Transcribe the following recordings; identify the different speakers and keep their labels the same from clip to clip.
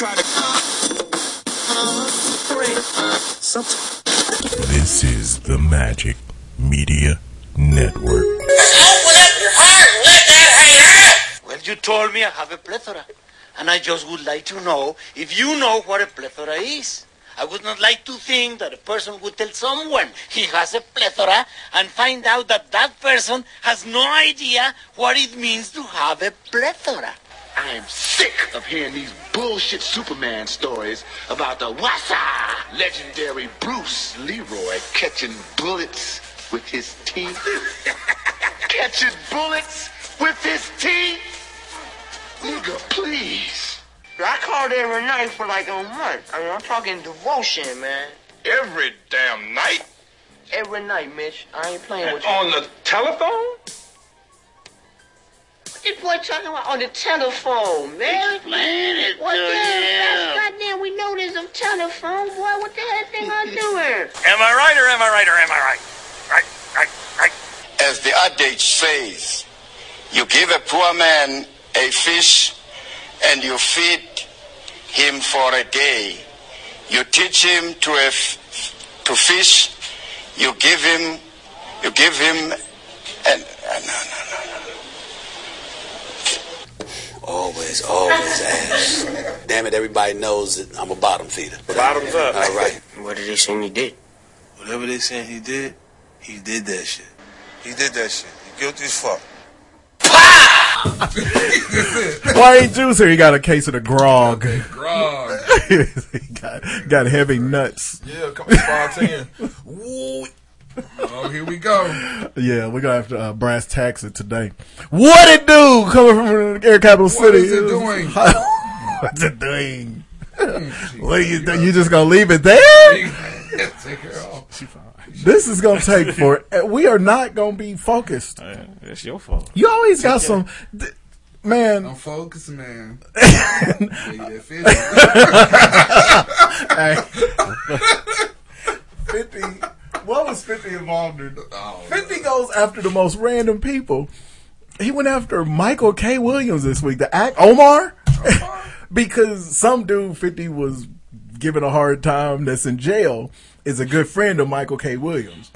Speaker 1: try to.
Speaker 2: This is the Magic Media Network.
Speaker 1: Well, you told me I have a plethora, and I just would like to know if you know what a plethora is. I would not like to think that a person would tell someone he has a plethora and find out that that person has no idea what it means to have a plethora.
Speaker 3: I am sick of hearing these bullshit Superman stories about the Wassa legendary Bruce Leroy catching bullets with his teeth. catching bullets with his teeth? Nigga, please.
Speaker 4: I called every night for like a month. I mean, I'm talking devotion, man.
Speaker 5: Every damn night?
Speaker 4: Every night, Mitch. I ain't playing with you.
Speaker 5: On the telephone?
Speaker 4: This boy talking about on the telephone, man.
Speaker 1: Explain it
Speaker 4: What
Speaker 1: to
Speaker 4: the
Speaker 1: you.
Speaker 4: hell? That's goddamn, we know there's a telephone, boy. What the hell thing I doing?
Speaker 5: Am I right or am I right or am I right? Right, right, right.
Speaker 6: as the adage says, you give a poor man a fish and you feed him for a day. You teach him to, a f- to fish, you give him, you give him, and, uh, no, no, no, no.
Speaker 7: Always, always ass. Damn it, everybody knows that I'm a bottom feeder.
Speaker 5: Bottoms up.
Speaker 7: All right.
Speaker 4: What did they say you did?
Speaker 8: Whatever they saying he did, he did that shit. He did that shit. He guilty as fuck.
Speaker 2: Wayne Juicer, he got a case of the grog.
Speaker 9: Grog.
Speaker 2: he got, got heavy nuts.
Speaker 9: Yeah, come on, 510. Woo. Oh, here we go.
Speaker 2: Yeah, we're gonna have to uh, brass tax it today. What it do? Coming from the air capital city.
Speaker 9: is it doing? Mm,
Speaker 2: What's it doing? What are you doing? You just gonna leave it there?
Speaker 9: Take her off.
Speaker 2: This is gonna take for. We are not gonna be focused.
Speaker 10: It's Uh, your fault.
Speaker 2: You always got some. th- Man,
Speaker 9: I'm focused, man. Take that fish.
Speaker 2: hey. fifty. What was fifty involved in?
Speaker 9: Oh,
Speaker 2: Fifty goes after the most random people. He went after Michael K. Williams this week. The act Omar, because some dude Fifty was given a hard time that's in jail is a good friend of Michael K. Williams.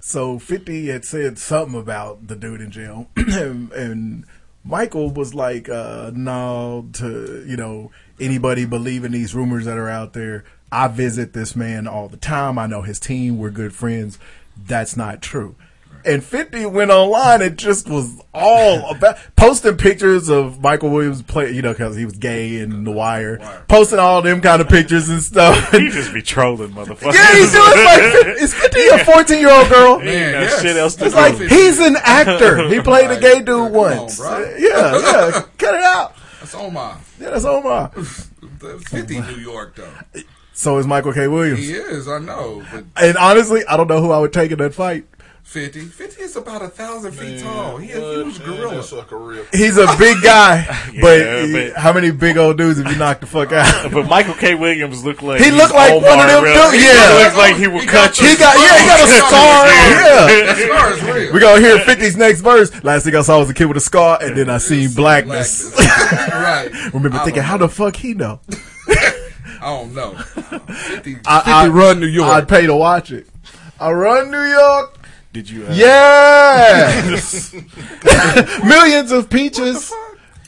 Speaker 2: So Fifty had said something about the dude in jail, and, and Michael was like, uh, "No, to you know anybody believing these rumors that are out there. I visit this man all the time. I know his team. We're good friends. That's not true." And Fifty went online and just was all about posting pictures of Michael Williams play, you know, because he was gay and The Wire, posting all them kind of pictures and stuff.
Speaker 10: You just be trolling, motherfucker.
Speaker 2: Yeah, he's doing like is fifty a fourteen year old girl.
Speaker 9: Man,
Speaker 10: Got
Speaker 9: yes.
Speaker 10: shit else to
Speaker 2: It's
Speaker 10: do.
Speaker 2: like he's an actor. He played a gay dude
Speaker 9: Come on,
Speaker 2: once.
Speaker 9: bro.
Speaker 2: yeah, yeah. Cut it out.
Speaker 9: That's on my
Speaker 2: Yeah, that's Omar.
Speaker 9: 50 New York, though.
Speaker 2: So is Michael K. Williams.
Speaker 9: He is, I know, but
Speaker 2: And honestly, I don't know who I would take in that fight.
Speaker 9: 50. 50 is about a thousand feet tall. He a huge gorilla.
Speaker 2: He's a big guy, but,
Speaker 10: Yeah,
Speaker 2: he-
Speaker 10: but-
Speaker 2: how many big old dudes have you knocked the fuck out?
Speaker 10: But Michael K. Williams looked like
Speaker 2: He
Speaker 10: he's
Speaker 2: looked like
Speaker 10: Omar
Speaker 2: one of them
Speaker 10: Rev-
Speaker 2: dudes,
Speaker 10: He
Speaker 2: yeah.
Speaker 10: looked like he would
Speaker 9: He got
Speaker 10: cut you.
Speaker 2: he got yeah, he got a scar. Yeah.
Speaker 9: That scar is real.
Speaker 2: We're gonna hear 50's next verse. Last thing I saw was a kid with a scar, and then I seen blackness.
Speaker 9: right.
Speaker 2: Remember
Speaker 9: I
Speaker 2: thinking,
Speaker 9: don't
Speaker 2: how the fuck he know?
Speaker 9: know. I don't know. 50, 50
Speaker 2: I-
Speaker 9: run New York.
Speaker 2: I'd pay to watch it. I run New York.
Speaker 10: Did you? Uh,
Speaker 2: Yeah, millions of peaches.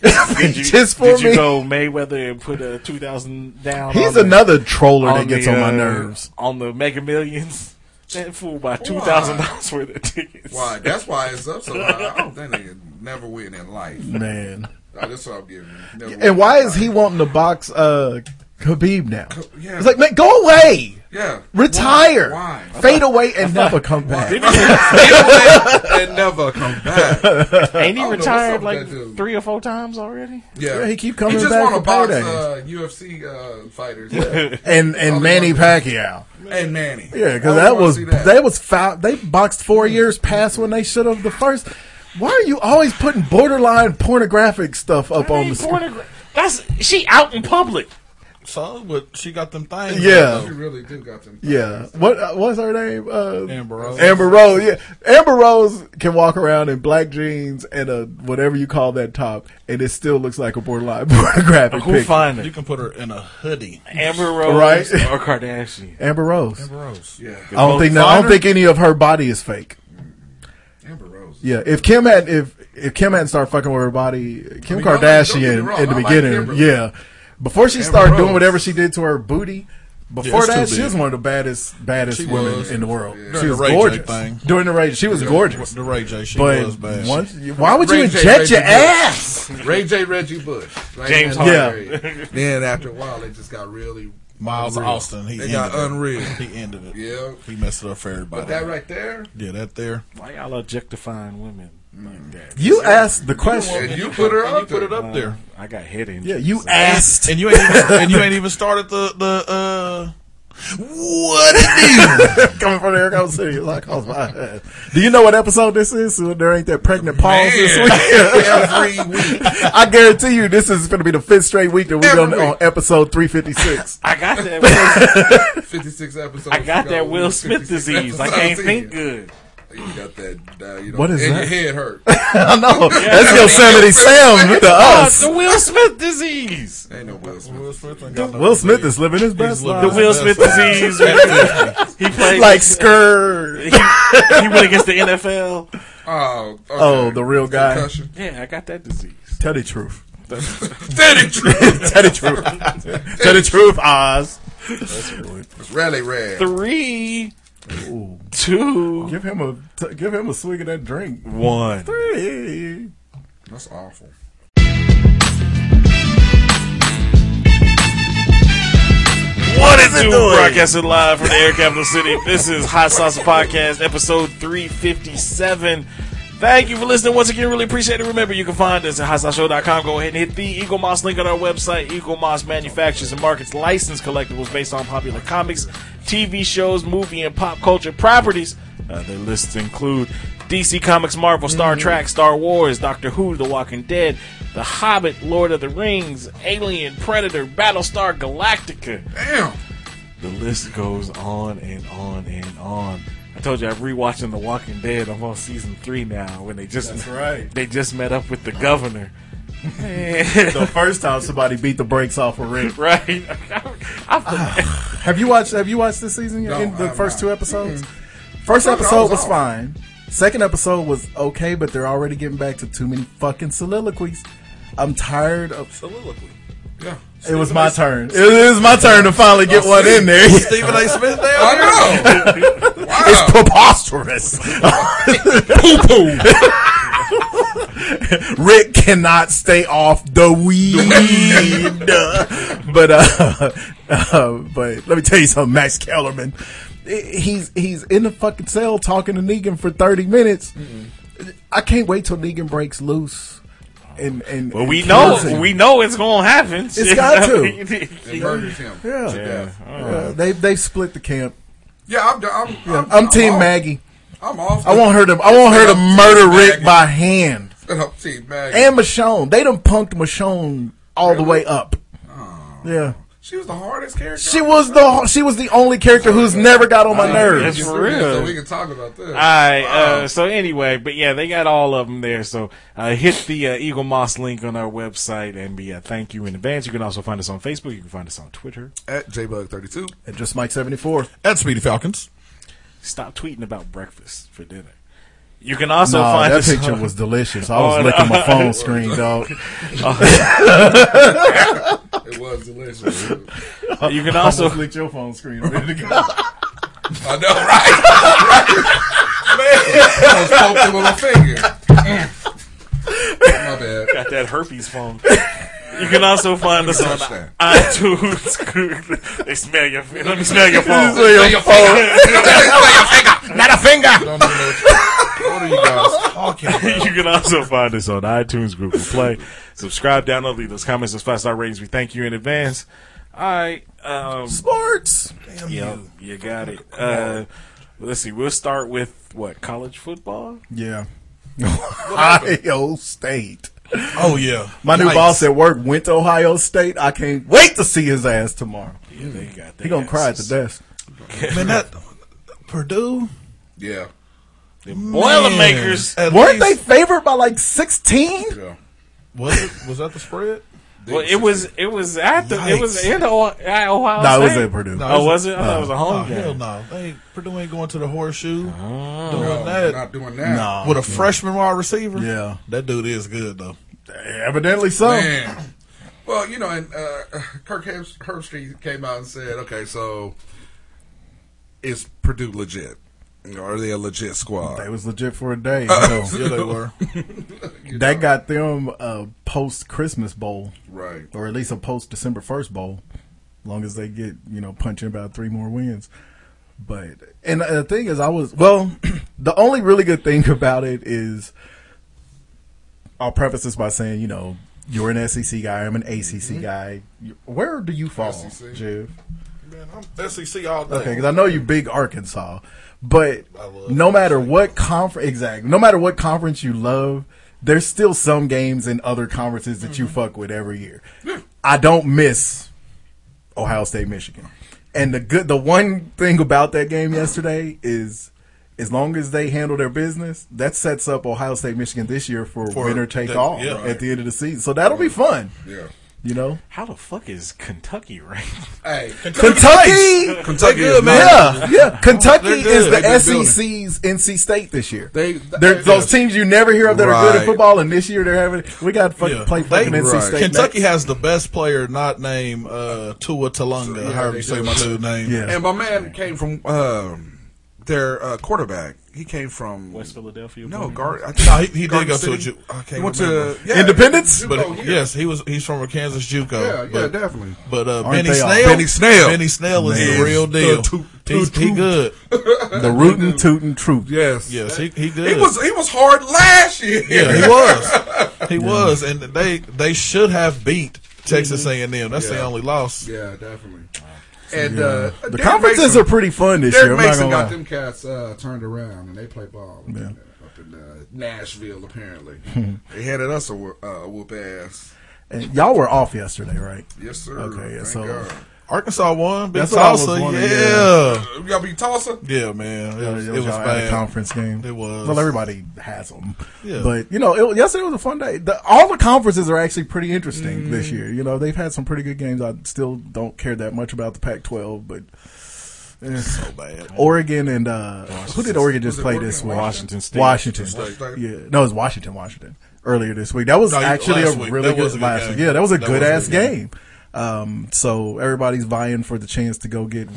Speaker 10: Did you,
Speaker 2: Just for
Speaker 10: did you
Speaker 2: me.
Speaker 10: go Mayweather and put a two thousand down?
Speaker 2: He's
Speaker 10: on the-
Speaker 2: another troller
Speaker 10: on
Speaker 2: that gets
Speaker 10: the,
Speaker 2: on my
Speaker 10: uh,
Speaker 2: nerves.
Speaker 10: On the Mega Millions, that fool by two thousand dollars worth of tickets.
Speaker 9: why? That's why it's up so high. I don't think they could never win in life.
Speaker 2: Man.
Speaker 9: Uh, That's what I'm giving. you. Never win
Speaker 2: And why
Speaker 9: in
Speaker 2: is he wanting to box uh Khabib now?
Speaker 9: yeah.
Speaker 2: It's like, man, go away.
Speaker 9: life. Yeah.
Speaker 2: Retire.
Speaker 9: Why? Why?
Speaker 2: Fade away and never come back.
Speaker 9: and never come back.
Speaker 10: Ain't he
Speaker 9: know what's up
Speaker 10: retired
Speaker 9: with
Speaker 10: like
Speaker 9: that dude.
Speaker 10: three or four times already?
Speaker 2: Yeah, he keep coming
Speaker 9: He just
Speaker 2: back
Speaker 9: wanna
Speaker 2: for
Speaker 9: box
Speaker 2: paydays.
Speaker 9: uh, UFC uh, fighters. Yeah.
Speaker 2: And and Manny Pacquiao.
Speaker 9: and Manny.
Speaker 2: Yeah,
Speaker 9: I
Speaker 2: because that
Speaker 9: wanna
Speaker 2: was
Speaker 9: see
Speaker 2: that. was five. They boxed four years past when they should have the first. Why are you always putting borderline pornographic stuff up on the
Speaker 10: Ain't
Speaker 2: screen?
Speaker 10: pornogra- That's she out in public.
Speaker 11: so, but she got them things.
Speaker 2: Yeah,
Speaker 11: She really do got them.
Speaker 2: Yeah, what uh, what's her name? Uh,
Speaker 11: Amber Rose.
Speaker 2: Amber Rose. Yeah, Amber Rose can walk around in black jeans and a whatever you call that top, and it still looks like a borderline pornographic.
Speaker 10: Who
Speaker 2: picture.
Speaker 10: find it?
Speaker 11: You can put her in a hoodie.
Speaker 10: Amber Rose
Speaker 2: Right.
Speaker 10: or Kardashian?
Speaker 2: Amber Rose.
Speaker 11: Amber Rose. Yeah.
Speaker 2: I don't think no, I don't think any of her body is fake.
Speaker 11: Amber Rose.
Speaker 2: Yeah, if Kim had if if Kim hadn't started fucking with her body,
Speaker 11: mean,
Speaker 2: Kim
Speaker 11: don't- don't get me
Speaker 2: Kardashian
Speaker 11: wrong,
Speaker 2: in the
Speaker 11: I like
Speaker 2: beginning,
Speaker 11: Amber.
Speaker 2: yeah, before she
Speaker 11: Amber
Speaker 2: started doing
Speaker 11: Rose.
Speaker 2: whatever she did to her booty. Before
Speaker 11: it's too
Speaker 2: that, she
Speaker 11: big.
Speaker 2: was one of the baddest, baddest
Speaker 11: She
Speaker 2: women
Speaker 11: was.
Speaker 2: in the world.
Speaker 11: Yeah.
Speaker 2: She
Speaker 11: During
Speaker 2: was
Speaker 11: the Ray J
Speaker 2: gorgeous
Speaker 11: thing.
Speaker 2: during the Ray. She was
Speaker 11: Yeah,
Speaker 2: gorgeous.
Speaker 11: the Ray J, she
Speaker 2: but
Speaker 11: was bad.
Speaker 2: once-
Speaker 11: She-
Speaker 2: why would you
Speaker 11: Ray J,
Speaker 2: inject
Speaker 11: Reggie
Speaker 2: your
Speaker 11: Bush.
Speaker 2: ass?
Speaker 9: Ray J. Reggie Bush. Right
Speaker 11: James
Speaker 9: in that
Speaker 11: Harden.
Speaker 9: area. then after a while, it just got really.
Speaker 11: Miles
Speaker 9: unreal.
Speaker 11: Austin, he
Speaker 9: they got
Speaker 11: ended it.
Speaker 9: unreal.
Speaker 11: He ended it.
Speaker 9: Yeah.
Speaker 11: He messed it up for everybody.
Speaker 9: But that right there,
Speaker 11: Yeah, that there.
Speaker 10: Why y'all objectifying women like that?
Speaker 2: You asked the question.
Speaker 11: And
Speaker 9: you put her
Speaker 11: And
Speaker 9: up
Speaker 11: you put
Speaker 9: there.
Speaker 11: it up there.
Speaker 10: I got hit in.
Speaker 2: Yeah, you asked.
Speaker 11: And you ain't even, and you ain't even started the the uh what it do?
Speaker 2: coming from Eric City, like oh my. ass. Do you know what episode this is? So there ain't that pregnant pause Uh, this
Speaker 9: Man.
Speaker 2: week. I guarantee you, this is going to be the fifth straight week that we're
Speaker 9: Every
Speaker 2: going
Speaker 9: week.
Speaker 2: on episode three fifty six.
Speaker 10: I got that. Will,
Speaker 9: fifty-six episodes.
Speaker 10: I got
Speaker 9: ago,
Speaker 10: that Will
Speaker 9: 56
Speaker 10: Smith disease. I
Speaker 9: episodes
Speaker 10: can't
Speaker 9: in.
Speaker 10: think good.
Speaker 9: You got that. down, you know,
Speaker 2: What is
Speaker 9: and
Speaker 2: that?
Speaker 9: Your head hurt.
Speaker 2: I know that's Yosemite Sam to us.
Speaker 10: the Will Smith disease.
Speaker 9: Ain't no Will Smith.
Speaker 11: Will Smith ain't got no
Speaker 2: Will Smith is living his best
Speaker 11: He's living
Speaker 2: life.
Speaker 10: The
Speaker 11: Uh,
Speaker 10: Will
Speaker 11: that's
Speaker 10: Smith
Speaker 11: right.
Speaker 10: disease. he played
Speaker 2: like Skur.
Speaker 10: he, he went against the NFL.
Speaker 9: Oh, okay.
Speaker 2: Oh, the real guy.
Speaker 9: Concussion.
Speaker 10: Yeah, I got that disease.
Speaker 2: Tell the truth.
Speaker 9: Tell the truth.
Speaker 2: Tell the truth. Tell the truth, Oz.
Speaker 9: It's Rally red.
Speaker 10: Three, two,
Speaker 2: Give him a t- give him a swig of that drink.
Speaker 10: one.
Speaker 2: Three.
Speaker 9: That's awful.
Speaker 10: What is it doing? Broadcasting live from the Air Capital City. This is Hot Sauce Podcast, episode 357. Thank you for listening once again. Really appreciate it. Remember, you can find us at hotsauceshow.com. Go ahead and hit the Eagle Moss link on our website. Eagle Moss manufactures and markets licensed collectibles based on popular comics, TV shows, movie, and pop culture properties. Uh, their lists include DC Comics, Marvel, Star Trek, Star Wars, Doctor Who, The Walking Dead, The Hobbit, Lord of the Rings, Alien, Predator, Battlestar Galactica.
Speaker 9: Damn.
Speaker 10: The list goes on and on and on. I told you I'm rewatching The Walking Dead. I'm on season three now. When they just
Speaker 2: That's right.
Speaker 10: they just met up with the governor.
Speaker 2: The first time somebody beat the brakes off of Rick.
Speaker 10: right? I, I,
Speaker 2: Have you watched? Have you watched this season? yet?
Speaker 9: No,
Speaker 2: in the
Speaker 9: I have
Speaker 2: first
Speaker 9: not.
Speaker 2: two episodes. First
Speaker 9: I
Speaker 2: episode
Speaker 9: was
Speaker 2: was
Speaker 9: off.
Speaker 2: fine. Second episode was okay, but they're already getting back to too many fucking soliloquies. I'm tired of.
Speaker 11: soliloquy.
Speaker 9: Yeah. Oh,
Speaker 2: It was my turn. It was my turn to finally get one in there.
Speaker 11: Stephen A. Smith
Speaker 9: I
Speaker 11: down there.
Speaker 9: know. wow.
Speaker 2: It's preposterous. Rick cannot stay off the weed. but uh, uh, but let me tell you something, Max Kellerman. He's he's in the fucking cell talking to Negan for thirty minutes. I can't wait till Negan breaks loose. And and
Speaker 10: but we
Speaker 2: and kills
Speaker 10: know
Speaker 2: him.
Speaker 10: we know it's gonna happen. It's
Speaker 2: got to.
Speaker 9: It murders him.
Speaker 2: yeah,
Speaker 9: To
Speaker 2: yeah.
Speaker 9: death.
Speaker 2: Uh, they they split the camp.
Speaker 9: Yeah, I'm. I'm,
Speaker 2: Yeah,
Speaker 9: I'm,
Speaker 2: I'm
Speaker 10: Oh.
Speaker 2: Team
Speaker 9: off.
Speaker 2: Maggie.
Speaker 9: I'm off.
Speaker 2: I want her to I want her to murder Rick by hand.
Speaker 9: her. I'm Team Maggie.
Speaker 2: and Michonne. They done punked Michonne all the way up.
Speaker 11: Oh.
Speaker 2: Yeah.
Speaker 9: she was the hardest character.
Speaker 2: She was the she was the only character who's never got on my
Speaker 10: That's
Speaker 2: nerves.
Speaker 10: for
Speaker 9: So we can- So
Speaker 10: real.
Speaker 9: we can talk about this.
Speaker 10: Alright, uh, so anyway, but yeah, they got all of them there. So uh, hit the uh, Eagle Moss link on our website and be uh, thank you in advance. You can also find us on Facebook. You can find us on Twitter.
Speaker 9: At JBug32.
Speaker 2: And just Mike seventy four.
Speaker 11: At Speedy Falcons.
Speaker 10: Stop tweeting about breakfast for dinner. You can also find
Speaker 2: that
Speaker 10: us
Speaker 2: picture
Speaker 10: on-
Speaker 2: was delicious. I was
Speaker 10: on-
Speaker 2: licking my phone screen, dog.
Speaker 9: It was delicious.
Speaker 10: You can also
Speaker 2: licked your phone screen. I
Speaker 9: I know, right? right. Man, I was poking with my finger. my bad.
Speaker 10: got that herpes phone. You can also find us on
Speaker 9: Touchdown.
Speaker 10: iTunes. they smell your. Let me smell your phone.
Speaker 2: your phone.
Speaker 10: Not a finger.
Speaker 9: Don't even know what, you, what are you guys talking about?
Speaker 10: you can also find us on iTunes, Google Play. Subscribe, download, leave those comments, those five star ratings. We thank you in advance. All right. Um,
Speaker 2: Sports.
Speaker 10: yep, you got it. Uh, let's see. We'll start with what college football.
Speaker 2: Yeah. Ohio State.
Speaker 11: Oh yeah,
Speaker 2: My new
Speaker 11: Yikes.
Speaker 2: boss at work went to Ohio State. I can't wait to see his ass tomorrow.
Speaker 11: Yeah, they got
Speaker 2: He gonna cry at the desk.
Speaker 11: Man, that Purdue.
Speaker 9: Yeah.
Speaker 10: Boilermakers.
Speaker 11: At
Speaker 2: Weren't
Speaker 11: least-
Speaker 2: they favored by like sixteen?
Speaker 11: Was it? Was that the spread?
Speaker 10: Well, it was it was at the it was
Speaker 11: Yikes.
Speaker 10: in Ohio. at Ohio
Speaker 2: No, it was
Speaker 10: State.
Speaker 2: at Purdue.
Speaker 10: oh, was it? I thought it was a home
Speaker 11: Oh,
Speaker 10: game.
Speaker 11: Hell no, they Purdue ain't going to the horseshoe.
Speaker 9: Uh-huh.
Speaker 11: doing
Speaker 9: No,
Speaker 11: that.
Speaker 9: not doing that.
Speaker 11: No. with a freshman wide receiver.
Speaker 2: Yeah.
Speaker 11: that dude is good though.
Speaker 2: Evidently so.
Speaker 9: Man. Well, you know, and uh, Kirk Herbst- Herbstreit came out and said, okay, so is Purdue legit? You know, Are they a legit squad?
Speaker 2: They was legit for a day.
Speaker 9: Uh,
Speaker 2: so.
Speaker 11: Yeah, they were.
Speaker 2: That got them a post Christmas bowl,
Speaker 9: Right.
Speaker 2: or at least a post December first bowl, long as they get you know punching about three more wins. But and the thing is, I was well. the only really good thing about it is, I'll preface this by saying, you know, you're an SEC guy, I'm an ACC
Speaker 9: Mm-hmm.
Speaker 2: guy. You- Where do you fall,
Speaker 9: E
Speaker 11: SEC.
Speaker 2: Jeff?
Speaker 11: Man, I'm SEC all day.
Speaker 2: Okay, because I know you big Arkansas, but
Speaker 11: I love
Speaker 2: no matter what conference, exactly, no matter what conference you love, there's still some games in other conferences that you fuck with every year. I don't miss Ohio State, Michigan, and the good, the one thing about that game yesterday is. As long as they handle their business, that sets up Ohio State, Michigan this year for,
Speaker 11: For
Speaker 2: winner take
Speaker 11: the-
Speaker 2: all
Speaker 11: yeah.
Speaker 2: at the end of the season. So that'll be fun,
Speaker 9: Yeah.
Speaker 2: you know.
Speaker 10: How the fuck is Kentucky ranked?
Speaker 9: Hey,
Speaker 2: Kentucky,
Speaker 9: Kentucky
Speaker 11: They good,
Speaker 9: is
Speaker 11: man.
Speaker 9: not-
Speaker 2: yeah, yeah. Kentucky
Speaker 11: They're good.
Speaker 2: is
Speaker 11: They've
Speaker 2: the E
Speaker 9: been
Speaker 2: SEC's NC State this year.
Speaker 9: They-
Speaker 2: They,
Speaker 9: they-
Speaker 2: are those teams you never hear of that are good
Speaker 9: Right.
Speaker 2: at football, and this year they're having. We got to fucking
Speaker 11: Yeah.
Speaker 2: play fucking
Speaker 11: They-
Speaker 2: NC
Speaker 9: right.
Speaker 2: State. man.
Speaker 11: Kentucky has the best player, not named uh, Tua Talunga.
Speaker 9: Yeah,
Speaker 11: however
Speaker 9: they
Speaker 11: you say
Speaker 9: do.
Speaker 11: my dude's name.
Speaker 2: Yeah.
Speaker 9: And my man came from um, their uh, quarterback. He came from
Speaker 10: West Philadelphia.
Speaker 9: No, guard. I
Speaker 11: No, he- he did
Speaker 9: Garden
Speaker 11: go to
Speaker 9: City.
Speaker 11: a Ju- I can't
Speaker 9: He went
Speaker 11: remember.
Speaker 9: to yeah,
Speaker 2: Independence?
Speaker 9: Juco,
Speaker 11: But
Speaker 9: yeah.
Speaker 11: yes, he was. He's from a Kansas JUCO.
Speaker 9: Yeah, yeah,
Speaker 11: but,
Speaker 9: definitely.
Speaker 11: But uh,
Speaker 2: Aren't
Speaker 11: Benny
Speaker 2: they all-
Speaker 11: Snell,
Speaker 9: Benny Snell.
Speaker 11: Benny Snell is
Speaker 9: Man.
Speaker 11: the real deal.
Speaker 9: The toot-
Speaker 11: he's,
Speaker 9: toot-
Speaker 11: he
Speaker 9: toot.
Speaker 11: good.
Speaker 2: the rootin' tootin' truth.
Speaker 9: Yes.
Speaker 11: Yes, he he good.
Speaker 9: He was he was hard last year.
Speaker 11: Yeah, he was. He was, and they they should have beat Texas A and M. That's the
Speaker 9: Yeah.
Speaker 11: only loss.
Speaker 9: Yeah, definitely. And uh,
Speaker 2: The
Speaker 9: Derek
Speaker 2: conferences
Speaker 9: Mason-
Speaker 2: are pretty fun this year.
Speaker 9: Derek
Speaker 2: I'm not
Speaker 9: Mason
Speaker 2: gonna
Speaker 9: got
Speaker 2: lie.
Speaker 9: them cats uh, turned around and they play ball. up
Speaker 2: Yeah.
Speaker 9: in, uh, Up in uh, Nashville, apparently, they handed us a whoop, uh, whoop ass.
Speaker 2: And y'all were off yesterday, right?
Speaker 9: Yes, sir.
Speaker 2: Okay, yeah,
Speaker 9: Thank
Speaker 2: so-
Speaker 9: God.
Speaker 11: Arkansas won. Big
Speaker 2: That's what I was
Speaker 11: Salsa,
Speaker 2: wondering,
Speaker 11: yeah.
Speaker 9: Uh, y'all be tossing.
Speaker 11: yeah, man. It was, it was
Speaker 2: y'all had a
Speaker 11: bad.
Speaker 2: conference game.
Speaker 11: It was.
Speaker 2: Well, everybody has them.
Speaker 11: Yeah.
Speaker 2: But you know, it, yesterday was a fun day. The, all the conferences are actually pretty interesting this
Speaker 11: Mm.
Speaker 2: year. You know, they've had some pretty good games. I still don't care that much about the Pac-12, but eh.
Speaker 11: so bad.
Speaker 2: Oregon and uh, who did Oregon just
Speaker 9: it
Speaker 2: play
Speaker 9: Oregon
Speaker 2: this
Speaker 9: or
Speaker 2: week?
Speaker 10: Washington State.
Speaker 2: Washington.
Speaker 9: State.
Speaker 2: Yeah, no, it was Washington. Washington earlier this week. That was
Speaker 11: No, you-
Speaker 2: actually a
Speaker 11: last week.
Speaker 2: really
Speaker 11: That
Speaker 2: good,
Speaker 11: was a good
Speaker 2: last
Speaker 11: game.
Speaker 2: week. Yeah, that was a
Speaker 11: That
Speaker 2: good
Speaker 11: was a
Speaker 2: ass
Speaker 11: good
Speaker 2: game. Um, so everybody's vying for the chance to go get.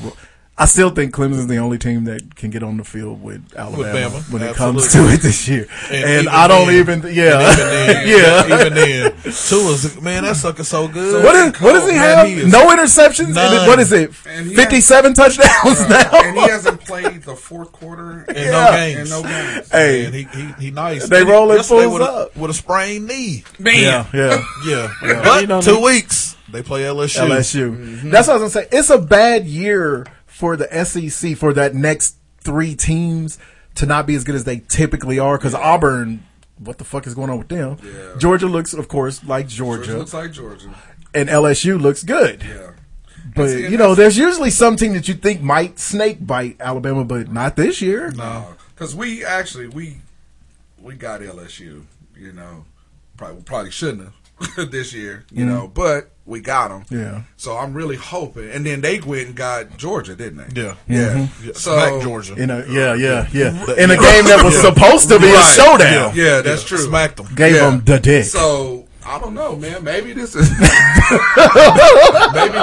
Speaker 2: I still think Clemson's the only team that can get on the field with Alabama
Speaker 11: Bama,
Speaker 2: when it comes to
Speaker 11: absolutely.
Speaker 2: it this year,
Speaker 11: And
Speaker 2: and,
Speaker 11: even
Speaker 2: I don't
Speaker 11: then-
Speaker 2: even. Yeah,
Speaker 11: Even then,
Speaker 2: yeah.
Speaker 11: Even then, Tua's man, that sucker's so good.
Speaker 2: What is what does he
Speaker 11: Man,
Speaker 2: have?
Speaker 11: is-
Speaker 2: no interceptions. And
Speaker 11: None.
Speaker 2: what is it?
Speaker 9: And he
Speaker 2: Fifty-seven touchdowns now.
Speaker 9: and he hasn't played the fourth quarter
Speaker 11: And no games.
Speaker 9: And no games.
Speaker 2: Hey.
Speaker 11: Man, he, he, he nice.
Speaker 2: They
Speaker 11: And
Speaker 2: rolling
Speaker 11: yesterday
Speaker 2: fools
Speaker 11: with a-
Speaker 2: up.
Speaker 11: with a sprained knee.
Speaker 2: yeah, yeah.
Speaker 11: Yeah,
Speaker 10: You know,
Speaker 11: but two
Speaker 10: they-
Speaker 11: weeks they play LSU.
Speaker 2: LSU.
Speaker 9: Mm-hmm.
Speaker 2: That's what I was gonna say. It's a bad year for the SEC for that next three teams to not be as good as they typically are because Auburn. What the fuck is going on with them?
Speaker 9: Yeah.
Speaker 2: Georgia looks, of course, like Georgia,
Speaker 9: Georgia looks like Georgia.
Speaker 2: and LSU looks good.
Speaker 9: Yeah.
Speaker 2: But
Speaker 9: See, and
Speaker 2: you know, there's usually some team that you think might snake bite Alabama, but not this year.
Speaker 9: because Uh, we actually we we got LSU. You know, probably probably shouldn't have this year. You know, but we got them.
Speaker 2: Yeah.
Speaker 9: So I'm really hoping. And then they went and got Georgia, didn't they?
Speaker 11: Yeah, Mm-hmm.
Speaker 9: Yeah. So
Speaker 11: smack Georgia.
Speaker 2: In a yeah, yeah, yeah.
Speaker 11: But-
Speaker 2: In a game that was
Speaker 11: Yeah.
Speaker 2: supposed to be
Speaker 9: Right.
Speaker 2: a showdown,
Speaker 9: Yeah, that's true.
Speaker 11: Smack them.
Speaker 2: gave
Speaker 9: Yeah.
Speaker 2: them the dick.
Speaker 9: So I don't know, man. Maybe this is maybe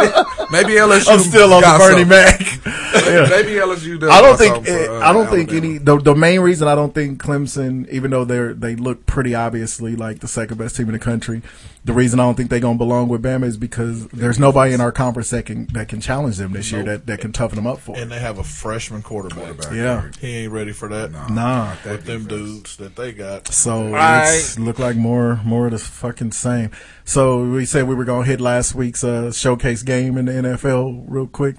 Speaker 9: maybe LSU.
Speaker 2: I'm still on the
Speaker 9: got
Speaker 2: Bernie
Speaker 9: something.
Speaker 2: Mac. Yeah.
Speaker 9: Maybe LSU. does
Speaker 2: I don't
Speaker 9: got
Speaker 2: think
Speaker 9: something for,
Speaker 2: eh,
Speaker 9: uh,
Speaker 2: I don't think
Speaker 9: Alabama.
Speaker 2: any the, the main reason I don't think Clemson, even though they're they look pretty obviously like the second best team in the country, the reason I don't think they're gonna belong with Bama is because there's nobody in our conference that can that can challenge them this year that, that can toughen them up for. it.
Speaker 11: and they have a freshman quarterback.
Speaker 2: yeah.
Speaker 11: He ain't ready for that.
Speaker 2: Nah.
Speaker 11: With them dudes that they got.
Speaker 2: So
Speaker 10: right.
Speaker 2: it's look like more more of the fucking same. So we said we were gonna hit last week's uh, showcase game in the NFL real quick.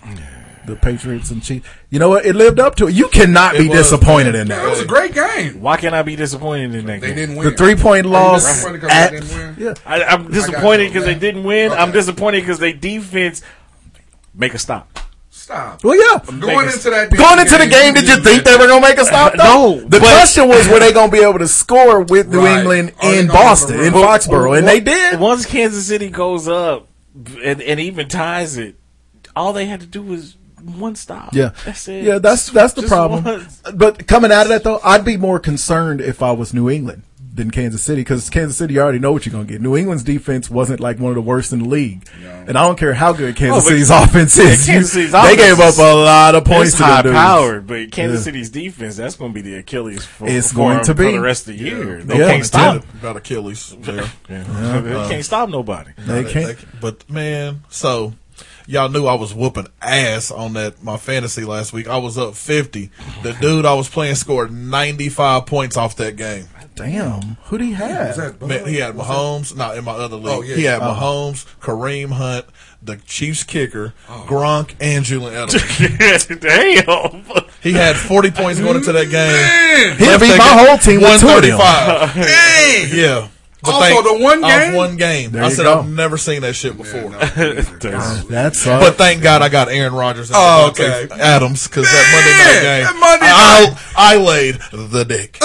Speaker 2: The Patriots and Chiefs. You know what? It lived up to it. You cannot be disappointed in that.
Speaker 9: It was a great game.
Speaker 10: Why can't I be disappointed in that?
Speaker 9: They didn't win.
Speaker 2: The three point loss
Speaker 9: disappointed 'cause they
Speaker 2: at
Speaker 9: didn't win?
Speaker 2: yeah.
Speaker 10: I,
Speaker 9: I
Speaker 10: I'm
Speaker 9: got
Speaker 10: disappointed
Speaker 9: you,
Speaker 10: because they
Speaker 9: man.
Speaker 10: didn't win. I'm disappointed because they defense make a stop.
Speaker 9: Stop.
Speaker 2: Well, yeah.
Speaker 9: Going into that damn
Speaker 2: Going into the game, did you think they were going to make a stop? Though?
Speaker 10: No,
Speaker 2: The
Speaker 10: but-
Speaker 2: question was, were they going to be able to score with New
Speaker 9: Right.
Speaker 2: England
Speaker 9: Are they
Speaker 2: in
Speaker 9: gonna have a
Speaker 2: Boston, in
Speaker 9: run?
Speaker 2: Foxborough? And they did.
Speaker 10: Once Kansas City goes up and, and even ties it, all they had to do was one stop.
Speaker 2: Yeah,
Speaker 10: That's it.
Speaker 2: yeah, that's that's the
Speaker 10: Just
Speaker 2: problem.
Speaker 10: one.
Speaker 2: But coming out of that though, I'd be more concerned if I was New England than Kansas City because Kansas City you already know what you're gonna get. New England's defense wasn't like one of the worst in the league, and I don't care how good Kansas
Speaker 10: Oh, but-
Speaker 2: City's offense
Speaker 10: Yeah,
Speaker 2: is.
Speaker 10: Kansas City's
Speaker 2: they
Speaker 10: offense
Speaker 2: gave up
Speaker 10: is-
Speaker 2: a lot of points
Speaker 10: it's
Speaker 2: to them
Speaker 10: high
Speaker 2: dudes.
Speaker 10: power, but Kansas
Speaker 2: Yeah.
Speaker 10: City's defense that's going to be the Achilles. For,
Speaker 2: It's
Speaker 10: for
Speaker 2: going
Speaker 10: them
Speaker 2: to
Speaker 10: for
Speaker 2: be.
Speaker 10: the rest of the year.
Speaker 11: Yeah,
Speaker 10: They
Speaker 11: no pun
Speaker 10: can't stop.
Speaker 11: intended about Achilles. Yeah.
Speaker 10: Yeah. They can't stop nobody.
Speaker 11: No,
Speaker 2: They can't.
Speaker 11: But man, so y'all knew I was whooping ass on that my fantasy last week. I was up fifty. The dude I was playing scored ninety five points off that game.
Speaker 2: Damn, who do he have?
Speaker 11: Man, he had Mahomes. Not in my other league.
Speaker 9: yeah.
Speaker 11: He had
Speaker 2: Oh.
Speaker 11: Mahomes, Kareem Hunt, the Chiefs kicker,
Speaker 9: Oh.
Speaker 11: Gronk, and Julian Edelman.
Speaker 10: Damn.
Speaker 11: he had forty points going into that game.
Speaker 2: He
Speaker 11: Left
Speaker 2: beat
Speaker 11: that
Speaker 2: my
Speaker 11: game-
Speaker 2: whole team with two of them.
Speaker 11: 135.
Speaker 9: Dang.
Speaker 11: Yeah. But
Speaker 9: Also,
Speaker 11: thank-
Speaker 9: the one
Speaker 11: off
Speaker 9: game?
Speaker 11: one game.
Speaker 2: There
Speaker 11: I
Speaker 2: you
Speaker 11: said
Speaker 2: go.
Speaker 11: I've never seen that shit before.
Speaker 10: That's-
Speaker 2: That's
Speaker 11: But thank God I got Aaron Rodgers and
Speaker 9: Oh,
Speaker 11: Devontae
Speaker 9: okay.
Speaker 11: Adams because that
Speaker 9: Man,
Speaker 11: Monday night game,
Speaker 9: that
Speaker 11: I, I laid the dick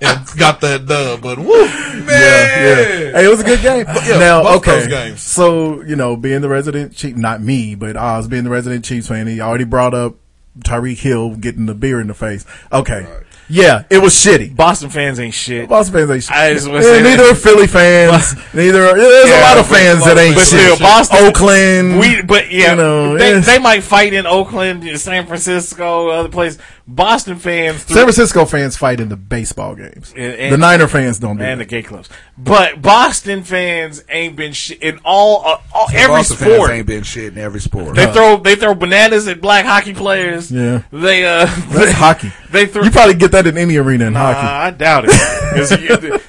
Speaker 11: and got that dub. But woo,
Speaker 2: yeah. Hey, it was a good game.
Speaker 11: yeah,
Speaker 2: now,
Speaker 11: both
Speaker 2: okay.
Speaker 11: those games.
Speaker 2: So, you know, being the resident Chief, not me, but Oz being the resident Chiefs fan, he already brought up Tyreek Hill getting the beer in the face. Okay. Yeah, it was shitty.
Speaker 10: Boston fans ain't shit.
Speaker 2: Boston fans ain't shit.
Speaker 10: I just wanna
Speaker 2: Yeah,
Speaker 10: say that.
Speaker 2: neither are Philly fans. neither are, there's a
Speaker 11: Yeah,
Speaker 2: lot of
Speaker 11: but-
Speaker 2: fans that ain't
Speaker 10: but
Speaker 2: shit.
Speaker 10: still, Boston-
Speaker 2: Oakland.
Speaker 10: We, but yeah,
Speaker 2: You know,
Speaker 10: they,
Speaker 2: it's-
Speaker 10: they might fight in Oakland, San Francisco, other places. Boston fans, threw-
Speaker 2: San Francisco fans fight in the baseball games.
Speaker 10: And- and-
Speaker 2: the Niner fans don't do
Speaker 10: and the
Speaker 2: that.
Speaker 10: gay clubs, but Boston fans ain't been sh- in all, uh, all every
Speaker 9: Boston fans
Speaker 10: sport.
Speaker 9: ain't been shit in every sport.
Speaker 10: They throw they throw bananas at black hockey players.
Speaker 2: Yeah.
Speaker 10: they uh,
Speaker 2: That's
Speaker 10: they,
Speaker 2: hockey.
Speaker 10: They threw.
Speaker 2: You probably get that in any arena in
Speaker 10: Nah,
Speaker 2: hockey.
Speaker 10: I doubt it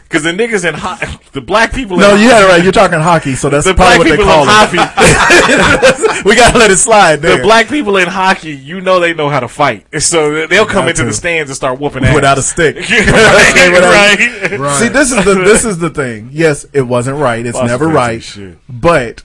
Speaker 10: because the niggas in ho- the black people.
Speaker 2: No,
Speaker 10: in
Speaker 2: you had it right. You're talking hockey, so that's
Speaker 10: the
Speaker 2: probably what
Speaker 10: black
Speaker 2: they
Speaker 10: people in
Speaker 2: call it.
Speaker 10: hockey.
Speaker 2: we gotta let it slide. There.
Speaker 10: the black people in hockey, you know they know how to fight, so they'll come
Speaker 2: Got
Speaker 10: into
Speaker 2: to.
Speaker 10: the stands and start whooping ass
Speaker 2: without a stick.
Speaker 10: right,
Speaker 2: Without-
Speaker 10: right.
Speaker 2: See, this is the this is the thing. Yes, it wasn't right. It's
Speaker 10: Boston
Speaker 2: never
Speaker 10: fans
Speaker 2: right.
Speaker 10: ain't shit.
Speaker 2: But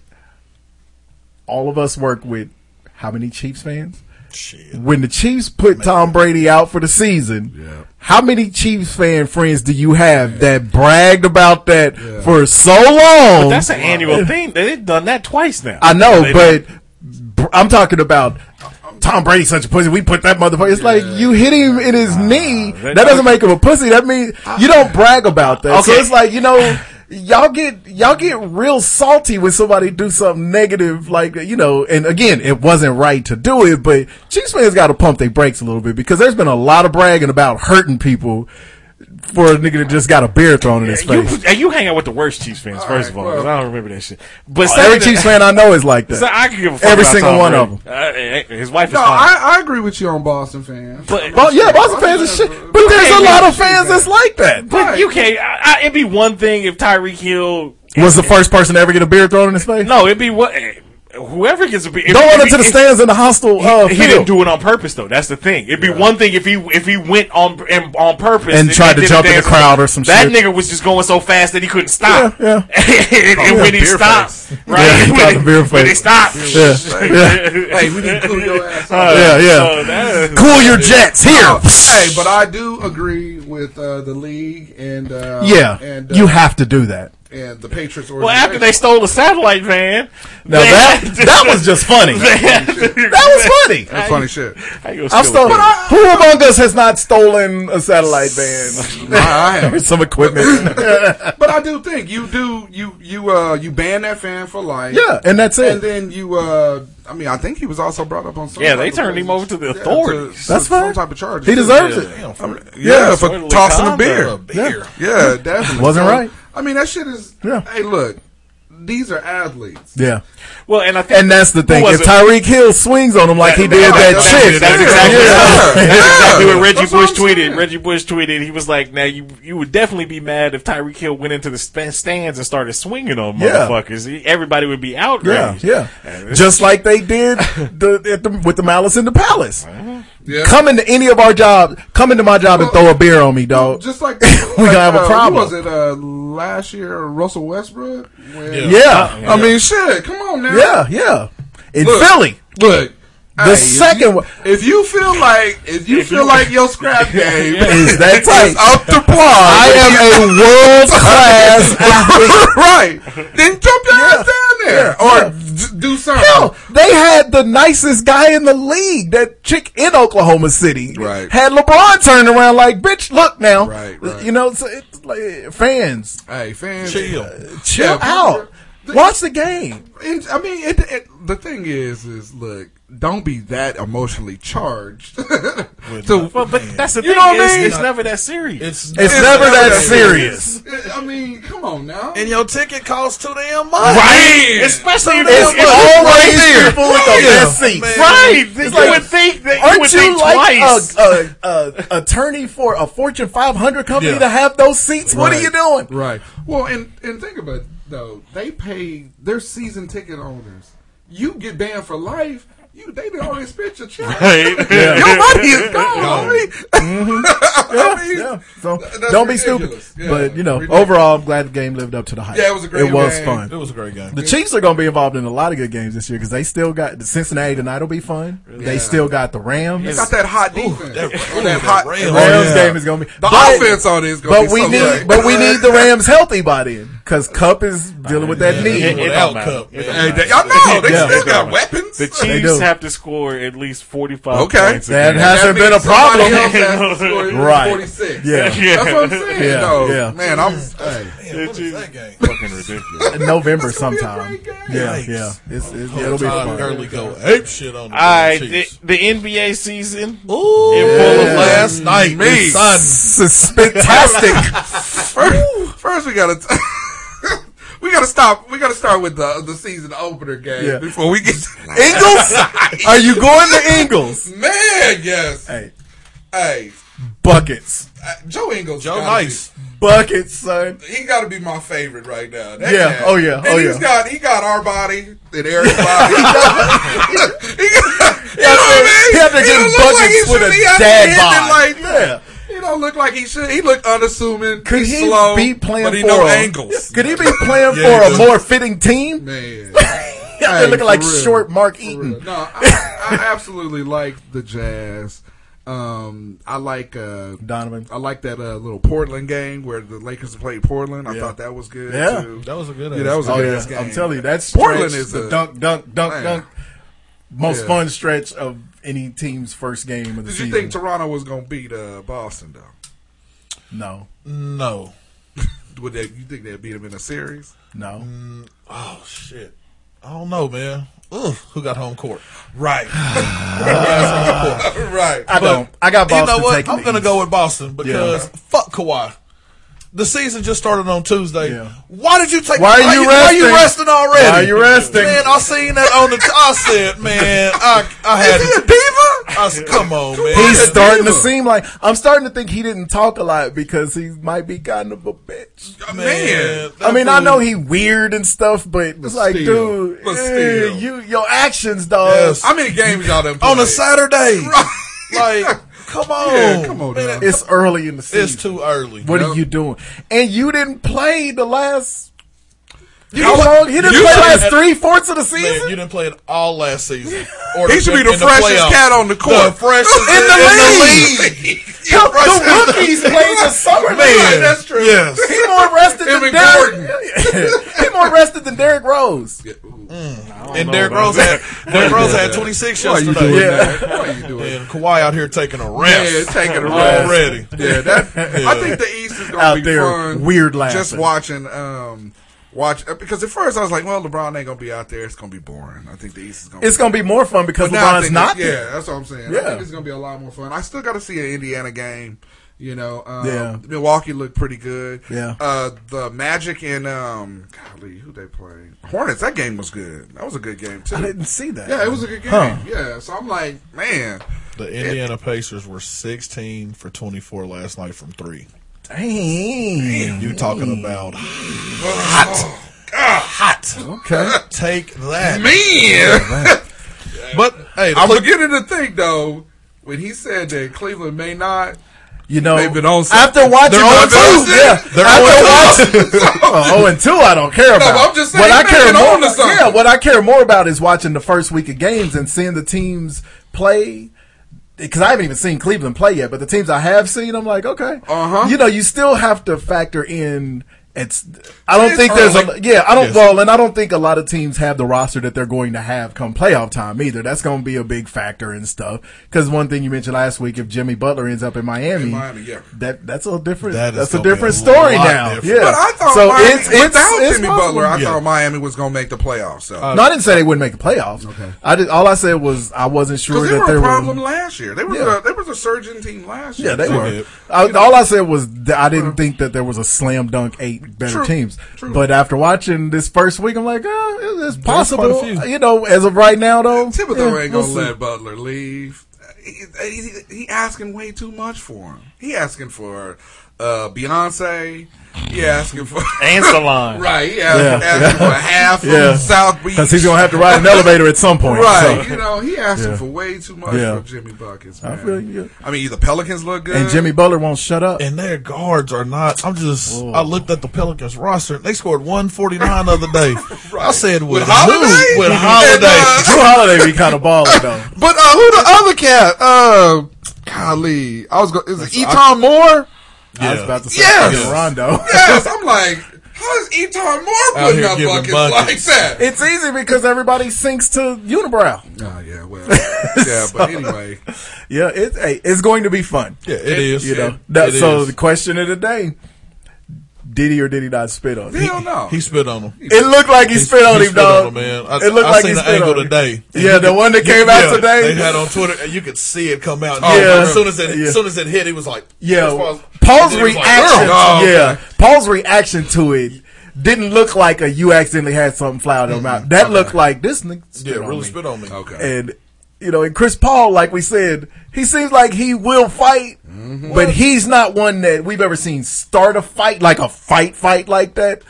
Speaker 2: all of us work with how many Chiefs fans?
Speaker 11: shit.
Speaker 2: When the Chiefs put Tom Brady out for the season, how many Chiefs fan friends do you have that bragged about that for so long?
Speaker 10: But that's an annual thing. They've done that twice now.
Speaker 2: I
Speaker 10: They-
Speaker 2: know, but br- I'm talking about Tom Brady such a pussy. We put that motherfucker. It's like you hit him in his knee.
Speaker 10: they-
Speaker 2: That doesn't make him a pussy. That means you don't brag about that. So
Speaker 10: Okay.
Speaker 2: it's like you know. Y'all get y'all get real salty when somebody do something negative like you know and again it wasn't right to do it but Chiefs fans got to pump their brakes a little bit because there's been a lot of bragging about hurting people for a nigga that just got a beer thrown in his
Speaker 10: you,
Speaker 2: face.
Speaker 10: and you hang out with the worst Chiefs fans, first of all, 'cause I don't remember that shit. But
Speaker 2: Every
Speaker 10: second-
Speaker 2: Chiefs fan I know is like
Speaker 10: so
Speaker 2: that.
Speaker 10: I can give a fuck
Speaker 2: Every
Speaker 10: about
Speaker 2: single
Speaker 10: Tom
Speaker 2: one
Speaker 10: Brady.
Speaker 2: of
Speaker 10: Uh, his wife is
Speaker 9: No,
Speaker 10: fine.
Speaker 9: I, I agree with you on Boston fans.
Speaker 10: but,
Speaker 2: Well, Oh, yeah, Boston fans is shit. But there's a lot of fans that's like that.
Speaker 10: but you can't. I, I, it'd be one thing if Tyreek Hill.
Speaker 2: Was the first person to ever get a beer thrown in his face?
Speaker 10: No, it'd be what. eh, Whoever gets a beat.
Speaker 2: Don't run into the
Speaker 10: if,
Speaker 2: stands in the hostile uh,
Speaker 10: he
Speaker 2: field.
Speaker 10: didn't do it on purpose though. That's the thing. It'd be one thing if he if he went on and, on purpose
Speaker 2: And tried to
Speaker 10: did a
Speaker 2: jump in the
Speaker 10: dance.
Speaker 2: crowd or some
Speaker 10: that
Speaker 2: shit.
Speaker 10: nigga was just going so fast that he couldn't stop.
Speaker 2: Yeah,
Speaker 10: and and when he
Speaker 11: beer
Speaker 10: stopped, right?
Speaker 2: Yeah, he caught
Speaker 10: when,
Speaker 2: the
Speaker 10: he-
Speaker 2: beer
Speaker 10: when he
Speaker 2: face.
Speaker 10: stopped.
Speaker 2: yeah, yeah,
Speaker 9: Hey, we need to cool your ass up.
Speaker 2: yeah, yeah.
Speaker 10: So Oh, that-
Speaker 2: Cool your jets here.
Speaker 9: hey, but I do agree with uh, the league and uh,
Speaker 2: yeah,
Speaker 9: and uh,
Speaker 2: you have to do that.
Speaker 9: and the Patriots.
Speaker 10: well, after they stole the satellite van,
Speaker 2: Now that that was just funny. That was funny.
Speaker 9: That's funny shit.
Speaker 2: I've stolen. Who among us has not stolen a satellite van
Speaker 9: I, I have
Speaker 2: or some equipment?
Speaker 9: But I do think you do you you uh you ban that fan for life.
Speaker 2: Yeah, and that's it.
Speaker 9: And then you uh I mean I think he was also brought up on some
Speaker 10: Yeah,
Speaker 9: type
Speaker 10: they
Speaker 9: of
Speaker 10: turned him
Speaker 9: business.
Speaker 10: over to the
Speaker 9: to-
Speaker 10: authorities.
Speaker 2: That's
Speaker 9: some
Speaker 2: fine.
Speaker 9: type of charge.
Speaker 2: He deserves it.
Speaker 11: Damn, for,
Speaker 9: Yeah, for
Speaker 10: Disorderly
Speaker 9: tossing a
Speaker 10: conduct.
Speaker 9: beer.
Speaker 11: beer.
Speaker 9: Yeah, definitely.
Speaker 2: Wasn't
Speaker 9: So,
Speaker 2: right.
Speaker 9: I mean that shit is
Speaker 2: Yeah.
Speaker 9: Hey, look. these are athletes.
Speaker 2: Yeah.
Speaker 10: Well, and I
Speaker 9: think-
Speaker 2: and that's the
Speaker 9: Who
Speaker 2: thing.
Speaker 9: was
Speaker 2: If
Speaker 9: it?
Speaker 2: Tyreek Hill swings on him like he did that,
Speaker 10: that's
Speaker 2: chick,
Speaker 10: That's exactly,
Speaker 2: Yeah.
Speaker 10: that's exactly what Reggie
Speaker 2: That's
Speaker 10: Bush
Speaker 2: I'm
Speaker 10: tweeted.
Speaker 2: saying.
Speaker 10: Reggie Bush tweeted. He was like, "Now you you would definitely be mad if Tyreek Hill went into the sp- stands and started swinging on
Speaker 2: Yeah.
Speaker 10: motherfuckers. He- Everybody would be
Speaker 2: Yeah,
Speaker 10: outraged.
Speaker 2: yeah.
Speaker 10: And it's-
Speaker 2: Just like they did the, at the, with the Malice in the Palace.
Speaker 9: Yeah.
Speaker 2: Come into any of our jobs. Come into my job and throw a beer on me, dog.
Speaker 9: Just like
Speaker 2: We gonna have a
Speaker 9: uh, who
Speaker 2: problem.
Speaker 9: was it uh, last year? Russell Westbrook. When-
Speaker 2: Yeah. Yeah.
Speaker 9: I mean, shit. Come on now.
Speaker 2: Yeah, yeah. In
Speaker 9: Look,
Speaker 2: Philly.
Speaker 9: Look.
Speaker 2: The
Speaker 9: Hey, if
Speaker 2: second
Speaker 9: you-
Speaker 2: one
Speaker 9: If you feel like if you
Speaker 2: If
Speaker 9: feel
Speaker 2: you-
Speaker 9: like your scrap game
Speaker 2: is that tight.
Speaker 9: up to par,
Speaker 2: I am a world class athlete.
Speaker 9: right? Then jump your ass down there or d- do something.
Speaker 2: Hell, Oh, they had the nicest guy in the league. That chick in Oklahoma City
Speaker 9: Right.
Speaker 2: had LeBron turned around like, "Bitch, look now."
Speaker 9: Right, right.
Speaker 2: You know, so it's like fans,
Speaker 9: Hey, fans,
Speaker 2: Chill.
Speaker 9: uh,
Speaker 2: chill
Speaker 9: yeah,
Speaker 2: out. Watch the game.
Speaker 9: It, I mean, it, it, the thing is, is look, don't be that emotionally charged. so,
Speaker 10: Well, but that's the
Speaker 9: You
Speaker 10: thing.
Speaker 9: know what I
Speaker 10: it's,
Speaker 9: mean?
Speaker 10: it's never that serious.
Speaker 2: It's never that serious.
Speaker 9: I mean, come on now.
Speaker 11: And your ticket costs two damn much.
Speaker 10: Right, especially if
Speaker 11: It's
Speaker 10: if
Speaker 11: always
Speaker 10: racist
Speaker 11: people
Speaker 2: with the
Speaker 10: Right.
Speaker 2: best seats.
Speaker 10: Right,
Speaker 2: It's
Speaker 10: you
Speaker 2: like,
Speaker 10: would think that you would
Speaker 2: Aren't you
Speaker 10: think
Speaker 2: like
Speaker 10: twice.
Speaker 2: a, a, a attorney for a Fortune 500 company
Speaker 9: Yeah.
Speaker 2: to have those seats? What are
Speaker 9: Right.
Speaker 2: you doing?
Speaker 9: Right. Well, and and think about it, though, they pay their season ticket owners. You get banned for life. You they did all this your check.
Speaker 10: Right. Yeah.
Speaker 9: Your money is gone.
Speaker 2: Gone.
Speaker 9: homie.
Speaker 2: Mm-hmm.
Speaker 9: I mean,
Speaker 2: So
Speaker 9: th- that's
Speaker 2: don't be
Speaker 9: ridiculous.
Speaker 2: stupid.
Speaker 9: Yeah,
Speaker 2: but you know,
Speaker 9: ridiculous.
Speaker 2: overall, I'm glad the game lived up to the hype.
Speaker 9: Yeah, it was a great
Speaker 2: It was
Speaker 9: game.
Speaker 2: fun.
Speaker 11: It was a great game.
Speaker 2: The Chiefs are going to be involved in a lot of good games this year because they still got the Cincinnati tonight. Will be fun. They
Speaker 9: Yeah.
Speaker 2: still got the Rams.
Speaker 9: They got that hot defense.
Speaker 11: that-
Speaker 9: that,
Speaker 11: ooh, that
Speaker 9: hot
Speaker 11: Rams.
Speaker 2: The
Speaker 11: Oh,
Speaker 2: Rams
Speaker 11: yeah.
Speaker 2: game is going to be
Speaker 9: The offense on it is gonna
Speaker 2: but
Speaker 9: be
Speaker 2: we
Speaker 9: so
Speaker 2: need,
Speaker 9: great.
Speaker 2: but we need the Rams healthy by then because Cup is dealing with that knee.
Speaker 10: It- it don't matter. It don't
Speaker 9: Hey,
Speaker 10: matter.
Speaker 9: they, I know they
Speaker 2: Yeah.
Speaker 9: still got weapons.
Speaker 10: The
Speaker 2: They
Speaker 10: Chiefs
Speaker 2: do.
Speaker 10: have to score at least forty-five.
Speaker 9: Okay.
Speaker 10: points a
Speaker 2: That
Speaker 10: game.
Speaker 2: hasn't
Speaker 9: means
Speaker 2: been a
Speaker 9: somebody
Speaker 2: problem.
Speaker 9: else has to score at least
Speaker 2: Right.
Speaker 9: 46.
Speaker 2: Yeah.
Speaker 9: That's what I'm saying.
Speaker 2: Yeah,
Speaker 9: though.
Speaker 2: yeah.
Speaker 9: Man, I'm. Hey.
Speaker 11: Man, what is that game?
Speaker 10: fucking ridiculous.
Speaker 2: In November
Speaker 9: gonna be a
Speaker 2: sometime.
Speaker 9: great game.
Speaker 2: Yeah,
Speaker 11: Yikes.
Speaker 2: yeah. It's, it's,
Speaker 11: Yeah,
Speaker 2: it'll be
Speaker 11: Todd
Speaker 2: fun.
Speaker 11: Gurley go ape shit on the
Speaker 10: All right,
Speaker 11: Chiefs.
Speaker 10: the, the NBA season.
Speaker 11: Ooh,
Speaker 10: In full effect.
Speaker 11: last night, me son.
Speaker 2: Fantastic.
Speaker 9: First, first we gotta t- we gotta stop. We gotta start with the the season opener game
Speaker 2: Yeah.
Speaker 9: before we get
Speaker 2: Ingles? Are you going to Ingles?
Speaker 9: man. Yes, hey,
Speaker 2: Hey, buckets.
Speaker 9: uh, Joe Ingles,
Speaker 11: Joe
Speaker 9: gotta
Speaker 11: Nice.
Speaker 2: Buckets, son.
Speaker 9: be- he got to be my favorite right now. That
Speaker 2: Yeah.
Speaker 9: guy.
Speaker 2: Oh, yeah.
Speaker 9: And
Speaker 2: Oh,
Speaker 9: he's
Speaker 2: yeah.
Speaker 9: got he got our body and Eric's body. he got, you know what I mean?
Speaker 2: He had to
Speaker 9: He
Speaker 2: get
Speaker 9: don't look
Speaker 2: buckets
Speaker 9: like he
Speaker 2: with
Speaker 9: should.
Speaker 2: a
Speaker 9: He had to
Speaker 2: dad
Speaker 9: hit it
Speaker 2: bod.
Speaker 9: Like,
Speaker 2: Yeah.
Speaker 9: He don't look like he should. He looked unassuming.
Speaker 2: Could
Speaker 9: he's
Speaker 2: he
Speaker 9: slow,
Speaker 2: be playing
Speaker 9: but he
Speaker 2: for
Speaker 9: know
Speaker 2: a,
Speaker 9: angles?
Speaker 2: Could he be playing
Speaker 11: Yeah,
Speaker 2: for
Speaker 11: he
Speaker 2: a
Speaker 11: does.
Speaker 2: more fitting team?
Speaker 9: Man.
Speaker 2: Yeah,
Speaker 9: Hey,
Speaker 2: they're looking like
Speaker 9: for real.
Speaker 2: short Mark
Speaker 9: For
Speaker 2: Eaton.
Speaker 9: real. No, I, I absolutely like the jazz. Um, I like uh,
Speaker 2: Donovan.
Speaker 9: I like that uh, little Portland game where the Lakers played Portland. I
Speaker 2: Yeah.
Speaker 9: thought that was good.
Speaker 2: Yeah.
Speaker 9: too.
Speaker 11: That was a good.
Speaker 9: Yeah, that was a
Speaker 2: Oh,
Speaker 9: good
Speaker 2: yeah.
Speaker 9: ass game.
Speaker 2: I'm telling you, that's
Speaker 9: Portland
Speaker 2: Portland
Speaker 9: is
Speaker 2: is the
Speaker 9: a-
Speaker 2: dunk, dunk, dunk,
Speaker 9: Man.
Speaker 2: dunk. Most
Speaker 9: Yeah.
Speaker 2: fun stretch of any team's first game of the
Speaker 9: Did
Speaker 2: season.
Speaker 9: you think Toronto was going to beat uh, Boston though?
Speaker 2: no,
Speaker 11: no.
Speaker 9: Would they, you think they'd beat them in a series?
Speaker 2: no.
Speaker 9: Mm.
Speaker 11: Oh shit. I don't know, man. Ugh, who got home court?
Speaker 9: Right. right.
Speaker 2: I don't. I got
Speaker 11: you
Speaker 2: Boston.
Speaker 11: know what?
Speaker 2: taking
Speaker 11: I'm
Speaker 2: the
Speaker 11: gonna
Speaker 2: East.
Speaker 11: go with Boston because
Speaker 2: Yeah.
Speaker 11: fuck Kawhi. The season just started on Tuesday.
Speaker 2: Yeah.
Speaker 11: Why did you take?
Speaker 2: Why are you
Speaker 11: Why are you
Speaker 2: resting?
Speaker 11: resting already?
Speaker 2: Why are you resting?
Speaker 11: Man, I seen that on the. T- I said, man, I I had. Is he a diva? I said, come on, man.
Speaker 2: He's
Speaker 11: That's
Speaker 2: starting to
Speaker 11: diva.
Speaker 2: seem like I'm starting to think he didn't talk a lot because he might be kind of a bitch.
Speaker 9: Man.
Speaker 11: that
Speaker 2: I mean, I
Speaker 11: dude-
Speaker 2: know he weird and stuff, but it's like,
Speaker 9: still.
Speaker 2: dude,
Speaker 9: But
Speaker 2: eh,
Speaker 9: still.
Speaker 2: you your actions, dog.
Speaker 11: Yes.
Speaker 9: How many games y'all done
Speaker 11: on a
Speaker 9: played?
Speaker 11: Saturday. Oh, Like, come on,
Speaker 9: Yeah, come on, dog.
Speaker 2: It's early in the season.
Speaker 11: It's too early.
Speaker 2: What
Speaker 9: Yep.
Speaker 2: are you doing? And you didn't play the last. You
Speaker 11: Y'all-
Speaker 2: didn't, play- he didn't
Speaker 11: you
Speaker 2: play the
Speaker 11: should-
Speaker 2: last three fourths of the season.
Speaker 11: Man, you didn't play it all last season. Or
Speaker 9: He should be the
Speaker 11: in
Speaker 9: freshest
Speaker 11: playoffs.
Speaker 9: cat on the court.
Speaker 11: freshest
Speaker 9: In the
Speaker 11: league.
Speaker 2: Hell, the rookies played the summer
Speaker 11: Man,
Speaker 2: league.
Speaker 9: that's true.
Speaker 11: Yes.
Speaker 2: He more rested
Speaker 9: Him
Speaker 2: than
Speaker 9: and
Speaker 2: Derrick. he more rested than Derrick Rose.
Speaker 9: Yeah.
Speaker 11: And Derrick Rose had Derrick Rose had 26
Speaker 9: Why are you doing
Speaker 11: yesterday.
Speaker 9: that? Why are you doing
Speaker 11: And Kawhi out here taking a
Speaker 9: that?
Speaker 11: rest.
Speaker 9: Yeah, taking a rest.
Speaker 11: already.
Speaker 9: Yeah, that,
Speaker 11: Yeah.
Speaker 9: I think the East is
Speaker 2: Out
Speaker 9: going to be
Speaker 2: there,
Speaker 9: fun.
Speaker 2: weird
Speaker 9: Just
Speaker 2: laughing.
Speaker 9: watching, um, watch because at first I was like, well, LeBron ain't going to be out there. It's going to be boring. I think the East is going.
Speaker 2: It's gonna be more fun because
Speaker 9: But now I
Speaker 2: LeBron's
Speaker 9: think
Speaker 2: not
Speaker 9: it- Yeah,
Speaker 2: there.
Speaker 9: that's what I'm saying. I
Speaker 2: Yeah.
Speaker 9: think it's gonna be a lot more fun. I still got to see an Indiana game. You know, um,
Speaker 2: Yeah.
Speaker 9: Milwaukee looked pretty good.
Speaker 2: Yeah.
Speaker 9: uh, the Magic and um, golly, who they played? Hornets. That game was good. That was a good game too.
Speaker 2: I didn't see that.
Speaker 9: Yeah, it was a good game.
Speaker 2: Huh.
Speaker 9: Yeah, so I'm like, man,
Speaker 11: The Indiana Pacers were 16 for 24 last night from three.
Speaker 2: Dang.
Speaker 11: You talking about hot. Hot.
Speaker 2: Okay.
Speaker 11: Take that.
Speaker 9: Man.
Speaker 11: but, hey, the
Speaker 9: I'm
Speaker 11: Cle-
Speaker 9: beginning to think though when he said that Cleveland may not.
Speaker 2: You know,
Speaker 9: They've been on some-
Speaker 2: after watching
Speaker 9: They're on
Speaker 2: two,
Speaker 9: something.
Speaker 2: yeah,
Speaker 9: They're
Speaker 2: after
Speaker 9: on
Speaker 2: watching oh, oh, and two, I don't care
Speaker 9: No,
Speaker 2: about.
Speaker 9: I'm just saying,
Speaker 2: what I
Speaker 9: they've
Speaker 2: care
Speaker 9: been
Speaker 2: more,
Speaker 9: on to something.
Speaker 2: yeah, what I care more about is watching the first week of games and seeing the teams play. Because I haven't even seen Cleveland play yet, but the teams I have seen, I'm like, okay, uh-huh. you know, you still have to factor in. It's. I don't
Speaker 9: It's
Speaker 2: think there's
Speaker 9: early.
Speaker 2: a yeah. I don't
Speaker 11: Yes.
Speaker 2: well, and I don't think a lot of teams have the roster that they're going to have come playoff time either. That's going to be a big factor and stuff. Because one thing you mentioned last week, if Jimmy Butler ends up in Miami,
Speaker 9: In Miami, yeah.
Speaker 2: that that's a different
Speaker 11: That is
Speaker 2: that's a
Speaker 11: gonna be
Speaker 2: different
Speaker 11: a
Speaker 2: story
Speaker 11: lot
Speaker 2: now.
Speaker 11: different.
Speaker 2: Yeah,
Speaker 9: But I thought
Speaker 2: so
Speaker 9: Miami,
Speaker 2: it's, it's,
Speaker 9: without
Speaker 2: it's
Speaker 9: Jimmy
Speaker 2: possible.
Speaker 9: Butler, I
Speaker 11: Yeah.
Speaker 9: thought Miami was gonna make the playoffs. So.
Speaker 2: no, I didn't say they wouldn't make the playoffs. Okay. I did, all I said was I wasn't sure
Speaker 9: Because they
Speaker 2: that
Speaker 9: were
Speaker 2: there
Speaker 9: a problem
Speaker 2: were.
Speaker 9: last year. They was
Speaker 2: Yeah.
Speaker 9: a they was a surging team last year.
Speaker 2: Yeah, they
Speaker 9: too.
Speaker 2: were.
Speaker 11: did.
Speaker 2: I, all I said was that I didn't think that there was a slam dunk eight better
Speaker 9: True,
Speaker 2: teams.
Speaker 9: true.
Speaker 2: But after watching this first week, I'm like, oh, it- it's possible. Uh,
Speaker 11: quite a few.
Speaker 2: You know, as of right now, though,
Speaker 9: Thibodeau
Speaker 2: yeah,
Speaker 9: ain't
Speaker 2: we'll
Speaker 9: gonna
Speaker 2: see.
Speaker 9: let Butler leave. He, he, he asking way too much for him. He asking for uh, Beyonce. He asking for
Speaker 10: And Salon.
Speaker 9: right. He asking,
Speaker 2: Yeah.
Speaker 9: asking for half
Speaker 2: Yeah.
Speaker 9: of South Beach.
Speaker 2: because he's gonna have to ride an elevator at some point.
Speaker 9: Right,
Speaker 2: so.
Speaker 9: you know, he asking
Speaker 2: Yeah.
Speaker 9: for way too much
Speaker 2: Yeah.
Speaker 9: from Jimmy Buckets.
Speaker 2: I
Speaker 9: Man. I,
Speaker 2: feel you.
Speaker 9: mean, the Pelicans look good.
Speaker 2: And Jimmy Butler won't shut up.
Speaker 11: and their guards are not. I'm just. I looked at the Pelicans roster. and They scored 149 the other day. I said, with, who?
Speaker 9: Holiday?
Speaker 11: With
Speaker 9: And,
Speaker 11: Holiday.
Speaker 9: uh,
Speaker 2: Drew Holiday be kind of balling though.
Speaker 9: But uh, who the other cat? Uh, golly, I was going. Is it Eton Moore?
Speaker 2: I was about to say
Speaker 9: Yes!
Speaker 2: fucking Rondo.
Speaker 9: Yes, I'm like, how is Eton Moore putting
Speaker 11: here
Speaker 9: up
Speaker 11: giving
Speaker 9: buckets,
Speaker 11: buckets.
Speaker 9: like that?
Speaker 2: It's easy because everybody sinks to unibrow.
Speaker 9: Oh yeah, well, yeah, but anyway,
Speaker 2: Yeah, it, hey, it's going to be fun.
Speaker 11: Yeah, it is.
Speaker 2: You know.
Speaker 11: It
Speaker 2: That, so
Speaker 11: is.
Speaker 2: the question of the day: Did he or did he not spit on? him?
Speaker 9: hell no.
Speaker 11: He spit on them.
Speaker 2: It looked like he,
Speaker 11: He-
Speaker 2: spit on
Speaker 11: he
Speaker 2: him,
Speaker 11: spit
Speaker 2: dog.
Speaker 11: on him, man. I-
Speaker 2: it looked
Speaker 11: I
Speaker 2: like
Speaker 11: seen
Speaker 2: he
Speaker 11: the
Speaker 2: spit
Speaker 11: angle
Speaker 2: on him.
Speaker 11: today.
Speaker 2: Yeah, the one that came out
Speaker 11: Yeah, They
Speaker 2: today.
Speaker 11: had on Twitter, and you could see it come out.
Speaker 2: Yeah.
Speaker 11: as soon as it,
Speaker 2: Yeah.
Speaker 11: as soon as it hit, he was like, as far
Speaker 2: Yeah,
Speaker 11: as-
Speaker 2: Paul's
Speaker 11: he was like,
Speaker 2: reaction.
Speaker 11: "Girl."
Speaker 9: Oh, okay.
Speaker 2: Yeah, Paul's reaction to it didn't look like a you accidentally had something fly out of your mouth. That looked like this nigga.
Speaker 11: yeah,
Speaker 2: spit on
Speaker 11: really
Speaker 2: me.
Speaker 11: spit on me.
Speaker 9: okay,
Speaker 2: and you know, and Chris Paul, like we said, he seems like he will fight, but he's not one that we've ever seen start a fight like a fight fight like that.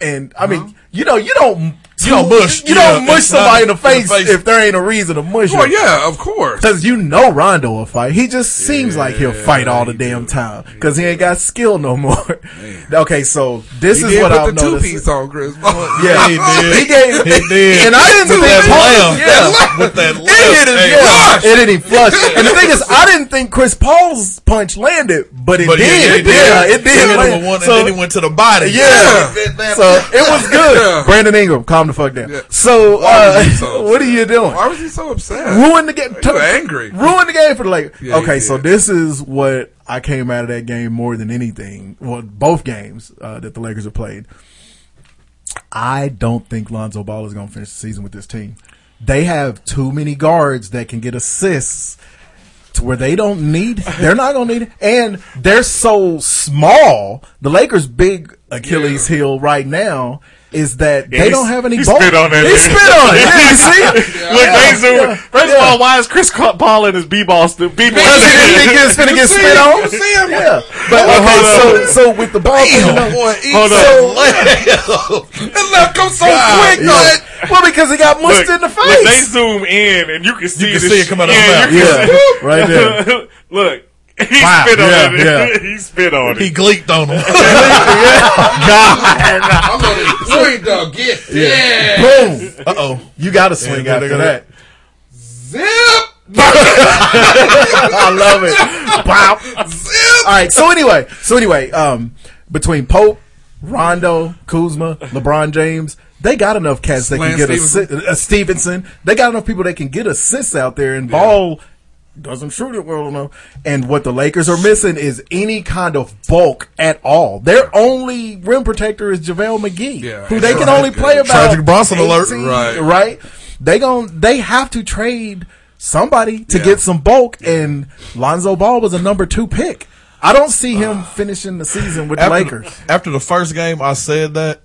Speaker 2: And I mean, you know, you don't
Speaker 11: You don't mush.
Speaker 2: you
Speaker 11: Yeah,
Speaker 2: don't mush
Speaker 11: it's not
Speaker 2: somebody in the,
Speaker 11: in the
Speaker 2: face
Speaker 11: face.
Speaker 2: if there ain't a reason to mush.
Speaker 9: well,
Speaker 2: him.
Speaker 9: yeah, of course.
Speaker 2: Cause you know Rondo will fight. He just seems like he'll fight all the
Speaker 9: he
Speaker 2: damn
Speaker 9: do.
Speaker 2: time. Cause he ain't got skill no more. okay, so this
Speaker 9: He
Speaker 2: is
Speaker 9: did
Speaker 2: what
Speaker 9: put
Speaker 2: I've
Speaker 9: the two
Speaker 2: noticed.
Speaker 9: piece on Chris. Paul.
Speaker 2: Yeah,
Speaker 11: He did.
Speaker 2: He gave,
Speaker 11: He did.
Speaker 2: and I didn't
Speaker 11: With
Speaker 2: think
Speaker 11: that lamb.
Speaker 2: Yeah.
Speaker 11: With that lamb.
Speaker 2: It didn't,
Speaker 11: Hey,
Speaker 2: yeah.
Speaker 11: gosh.
Speaker 2: it didn't even flush. And the thing is, I didn't think Chris Paul's punch landed, but it
Speaker 11: But yeah,
Speaker 2: did.
Speaker 11: yeah, it did.
Speaker 2: Yeah, it did.
Speaker 11: Hit him with
Speaker 2: land.
Speaker 11: one,
Speaker 2: so,
Speaker 11: and then he went to the body.
Speaker 2: yeah. So it was good.
Speaker 9: Yeah.
Speaker 2: Brandon Ingram, calm the fuck down.
Speaker 9: Yeah.
Speaker 2: So,
Speaker 9: Why
Speaker 2: uh,
Speaker 9: was he so
Speaker 2: what are you doing?
Speaker 9: Why was he so upset?
Speaker 2: Ruin the game.
Speaker 9: You were angry.
Speaker 2: Ruin the game for the Lakers.
Speaker 9: Yeah, he
Speaker 2: okay, so
Speaker 9: did.
Speaker 2: this is what I came out of that game more than anything. Well, both games uh, that the Lakers have played. I don't think Lonzo Ball is going to finish the season with this team. They have too many guards that can get assists to where they don't need. They're not going to need, it. and they're so small. The Lakers' big Achilles heel right now is that they
Speaker 10: he
Speaker 2: don't
Speaker 10: s-
Speaker 2: have any.
Speaker 10: he
Speaker 2: ball-
Speaker 10: spit on that
Speaker 2: He
Speaker 10: nigga.
Speaker 2: spit on it. Yeah, you see? it?
Speaker 10: Look, they zoom.
Speaker 2: yeah,
Speaker 10: First of
Speaker 2: yeah.
Speaker 10: all, why is Chris Paul in his b-ball still b-ball?
Speaker 2: Because he didn't think it was gonna get spit on. Yeah, but
Speaker 10: hold
Speaker 2: okay. So, so with the ball, coming up-
Speaker 10: Hold
Speaker 2: so,
Speaker 9: It left him so
Speaker 2: quick,
Speaker 9: quick.
Speaker 2: though. Well, because he got mushed in the
Speaker 10: Look, they
Speaker 2: face.
Speaker 10: zoom in, and you can see,
Speaker 11: can
Speaker 10: the
Speaker 11: see it
Speaker 10: sh-
Speaker 11: come out of
Speaker 10: yeah,
Speaker 11: his
Speaker 10: you
Speaker 2: yeah,
Speaker 10: can
Speaker 2: right there.
Speaker 10: see- Look, he
Speaker 11: Wow.
Speaker 10: spit on
Speaker 2: Yeah,
Speaker 10: it.
Speaker 2: yeah.
Speaker 10: he spit on
Speaker 11: He
Speaker 10: it.
Speaker 11: gleeked on him.
Speaker 9: I'm gonna swing dog. Get yeah.
Speaker 2: Boom.
Speaker 11: Uh oh.
Speaker 2: You got to swing
Speaker 11: Yeah,
Speaker 2: after
Speaker 11: nigga,
Speaker 2: that.
Speaker 9: Zip.
Speaker 2: I love it. Wow. All right. So anyway, so anyway, um, between Pope, Rondo, Kuzma, LeBron James, they got enough cats that can
Speaker 9: Lance
Speaker 2: get a,
Speaker 9: Stevenson.
Speaker 2: si- a Stevenson. They got enough people that can get assists out there and ball. Doesn't shoot it well enough. And what the Lakers are missing is any kind of bulk at all. Their only rim protector is JaVale McGee,
Speaker 9: Yeah.
Speaker 2: who they can
Speaker 9: Right.
Speaker 2: only play about.
Speaker 11: Tragic Bronson alert.
Speaker 2: 18,
Speaker 9: Right.
Speaker 2: right? They gon' they have to trade somebody to
Speaker 9: Yeah.
Speaker 2: get some bulk, and Lonzo Ball was a number two pick. I don't see him finishing the season with Ah. the
Speaker 11: after,
Speaker 2: Lakers.
Speaker 11: after the first game, I said that.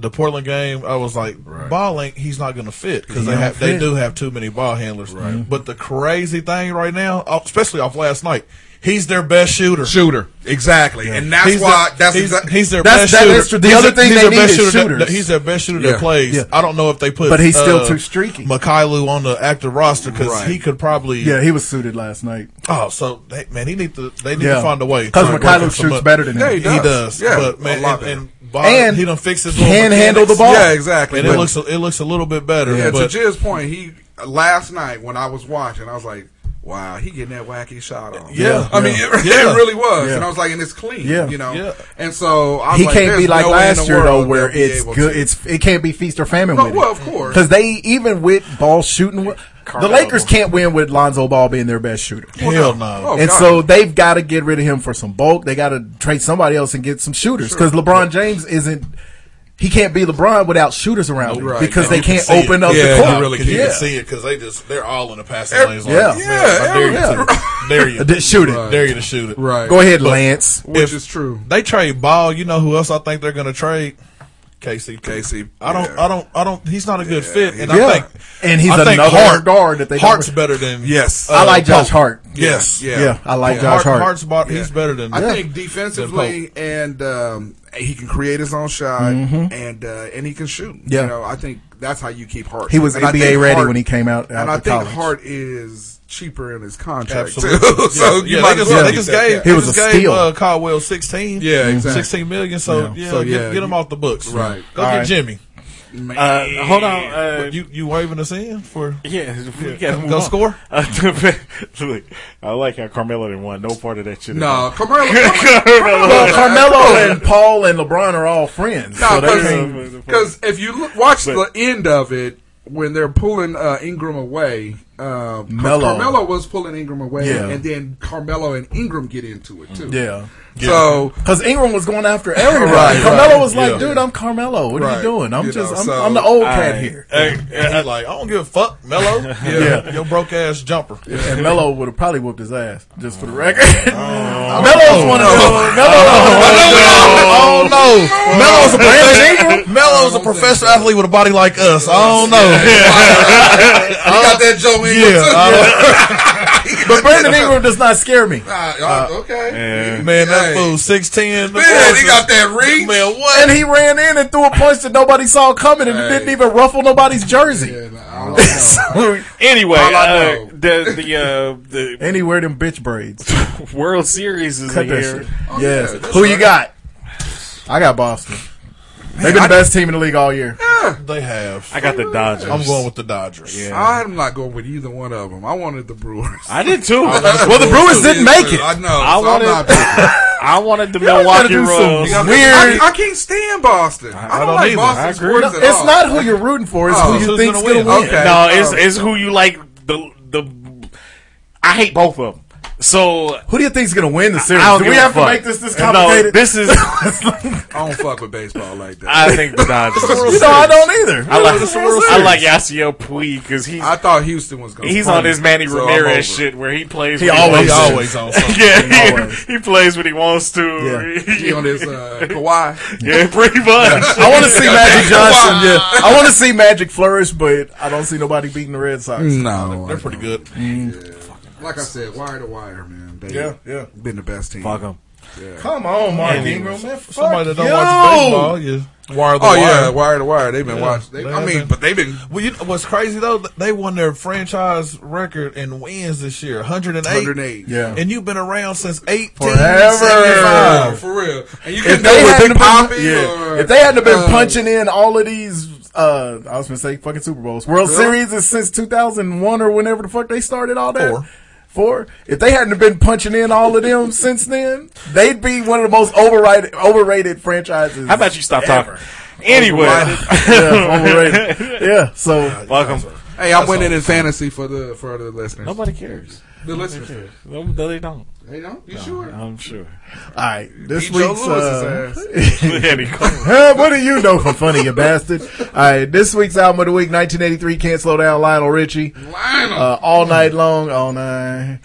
Speaker 11: The Portland game, I was like, ball ain't he's not going to fit because
Speaker 2: He
Speaker 11: they
Speaker 2: don't
Speaker 11: have they
Speaker 2: fit. Mm-hmm.
Speaker 11: do have too many ball handlers. But the crazy thing right now, uh, especially off last night, he's their best shooter.
Speaker 9: Shooter, exactly, and that's
Speaker 11: He's
Speaker 9: why
Speaker 11: their-
Speaker 9: that's
Speaker 11: he's,
Speaker 9: exact-
Speaker 11: he's their
Speaker 9: That's-
Speaker 11: best
Speaker 9: that
Speaker 11: shooter.
Speaker 9: is true. The
Speaker 11: He's
Speaker 9: other
Speaker 11: their-
Speaker 9: thing
Speaker 11: he's
Speaker 9: they
Speaker 11: their
Speaker 9: need
Speaker 11: best
Speaker 9: is
Speaker 11: shooter that-
Speaker 9: shooters.
Speaker 11: that- he's their best shooter
Speaker 9: Yeah.
Speaker 11: that plays.
Speaker 9: Yeah.
Speaker 11: I don't know if they put,
Speaker 2: But he's still
Speaker 11: uh,
Speaker 2: too streaky.
Speaker 11: Mikhailo on the active roster because
Speaker 2: Right.
Speaker 11: he could probably
Speaker 2: Yeah, he was suited last night.
Speaker 11: Oh, so they, man, he need to. They need
Speaker 2: Yeah.
Speaker 11: to find a way
Speaker 2: 'Cause
Speaker 11: to work
Speaker 2: Mikhailo
Speaker 11: him some
Speaker 2: shoots
Speaker 11: up.
Speaker 2: better than him.
Speaker 11: he does.
Speaker 2: Yeah,
Speaker 11: but
Speaker 2: a
Speaker 11: man,
Speaker 2: lot
Speaker 11: and,
Speaker 2: better.
Speaker 11: and, Bob,
Speaker 2: And
Speaker 11: he done fixed his little
Speaker 2: can handle the
Speaker 11: mechanics.
Speaker 2: ball.
Speaker 9: Yeah, exactly.
Speaker 11: And it
Speaker 9: But-
Speaker 11: looks it looks a little bit better.
Speaker 9: Yeah,
Speaker 11: but
Speaker 9: to Jid's point, he last night when I was watching, I was like, "Wow, he getting that wacky shot on."
Speaker 11: Yeah.
Speaker 9: I mean,
Speaker 11: Yeah.
Speaker 9: It,
Speaker 11: Yeah.
Speaker 9: it really was,
Speaker 11: Yeah.
Speaker 9: and I was like, "And it's clean."
Speaker 11: Yeah.
Speaker 9: you know.
Speaker 11: Yeah.
Speaker 9: And so I was
Speaker 2: he
Speaker 9: like,
Speaker 2: can't
Speaker 9: "There's
Speaker 2: be like
Speaker 9: no way in
Speaker 2: last
Speaker 9: the
Speaker 2: year though,
Speaker 9: world
Speaker 2: where
Speaker 9: they'll be
Speaker 2: it's
Speaker 9: able
Speaker 2: good.
Speaker 9: to.
Speaker 2: It's it can't be feast or famine
Speaker 9: No,
Speaker 2: with
Speaker 9: well,
Speaker 2: it.
Speaker 9: of course.
Speaker 2: because they even with ball shooting, with- the
Speaker 9: Carmelo.
Speaker 2: Lakers can't win with Lonzo Ball being their best shooter.
Speaker 11: Well, Hell no. no. Oh,
Speaker 2: and
Speaker 11: God.
Speaker 2: so they've got to get rid of him for some bulk. They got to trade somebody else and get some shooters because LeBron James isn't. He can't be LeBron without shooters around him
Speaker 11: Right,
Speaker 2: because
Speaker 11: man,
Speaker 2: they
Speaker 11: you can
Speaker 2: can't
Speaker 11: see it.
Speaker 2: open up
Speaker 11: yeah,
Speaker 2: the court.
Speaker 11: You really can
Speaker 2: Yeah.
Speaker 11: see it because they just they're all in the passing
Speaker 2: Every-
Speaker 11: lanes.
Speaker 2: yeah.
Speaker 11: like,
Speaker 2: Yeah,
Speaker 11: man, I dare you
Speaker 2: every-
Speaker 11: to dare you,
Speaker 2: Just shoot it.
Speaker 11: Right. dare you to shoot it.
Speaker 2: Right. Go ahead, Lance.
Speaker 9: Which is true.
Speaker 11: They trade ball. You know who else I think they're going to trade? KCP. KCP. I don't. I don't. I don't. He's not a good fit. And
Speaker 2: Yeah.
Speaker 11: I think.
Speaker 2: And he's
Speaker 11: I think
Speaker 2: another
Speaker 11: Hart,
Speaker 2: guard that they don't-
Speaker 11: Hart's better than. uh,
Speaker 2: Yes. I like Josh Hart.
Speaker 11: Yes.
Speaker 2: Yeah. Yeah, I like Josh Hart.
Speaker 11: Hart's bought, He's
Speaker 9: Yeah.
Speaker 11: better than.
Speaker 9: I
Speaker 11: than
Speaker 9: think
Speaker 11: Pope.
Speaker 9: defensively, and um, he can create his own shot,
Speaker 2: Mhm.
Speaker 9: and uh, and he can shoot.
Speaker 2: Yeah.
Speaker 9: You know, I think that's how you keep Hart.
Speaker 2: He was
Speaker 9: And I
Speaker 2: NBA
Speaker 9: think
Speaker 2: ready when he came out- out
Speaker 9: and I
Speaker 2: of
Speaker 9: think
Speaker 2: college.
Speaker 9: Hart is cheaper in his contract too.
Speaker 11: Absolutely.
Speaker 9: so
Speaker 11: Yeah,
Speaker 9: you
Speaker 11: yeah,
Speaker 9: might
Speaker 11: they
Speaker 9: as
Speaker 11: just,
Speaker 9: well
Speaker 11: they
Speaker 9: keep
Speaker 11: just
Speaker 9: that
Speaker 11: gave,
Speaker 9: guy.
Speaker 11: they just gave uh, Caldwell sixteen.
Speaker 9: Yeah,
Speaker 2: Mm-hmm.
Speaker 9: exactly.
Speaker 11: Sixteen million. So
Speaker 9: Yeah.
Speaker 11: yeah,
Speaker 9: So, yeah,
Speaker 11: get, get him
Speaker 9: you-
Speaker 11: off the books.
Speaker 9: Right.
Speaker 11: Go
Speaker 9: All
Speaker 11: get
Speaker 9: right.
Speaker 11: Jimmy.
Speaker 10: Uh, hold on, uh,
Speaker 11: What, you you waving us in for?
Speaker 10: Yeah, we
Speaker 11: Yeah.
Speaker 10: gotta move
Speaker 11: Go
Speaker 10: on.
Speaker 11: score?
Speaker 10: Uh, look, I like how Carmelo didn't want no part of that shit. at all.
Speaker 2: well, Carmelo and Paul and LeBron are all friends. so they can't-
Speaker 9: because if you look, watch the end of it when they're pulling uh, Ingram away. Uh, 'cause
Speaker 2: Melo.
Speaker 9: Carmelo was pulling Ingram away,
Speaker 2: Yeah.
Speaker 9: and then Carmelo and Ingram get into it too.
Speaker 2: Yeah.
Speaker 9: So
Speaker 2: because Ingram was going after everybody,
Speaker 9: Right,
Speaker 2: Carmelo
Speaker 9: right,
Speaker 2: was like,
Speaker 9: yeah.
Speaker 2: "Dude, I'm Carmelo. What are
Speaker 9: Right.
Speaker 2: you doing? I'm
Speaker 9: You
Speaker 2: just,
Speaker 9: know,
Speaker 2: I'm,
Speaker 9: so-
Speaker 2: I'm the old
Speaker 11: All
Speaker 2: cat
Speaker 11: right.
Speaker 2: here."
Speaker 11: Hey, and he's like, I don't give a fuck, Mello. yeah. your broke ass jumper.
Speaker 2: And Melo would have probably whooped his ass, just for the record.
Speaker 11: Oh.
Speaker 2: Melo's one of those. Melo.
Speaker 11: Oh no, Mello's a professional. Mello's a professional athlete with a body like us. I don't know.
Speaker 9: he got that Joe Ingram
Speaker 11: Yeah,
Speaker 9: too.
Speaker 11: I don't-
Speaker 10: uh,
Speaker 2: But Brandon Ingram does not scare me.
Speaker 9: Ah, okay.
Speaker 11: man, that fool six ten.
Speaker 9: Man, he got that ring.
Speaker 11: Man, what?
Speaker 2: And he ran in and threw a punch that nobody saw coming, and it didn't even ruffle nobody's jersey. So-
Speaker 10: Anyway,
Speaker 2: All I
Speaker 10: uh,
Speaker 2: know.
Speaker 10: the the uh, the
Speaker 2: anywhere them bitch braids.
Speaker 10: World Series is
Speaker 2: Cut
Speaker 10: in
Speaker 2: that
Speaker 10: here.
Speaker 2: shit.
Speaker 9: Oh,
Speaker 2: yes. Who you got? I got Boston. They've been
Speaker 9: I-
Speaker 2: the best team in the league all year.
Speaker 11: They have.
Speaker 10: I got the Dodgers.
Speaker 11: I'm going with the Dodgers.
Speaker 9: I'm not going with either one of them. I wanted the Brewers.
Speaker 10: I did too.
Speaker 9: I wanted
Speaker 10: Well, the Brewers
Speaker 9: too.
Speaker 10: didn't make it.
Speaker 9: I know.
Speaker 10: I
Speaker 9: so
Speaker 10: wanted-
Speaker 9: I'm not picking.
Speaker 10: I wanted the
Speaker 9: Y'all gotta
Speaker 10: Milwaukee
Speaker 9: do some
Speaker 10: Royals.
Speaker 9: weird. I, I can't stand Boston. I, don't,
Speaker 10: don't
Speaker 9: like
Speaker 10: either. I
Speaker 9: Boston
Speaker 10: agree.
Speaker 9: sports at
Speaker 2: It's
Speaker 9: all.
Speaker 2: not who you're rooting for, it's
Speaker 9: Oh,
Speaker 2: who
Speaker 9: so
Speaker 2: you
Speaker 9: who's
Speaker 2: think's
Speaker 9: gonna
Speaker 2: going to
Speaker 9: win?
Speaker 2: win.
Speaker 9: Okay.
Speaker 10: No, it's
Speaker 9: Oh.
Speaker 10: it's who you like. The the I hate both of them. So
Speaker 2: Who do you think's going to win the series?
Speaker 10: I
Speaker 2: Do
Speaker 10: don't
Speaker 2: we
Speaker 10: give a
Speaker 2: have to
Speaker 10: fuck.
Speaker 2: make this this
Speaker 10: No,
Speaker 2: complicated?
Speaker 10: this is.
Speaker 9: I don't fuck with baseball like that.
Speaker 10: I think the Dodgers.
Speaker 2: You know, I don't either.
Speaker 10: I like
Speaker 9: It's the World
Speaker 10: I
Speaker 9: Series.
Speaker 10: like Yasiel Puig because he's
Speaker 9: I thought Houston was going.
Speaker 10: he's on his Manny Ramirez shit where he plays.
Speaker 9: He
Speaker 10: when
Speaker 9: always-
Speaker 10: wants to.
Speaker 11: always on something.
Speaker 10: yeah, he-
Speaker 2: Always.
Speaker 10: he, plays what he wants to.
Speaker 9: He on his uh, Kawhi.
Speaker 10: yeah, pretty much.
Speaker 2: I want to see Magic Johnson.
Speaker 9: Wow.
Speaker 2: Yeah, I want to see Magic flourish, but I don't see nobody beating the Red Sox.
Speaker 9: No,
Speaker 11: They're pretty good.
Speaker 9: Like I said, wire to wire, man. They
Speaker 11: Yeah, yeah.
Speaker 9: Been the best team.
Speaker 10: Fuck him.
Speaker 2: Come on, Mark
Speaker 11: Anyways,
Speaker 2: Ingram. Man, fuck
Speaker 11: Somebody that don't
Speaker 2: you.
Speaker 11: watch baseball, you wire the
Speaker 9: Oh
Speaker 11: wire.
Speaker 9: yeah, wire to wire. They've been watching. They,
Speaker 11: they
Speaker 9: I
Speaker 11: have
Speaker 9: mean,
Speaker 11: been.
Speaker 9: but they've been
Speaker 11: Well, you know what's crazy though? They won their franchise record in wins this year, 108.
Speaker 9: 108.
Speaker 2: Yeah.
Speaker 11: And you've been around since 1875.
Speaker 2: Forever.
Speaker 9: for real. And you
Speaker 2: if
Speaker 9: can
Speaker 2: they hadn't
Speaker 9: know what they
Speaker 2: been,
Speaker 9: popping.
Speaker 2: yeah.
Speaker 9: or-
Speaker 2: if they hadn't been
Speaker 9: uh,
Speaker 2: punching in all of these, uh, I was gonna say fucking Super Bowls, World
Speaker 9: Really?
Speaker 2: Series is since two thousand one or whenever the fuck they started all that.
Speaker 11: Four.
Speaker 2: Four. If they hadn't been punching in all of them since then, they'd be one of the most overrated overrated franchises.
Speaker 10: How about you stop
Speaker 2: ever.
Speaker 10: talking? Anyway,
Speaker 2: yeah, overrated. Yeah. So
Speaker 10: welcome.
Speaker 9: Hey, I went in in fantasy for the for the listeners.
Speaker 10: Nobody cares.
Speaker 9: The listeners.
Speaker 10: No, no, they don't.
Speaker 9: They don't? You sure?
Speaker 10: I'm sure.
Speaker 2: All right, this
Speaker 9: Beat Joe
Speaker 2: week's
Speaker 9: Louis's ass.
Speaker 2: uh, what do you know for funny, you bastard? All right, this week's album of the week, 1983, can't slow down, Lionel Richie. Uh, all night long, all night.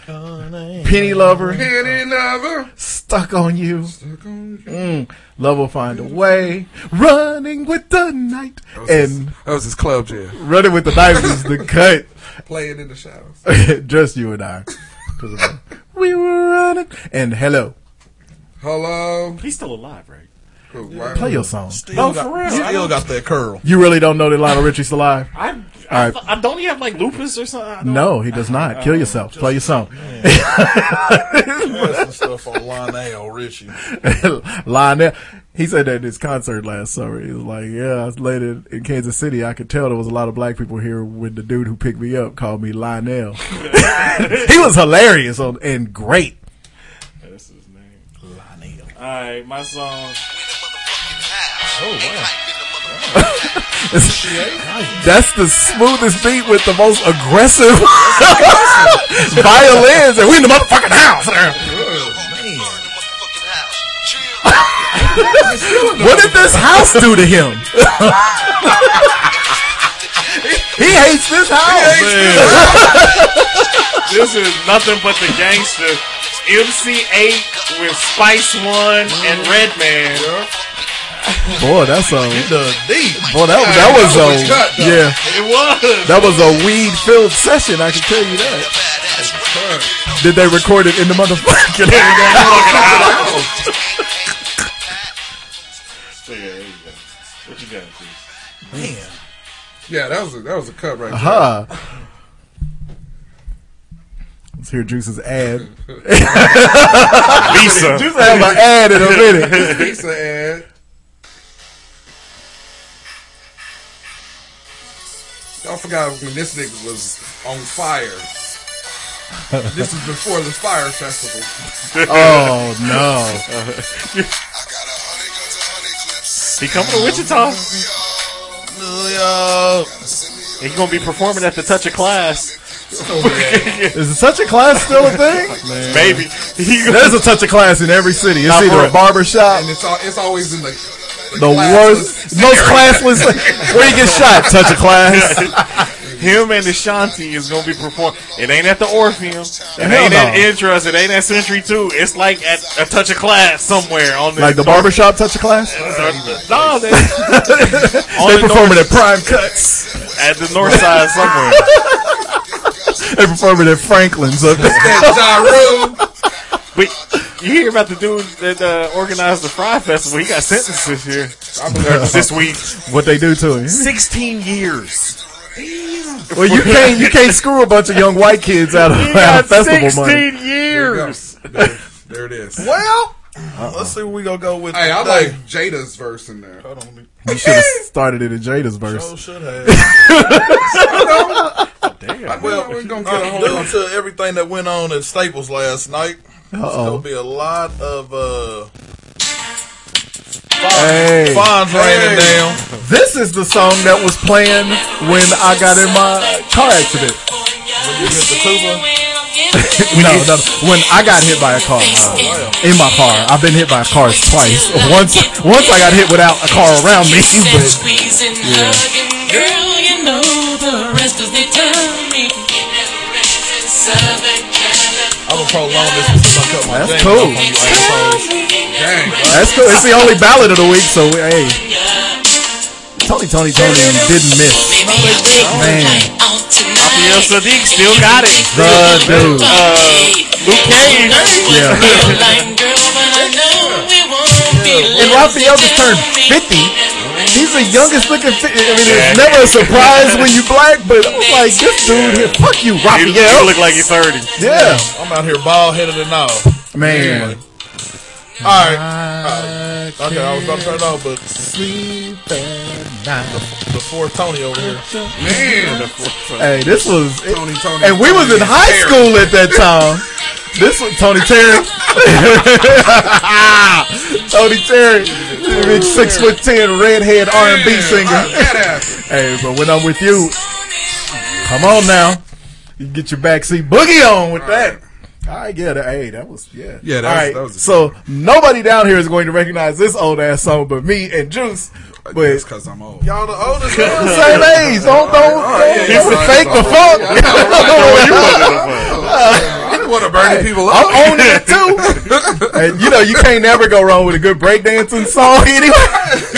Speaker 2: Penny lover,
Speaker 9: Penny lover.
Speaker 2: stuck on you. Mm, love will find a way. Running with the night, and
Speaker 9: That was his club jam.
Speaker 2: running with the night was the cut.
Speaker 9: Playing in the shadows.
Speaker 2: Just you and I. 'Cause of- we were running, and hello.
Speaker 9: Hello.
Speaker 10: He's still alive, right?
Speaker 2: Play your song.
Speaker 10: No, for real. I
Speaker 11: Still
Speaker 10: don't-
Speaker 11: got that curl.
Speaker 2: You really don't know that Lionel Richie's alive?
Speaker 10: I, I,
Speaker 2: All right.
Speaker 10: I don't he have like lupus or something. I don't-
Speaker 2: No, he does not. Kill yourself. Play your song.
Speaker 11: Some stuff on Lionel Richie.
Speaker 2: Lionel. He said that in his concert last summer. He was like, Yeah, I was late in, in Kansas City. I could tell there was a lot of black people here when the dude who picked me up called me Lionel. he was hilarious on, and great.
Speaker 10: That's his name. All right, my song.
Speaker 2: That's the smoothest beat with the most aggressive violins. And we in the motherfucking house. what did this house do to him? he hates this house.
Speaker 10: This is nothing but the gangster. MC8 with Spice One and Redman.
Speaker 2: Boy, that's a
Speaker 11: The deep.
Speaker 2: boy. That that was a yeah.
Speaker 10: It was.
Speaker 2: That was a weed filled session. I can tell you that. Did they record it in the motherfucking?
Speaker 10: So, yeah, there you go. What you got, Chris?
Speaker 9: Yeah, that was a, that was a cut right there.
Speaker 2: Huh. Let's hear Juice's ad.
Speaker 10: Lisa.
Speaker 2: Juice have an ad in a minute.
Speaker 9: Pizza ad. Y'all forgot when this nigga was on fire. this is before the fire festival.
Speaker 2: Oh no!
Speaker 10: He coming to Wichita. And he gonna be performing at the Touch of Class.
Speaker 2: Is the touch of class still a thing?
Speaker 10: Maybe. He gonna-
Speaker 2: There's a touch of class in every city. It's
Speaker 10: Not
Speaker 2: either
Speaker 10: for
Speaker 2: a
Speaker 10: it.
Speaker 2: barber shop,
Speaker 9: And it's all, it's always in the
Speaker 2: the worst, most classless. Where you get shot? Touch of class.
Speaker 10: him and Ashanti is gonna be performing. It ain't at the Orpheum. It
Speaker 2: Hell
Speaker 10: ain't at
Speaker 2: no.
Speaker 10: Interest. It ain't at Century Two. It's like at a Touch of Class somewhere on the
Speaker 2: Like the barber shop touch of class.
Speaker 10: No, they,
Speaker 2: They
Speaker 10: on the north,
Speaker 2: performing at Prime Cuts.
Speaker 10: at the north side somewhere.
Speaker 2: They performing at Franklin's. Up there.
Speaker 9: that gyro.
Speaker 10: But you hear about the dude that uh, organized the Fry Festival? He got sentenced this year. Or this week,
Speaker 2: What they do to him?
Speaker 10: sixteen years.
Speaker 2: Well, you can't you can't screw a bunch of young white kids out of,
Speaker 10: He
Speaker 2: out
Speaker 10: got
Speaker 2: of festival
Speaker 10: sixteen
Speaker 2: money.
Speaker 10: years.
Speaker 9: There, there it is.
Speaker 11: Well, let's see where we gonna go with.
Speaker 9: Hey, I
Speaker 11: today.
Speaker 9: like Jada's verse in there.
Speaker 11: Hold on, let me-
Speaker 2: You should have started it in Jada's verse.
Speaker 11: Oh, should have.
Speaker 9: Well, we're gonna get a
Speaker 11: Uh,
Speaker 9: whole
Speaker 11: due to everything that went on at Staples last night, there's gonna be a lot of uh,
Speaker 2: Hey,
Speaker 11: bonds raining down.
Speaker 2: this is the song that was playing when I got in my car accident.
Speaker 11: You hit the tuba.
Speaker 2: No, no, when I got hit by a car in my car. I've been hit by cars twice. Once, once I got hit without a car around me. But
Speaker 11: I'm gonna prolong this until I cut my
Speaker 2: That's
Speaker 11: jam
Speaker 2: cool.
Speaker 11: off on you assholes.
Speaker 9: gang.
Speaker 2: that's cool. It's the only ballad of the week. So hey, Tony, Tony, Tony didn't miss. Man,
Speaker 10: Abdel Sadiq still got it.
Speaker 2: the dude.
Speaker 10: Luke Cage.
Speaker 2: Yeah. And Raphael just turned 50. He's the youngest looking. Fi- I mean, it's never a surprise when you black, but I'm like, this dude here, fuck you,
Speaker 10: You, you
Speaker 2: Raphael.
Speaker 10: look like you're thirty.
Speaker 2: Yeah,
Speaker 11: I'm out here bald headed and all.
Speaker 2: man.
Speaker 11: All right. Uh, okay, I was about to turn it off, but before Tony over here,
Speaker 9: Man,
Speaker 2: Hey, this was,
Speaker 9: Tony, Tony,
Speaker 2: and we was in
Speaker 9: Tony,
Speaker 2: high
Speaker 9: Terry.
Speaker 2: school at that time. This was Tony Terry. Tony Terry, big six foot ten redhead R and B
Speaker 9: I-
Speaker 2: singer.
Speaker 9: that happened.
Speaker 2: Hey, but when I'm with you, come on now. You get your backseat boogie on with that. I get it. Hey, that was yeah.
Speaker 9: Yeah, that
Speaker 2: All
Speaker 9: was-
Speaker 2: right.
Speaker 9: that was a-
Speaker 2: so nobody down here is going to recognize this old ass song, but me and Juice. But
Speaker 9: because I'm old.
Speaker 11: Y'all the oldest.
Speaker 2: We're the same age. Don't don't,
Speaker 9: Oh, yeah,
Speaker 2: don't,
Speaker 9: yeah,
Speaker 2: don't
Speaker 9: sorry,
Speaker 2: fake the
Speaker 9: sorry.
Speaker 2: funk.
Speaker 9: Yeah, I know, right, I know what you wanted I didn't want to burn
Speaker 2: Hey,
Speaker 9: people up.
Speaker 2: I'm owning it too. and you know you can't never go wrong with a good breakdancing song anyway.
Speaker 10: That's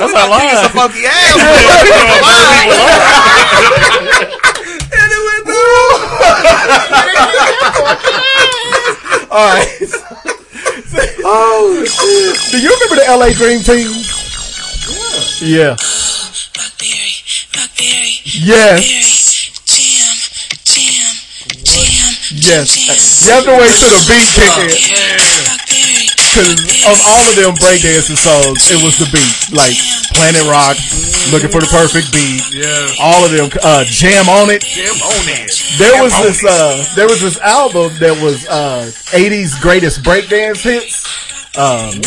Speaker 10: a lie. It's a
Speaker 11: funky
Speaker 2: All right.
Speaker 7: oh shit!
Speaker 2: Do you remember the LA Dream Team? Yeah. Yes. Yes. You have to wait till the beat kick in. Cause of all of them breakdancing songs, it was the beat. Like Planet Rock, looking for the perfect beat.
Speaker 9: Yeah.
Speaker 2: All of them, uh, jam on it.
Speaker 9: Jam on it.
Speaker 2: There
Speaker 9: Jam
Speaker 2: was
Speaker 9: on
Speaker 2: this
Speaker 9: it.
Speaker 2: uh there was this album that was uh 80s greatest breakdance hits. Um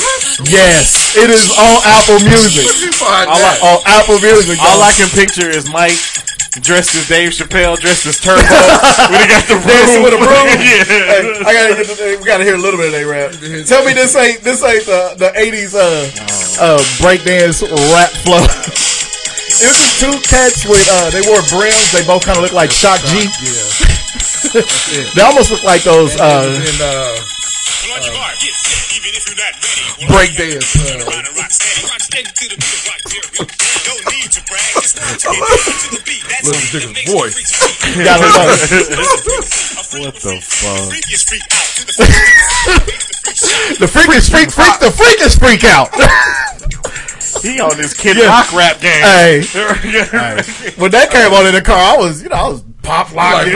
Speaker 2: yes, it is on Apple Music.
Speaker 10: Where'd you find
Speaker 2: All I-
Speaker 10: that?
Speaker 2: on Oh, Apple Music.
Speaker 10: All I
Speaker 2: dog.
Speaker 10: can picture is Mike dressed as Dave Chappelle, dressed as Turbo. when he got the
Speaker 2: Dancing
Speaker 10: broom.
Speaker 2: with a broom. Hey,
Speaker 10: yeah.
Speaker 2: I gotta get the, we gotta hear a little bit of that rap. Tell me this ain't this ain't the the 80s uh uh breakdance rap flow. it was just two cats with uh they wore brims. They both kind of look like Shock G. they almost look like those uh
Speaker 9: And, uh,
Speaker 2: break dance.
Speaker 9: Look at the nigga's voice.
Speaker 2: Gotta
Speaker 10: what the fuck?
Speaker 2: The freakish freak freak the freakish freak out.
Speaker 10: He on this kid
Speaker 2: Yeah.
Speaker 10: rock rap game.
Speaker 2: Hey. when that came on in the car, I was you know I was pop locked.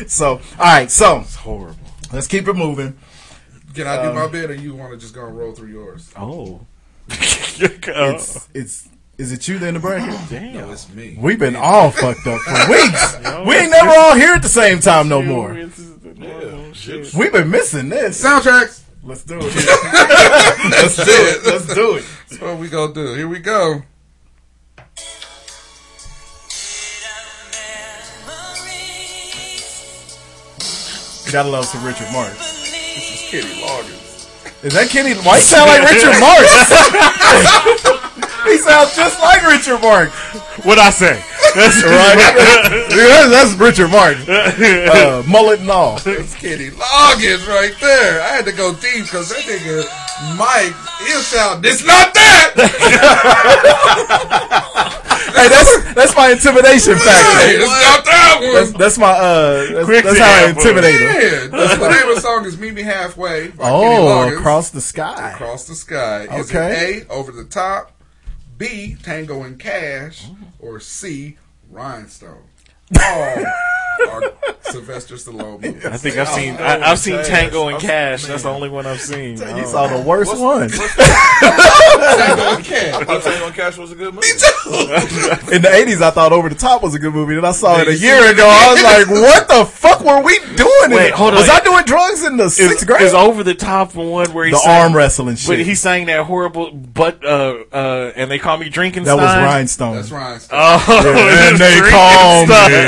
Speaker 2: in. so all right, so it's horrible. Let's keep it moving.
Speaker 9: Can I do
Speaker 2: Um,
Speaker 9: my bit, or you want to just go and roll through yours?
Speaker 2: Oh, it's it's is it you then the bracket?
Speaker 10: Oh. Damn,
Speaker 9: no, it's me.
Speaker 2: We've been all fucked up for weeks. we ain't never all here at the same time no more. We've been missing this.
Speaker 9: Soundtracks.
Speaker 2: Let's do it. Let's do it. Let's do it.
Speaker 9: That's what we gonna do. Here we go.
Speaker 2: Gotta love some Richard Marx.
Speaker 9: This is Kenny Loggins.
Speaker 2: Is that Kenny? Why you sound like Richard Marx? he sounds just like Richard Marx.
Speaker 10: What I say? That's
Speaker 2: Right? Yeah, that's Richard Marx. Uh, mullet and all.
Speaker 9: That's Kenny Loggins right there. I had to go deep because that nigga Mike is shouting. It's not that.
Speaker 2: Hey, that's that's my intimidation
Speaker 9: Hey,
Speaker 2: factor.
Speaker 9: it's not that one.
Speaker 2: That's, that's my uh. That's,
Speaker 10: Quick
Speaker 2: that's how I
Speaker 10: example.
Speaker 2: intimidate him.
Speaker 9: yeah, that's the name of the song is "Meet Me Halfway" by
Speaker 2: Oh,
Speaker 9: Kenny Loggins.
Speaker 2: across the sky.
Speaker 9: Across the sky. Is
Speaker 2: Okay.
Speaker 9: it A, Over the Top, B, Tango and Cash, or C, Rhinestone? All are Sylvester Stallone movies.
Speaker 10: I think I've seen I, I've seen Tango and Cash. That's the only one I've seen.
Speaker 2: You saw the worst one
Speaker 9: Tango and Cash.
Speaker 11: I tell you, on Cash was a good movie.
Speaker 2: in the '80s. I thought Over the Top was a good movie, and I saw it a year ago. I was like, "What the fuck were we doing? in
Speaker 10: Wait,
Speaker 2: the-
Speaker 10: hold on.
Speaker 2: Was I doing drugs in the
Speaker 10: Is,
Speaker 2: sixth grade?
Speaker 10: is Oh. over the top the one where he
Speaker 2: the
Speaker 10: sang,
Speaker 2: arm wrestling shit.
Speaker 10: but he sang that horrible but uh uh and they call me drinking
Speaker 2: that was
Speaker 10: Stein.
Speaker 2: Rhinestone.
Speaker 9: That's Rhinestone.
Speaker 10: Oh,
Speaker 2: and they
Speaker 10: Drinking
Speaker 2: call
Speaker 10: Stein.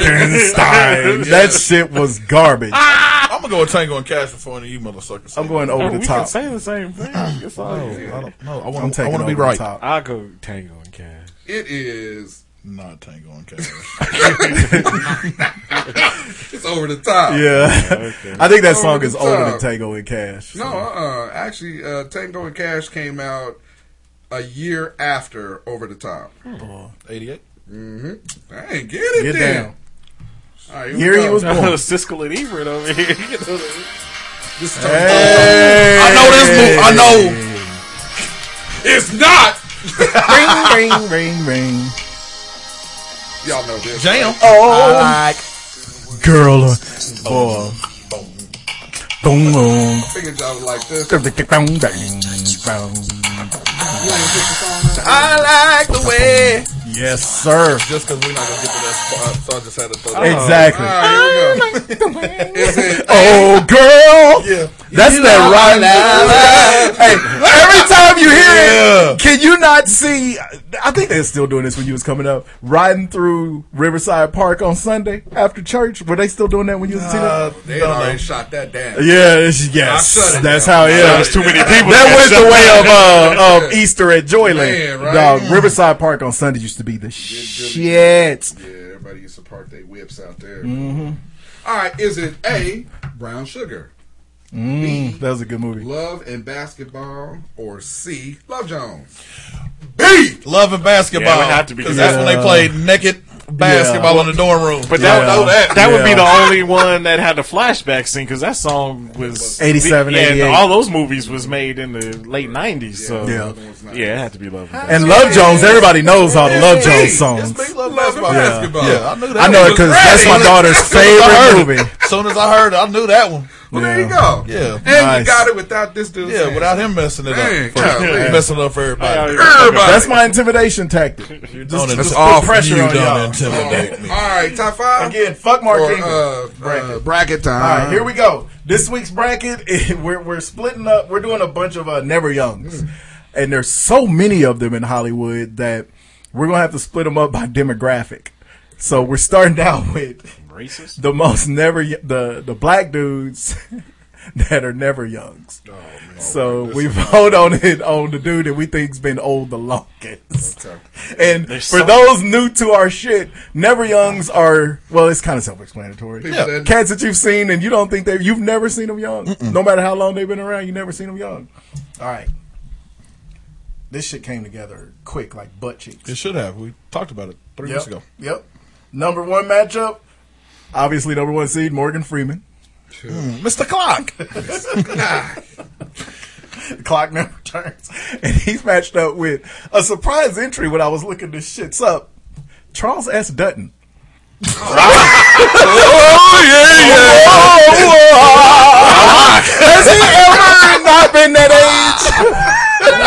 Speaker 2: me drinking Stein. That shit was garbage.
Speaker 10: Ah.
Speaker 11: I'm gonna go with Tango and Cash before any of you motherfuckers.
Speaker 2: I'm going over
Speaker 10: Oh,
Speaker 2: the
Speaker 10: we
Speaker 2: top. Oh,
Speaker 10: can say the same thing. It's all
Speaker 11: I
Speaker 10: good.
Speaker 11: don't know. I
Speaker 2: I'm
Speaker 11: want. I
Speaker 2: taking
Speaker 11: want to be
Speaker 2: over
Speaker 11: right.
Speaker 2: the top.
Speaker 10: I'll go Tango and Cash.
Speaker 9: It is.
Speaker 11: Not Tango and Cash.
Speaker 9: It's over the top.
Speaker 2: Yeah, I think that
Speaker 9: Over
Speaker 2: song
Speaker 9: the
Speaker 2: is older than
Speaker 9: top.
Speaker 2: Tango and Cash.
Speaker 9: No, uh, uh actually, uh, Tango and Cash came out a year after Over the Top.
Speaker 11: Eighty-eight.
Speaker 9: I ain't get it.
Speaker 2: Get
Speaker 9: then.
Speaker 2: down.
Speaker 9: All right,
Speaker 2: Here
Speaker 9: we
Speaker 2: he
Speaker 9: go.
Speaker 2: was born.
Speaker 10: Siskel and Ebert over here.
Speaker 9: This is
Speaker 2: Hey.
Speaker 11: I know this movie. I know.
Speaker 9: It's not.
Speaker 2: ring, ring, ring, ring.
Speaker 9: Y'all know this.
Speaker 11: Jam.
Speaker 2: Oh, girl, uh, boy. Boom, boom.
Speaker 9: I figured y'all would like this.
Speaker 2: Ding, ding, ding, ding, ding.
Speaker 11: I like the way.
Speaker 2: Yes, sir.
Speaker 11: Just because we're not gonna get to that spot, so I just had to throw. that.
Speaker 2: Exactly.
Speaker 9: All right, here we go. Is it
Speaker 2: Oh, girl.
Speaker 11: Yeah.
Speaker 2: That's that right. Hey, every time you hear it,
Speaker 11: Yeah.
Speaker 2: Can you not see? I think they're still doing this when you was coming up, riding through Riverside Park on Sunday after church. Were they still doing that when you was a
Speaker 11: Uh,
Speaker 2: teenager?
Speaker 9: They had already shot that down.
Speaker 2: Yeah, it's- yes,
Speaker 9: I shut it
Speaker 2: that's
Speaker 9: down.
Speaker 2: how. Yeah,
Speaker 9: I shut it
Speaker 10: too many
Speaker 9: down.
Speaker 10: people
Speaker 2: That
Speaker 10: got
Speaker 2: was
Speaker 10: shut
Speaker 2: the way of
Speaker 10: down.
Speaker 2: uh, of Easter at Joyland.
Speaker 9: Man, right?
Speaker 2: Dog, Riverside Park on Sunday used to be the shit.
Speaker 9: Yeah, everybody used to park their whips out there.
Speaker 2: Mhm.
Speaker 9: All right, is it A, brown sugar,
Speaker 2: Mm, that was a good movie.
Speaker 9: love and basketball, or C, Love Jones?
Speaker 11: B. Love and basketball.
Speaker 9: Yeah, it would have to be
Speaker 11: because
Speaker 9: that.
Speaker 11: that's when they
Speaker 9: Yeah.
Speaker 11: played naked basketball
Speaker 10: Yeah.
Speaker 11: in the dorm room.
Speaker 10: But that, oh,
Speaker 11: Y'all know
Speaker 10: that, would be the only one that had the flashback scene because that song was
Speaker 2: 87,
Speaker 10: yeah, and
Speaker 2: 88.
Speaker 10: all those movies was made in the late '90s. So
Speaker 2: Yeah.
Speaker 10: yeah, it had to be Love.
Speaker 2: And Love Jones, everybody knows all the Love Jones songs.
Speaker 11: Love basketball.
Speaker 2: Yeah.
Speaker 11: basketball.
Speaker 2: Yeah.
Speaker 11: I knew that.
Speaker 2: I know it 'cause that's my daughter's favorite movie.
Speaker 11: As soon as I heard it, I knew that one.
Speaker 9: Well, there you go.
Speaker 11: Yeah,
Speaker 9: and you got it without this dude.
Speaker 11: Yeah, without him messing it
Speaker 9: Dang,
Speaker 11: up, for,
Speaker 9: golly.
Speaker 11: messing it up for everybody.
Speaker 2: That's my intimidation tactic. Just,
Speaker 11: Donna,
Speaker 2: just
Speaker 11: it's
Speaker 2: put
Speaker 11: all
Speaker 2: pressure
Speaker 11: you
Speaker 2: on
Speaker 11: done
Speaker 2: y'all.
Speaker 11: intimidate
Speaker 9: All right, top five
Speaker 2: again. Fuck Mark
Speaker 9: or,
Speaker 2: Ingram.
Speaker 9: uh, bracket. Uh, bracket time.
Speaker 2: All right, here we go. This week's bracket, we're, we're splitting up. We're doing a bunch of uh, Never Youngs. And there's so many of them in Hollywood that we're going to have to split them up by demographic. So we're starting out with
Speaker 10: Racist.
Speaker 2: the most never, the, the black dudes that are never youngs. so we vote on it on the dude that we think's been old the longest. And
Speaker 10: There's
Speaker 2: for
Speaker 10: so-
Speaker 2: those new to our shit, Never Youngs are well, it's kind of self-explanatory.
Speaker 9: People that-
Speaker 2: Cats that you've seen and you don't think they you've never seen them young. No matter how long they've been around, you never seen them young. All right. This shit came together quick like butt cheeks.
Speaker 11: It should have. We talked about it three minutes
Speaker 2: yep.
Speaker 11: ago.
Speaker 2: Yep. Number 1 matchup, obviously number 1 seed Morgan Freeman.
Speaker 11: Mm, Mr. Clock.
Speaker 2: The clock never turns. And he's matched up with a surprise entry when I was looking this shits up. Charles S. Dutton. Has he ever not been that age?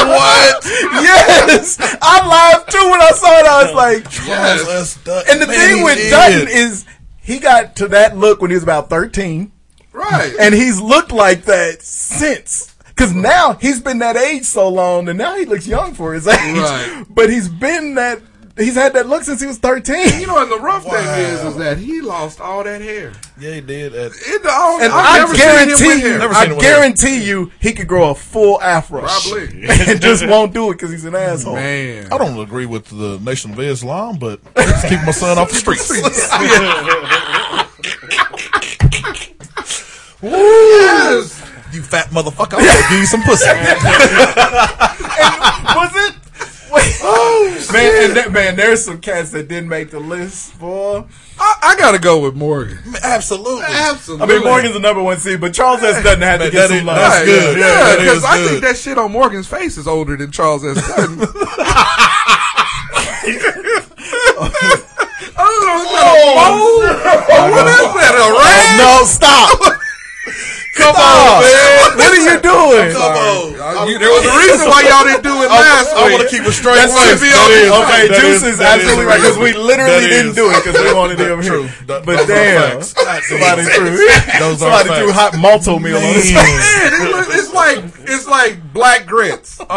Speaker 11: what?
Speaker 2: yes. I laughed too when I saw it. I was like,
Speaker 11: Charles S. Dutton.
Speaker 2: and the
Speaker 11: Man,
Speaker 2: thing
Speaker 11: he
Speaker 2: with
Speaker 11: did.
Speaker 2: Dutton is he got to that look when he was about 13.
Speaker 9: Right.
Speaker 2: And he's looked like that since. Because now he's been that age so long, and now he looks young for his age.
Speaker 9: Right.
Speaker 2: But he's been that, he's had that look since he was 13.
Speaker 9: You know, and the rough thing is, is that he lost all that hair.
Speaker 11: yeah, he did. At,
Speaker 9: It, I,
Speaker 2: And
Speaker 9: I've
Speaker 2: I
Speaker 9: never guarantee seen him
Speaker 2: guarantee
Speaker 9: with hair.
Speaker 2: you,
Speaker 11: Never seen
Speaker 2: I
Speaker 11: him with hair.
Speaker 2: guarantee you, he could grow a full afro.
Speaker 9: Probably.
Speaker 2: and just won't do it because he's an asshole.
Speaker 9: Man.
Speaker 11: I don't agree with the Nation of Islam, but let's keep my son off the streets.
Speaker 9: Yes.
Speaker 11: you fat motherfucker! I'm gonna give you some pussy.
Speaker 2: Was it? Oh, Wait. man, and that, man, there's some cats that didn't make the list, boy.
Speaker 9: I, I gotta go with Morgan.
Speaker 11: Absolutely.
Speaker 2: I
Speaker 9: Absolutely.
Speaker 2: mean, Morgan's the number one seed, but Charles S. Dutton had to
Speaker 11: Man, that
Speaker 2: get some
Speaker 11: is-
Speaker 2: love.
Speaker 11: that's
Speaker 9: Right.
Speaker 11: good. Yeah,
Speaker 9: Yeah,
Speaker 11: that
Speaker 9: because
Speaker 11: is
Speaker 9: I
Speaker 11: good.
Speaker 9: think that shit on Morgan's face is older than Charles S. Dutton. I don't know. Is that a mole? Or What is that?
Speaker 2: Oh, No, stop! Come on, man. What are you doing?
Speaker 11: Oh,
Speaker 9: A rat? Uh, you- There was a reason why y'all didn't do it last week.
Speaker 11: I want to keep a straight
Speaker 2: That's
Speaker 11: face.
Speaker 2: should be on- okay, Juice is, absolutely right because we literally didn't do it because we wanted him
Speaker 11: True.
Speaker 2: here.
Speaker 11: Th- those
Speaker 2: But
Speaker 11: are
Speaker 2: damn,
Speaker 11: facts.
Speaker 2: somebody
Speaker 11: Those are
Speaker 2: threw
Speaker 11: facts. Those are
Speaker 2: somebody threw
Speaker 11: facts.
Speaker 2: hot malto meal on his
Speaker 11: Man.
Speaker 2: face.
Speaker 9: Man, it look- it's like it's like black grits. nigga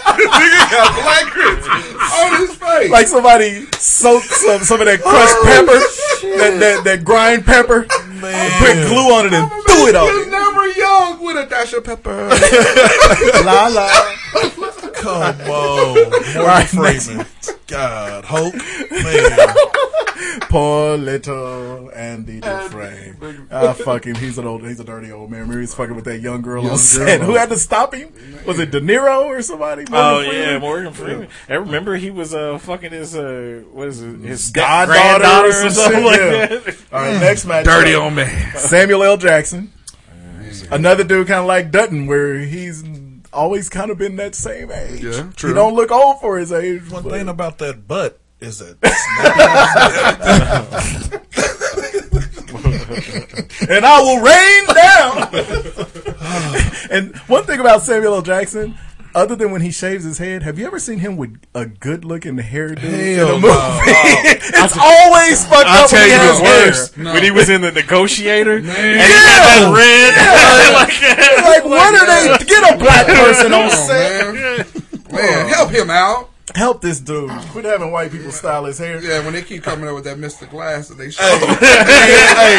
Speaker 9: got black grits on his face.
Speaker 2: Like somebody soaked some some of that crushed pepper, that, that that grind pepper, and put glue on it and threw it
Speaker 9: You're
Speaker 2: on it.
Speaker 9: never young with a dash of pepper.
Speaker 2: La la.
Speaker 11: Come on, Morgan
Speaker 2: Right, next
Speaker 11: Freeman. God, Hulk, man.
Speaker 2: Poor little Andy Dufresne. Ah, fuck him. He's an old. He's a dirty old man. Remember, he's fucking with that young girl on
Speaker 9: Young
Speaker 2: set.
Speaker 9: girl.
Speaker 2: Who had to stop him? Was it De Niro or somebody?
Speaker 10: Oh
Speaker 2: Morgan Freeman?
Speaker 10: yeah, Morgan Freeman. And remember he was uh fucking his uh what is it his
Speaker 2: goddaughter
Speaker 10: granddaughter
Speaker 2: or some shit, yeah.
Speaker 10: that.
Speaker 2: All right, next match.
Speaker 9: Dirty old man.
Speaker 2: Samuel L. Jackson. Another dude kind of like Dutton, where he's always kind of been that same age.
Speaker 9: Yeah,
Speaker 2: He
Speaker 9: true.
Speaker 2: don't look old for his age.
Speaker 11: One
Speaker 2: but-
Speaker 11: thing about that butt is that snappy-
Speaker 2: and I will rain down. and one thing about Samuel L. Jackson, other than when he shaves his head, have you ever seen him with a good looking hairdo in a
Speaker 11: Hell no.
Speaker 2: movie? it's always fucked
Speaker 10: I'll
Speaker 2: up.
Speaker 10: tell
Speaker 2: when
Speaker 10: you
Speaker 2: he
Speaker 10: what's
Speaker 2: has hair.
Speaker 10: worse. When he was in the negotiator and he had
Speaker 2: Yeah.
Speaker 10: that red
Speaker 2: Like, what are they? Get a black person on
Speaker 9: Come on,
Speaker 2: set.
Speaker 9: man. help him out.
Speaker 2: Help this dude. Quit having white people style his hair.
Speaker 9: Yeah, when they keep coming up with that Mr. Glass and they show
Speaker 11: hey,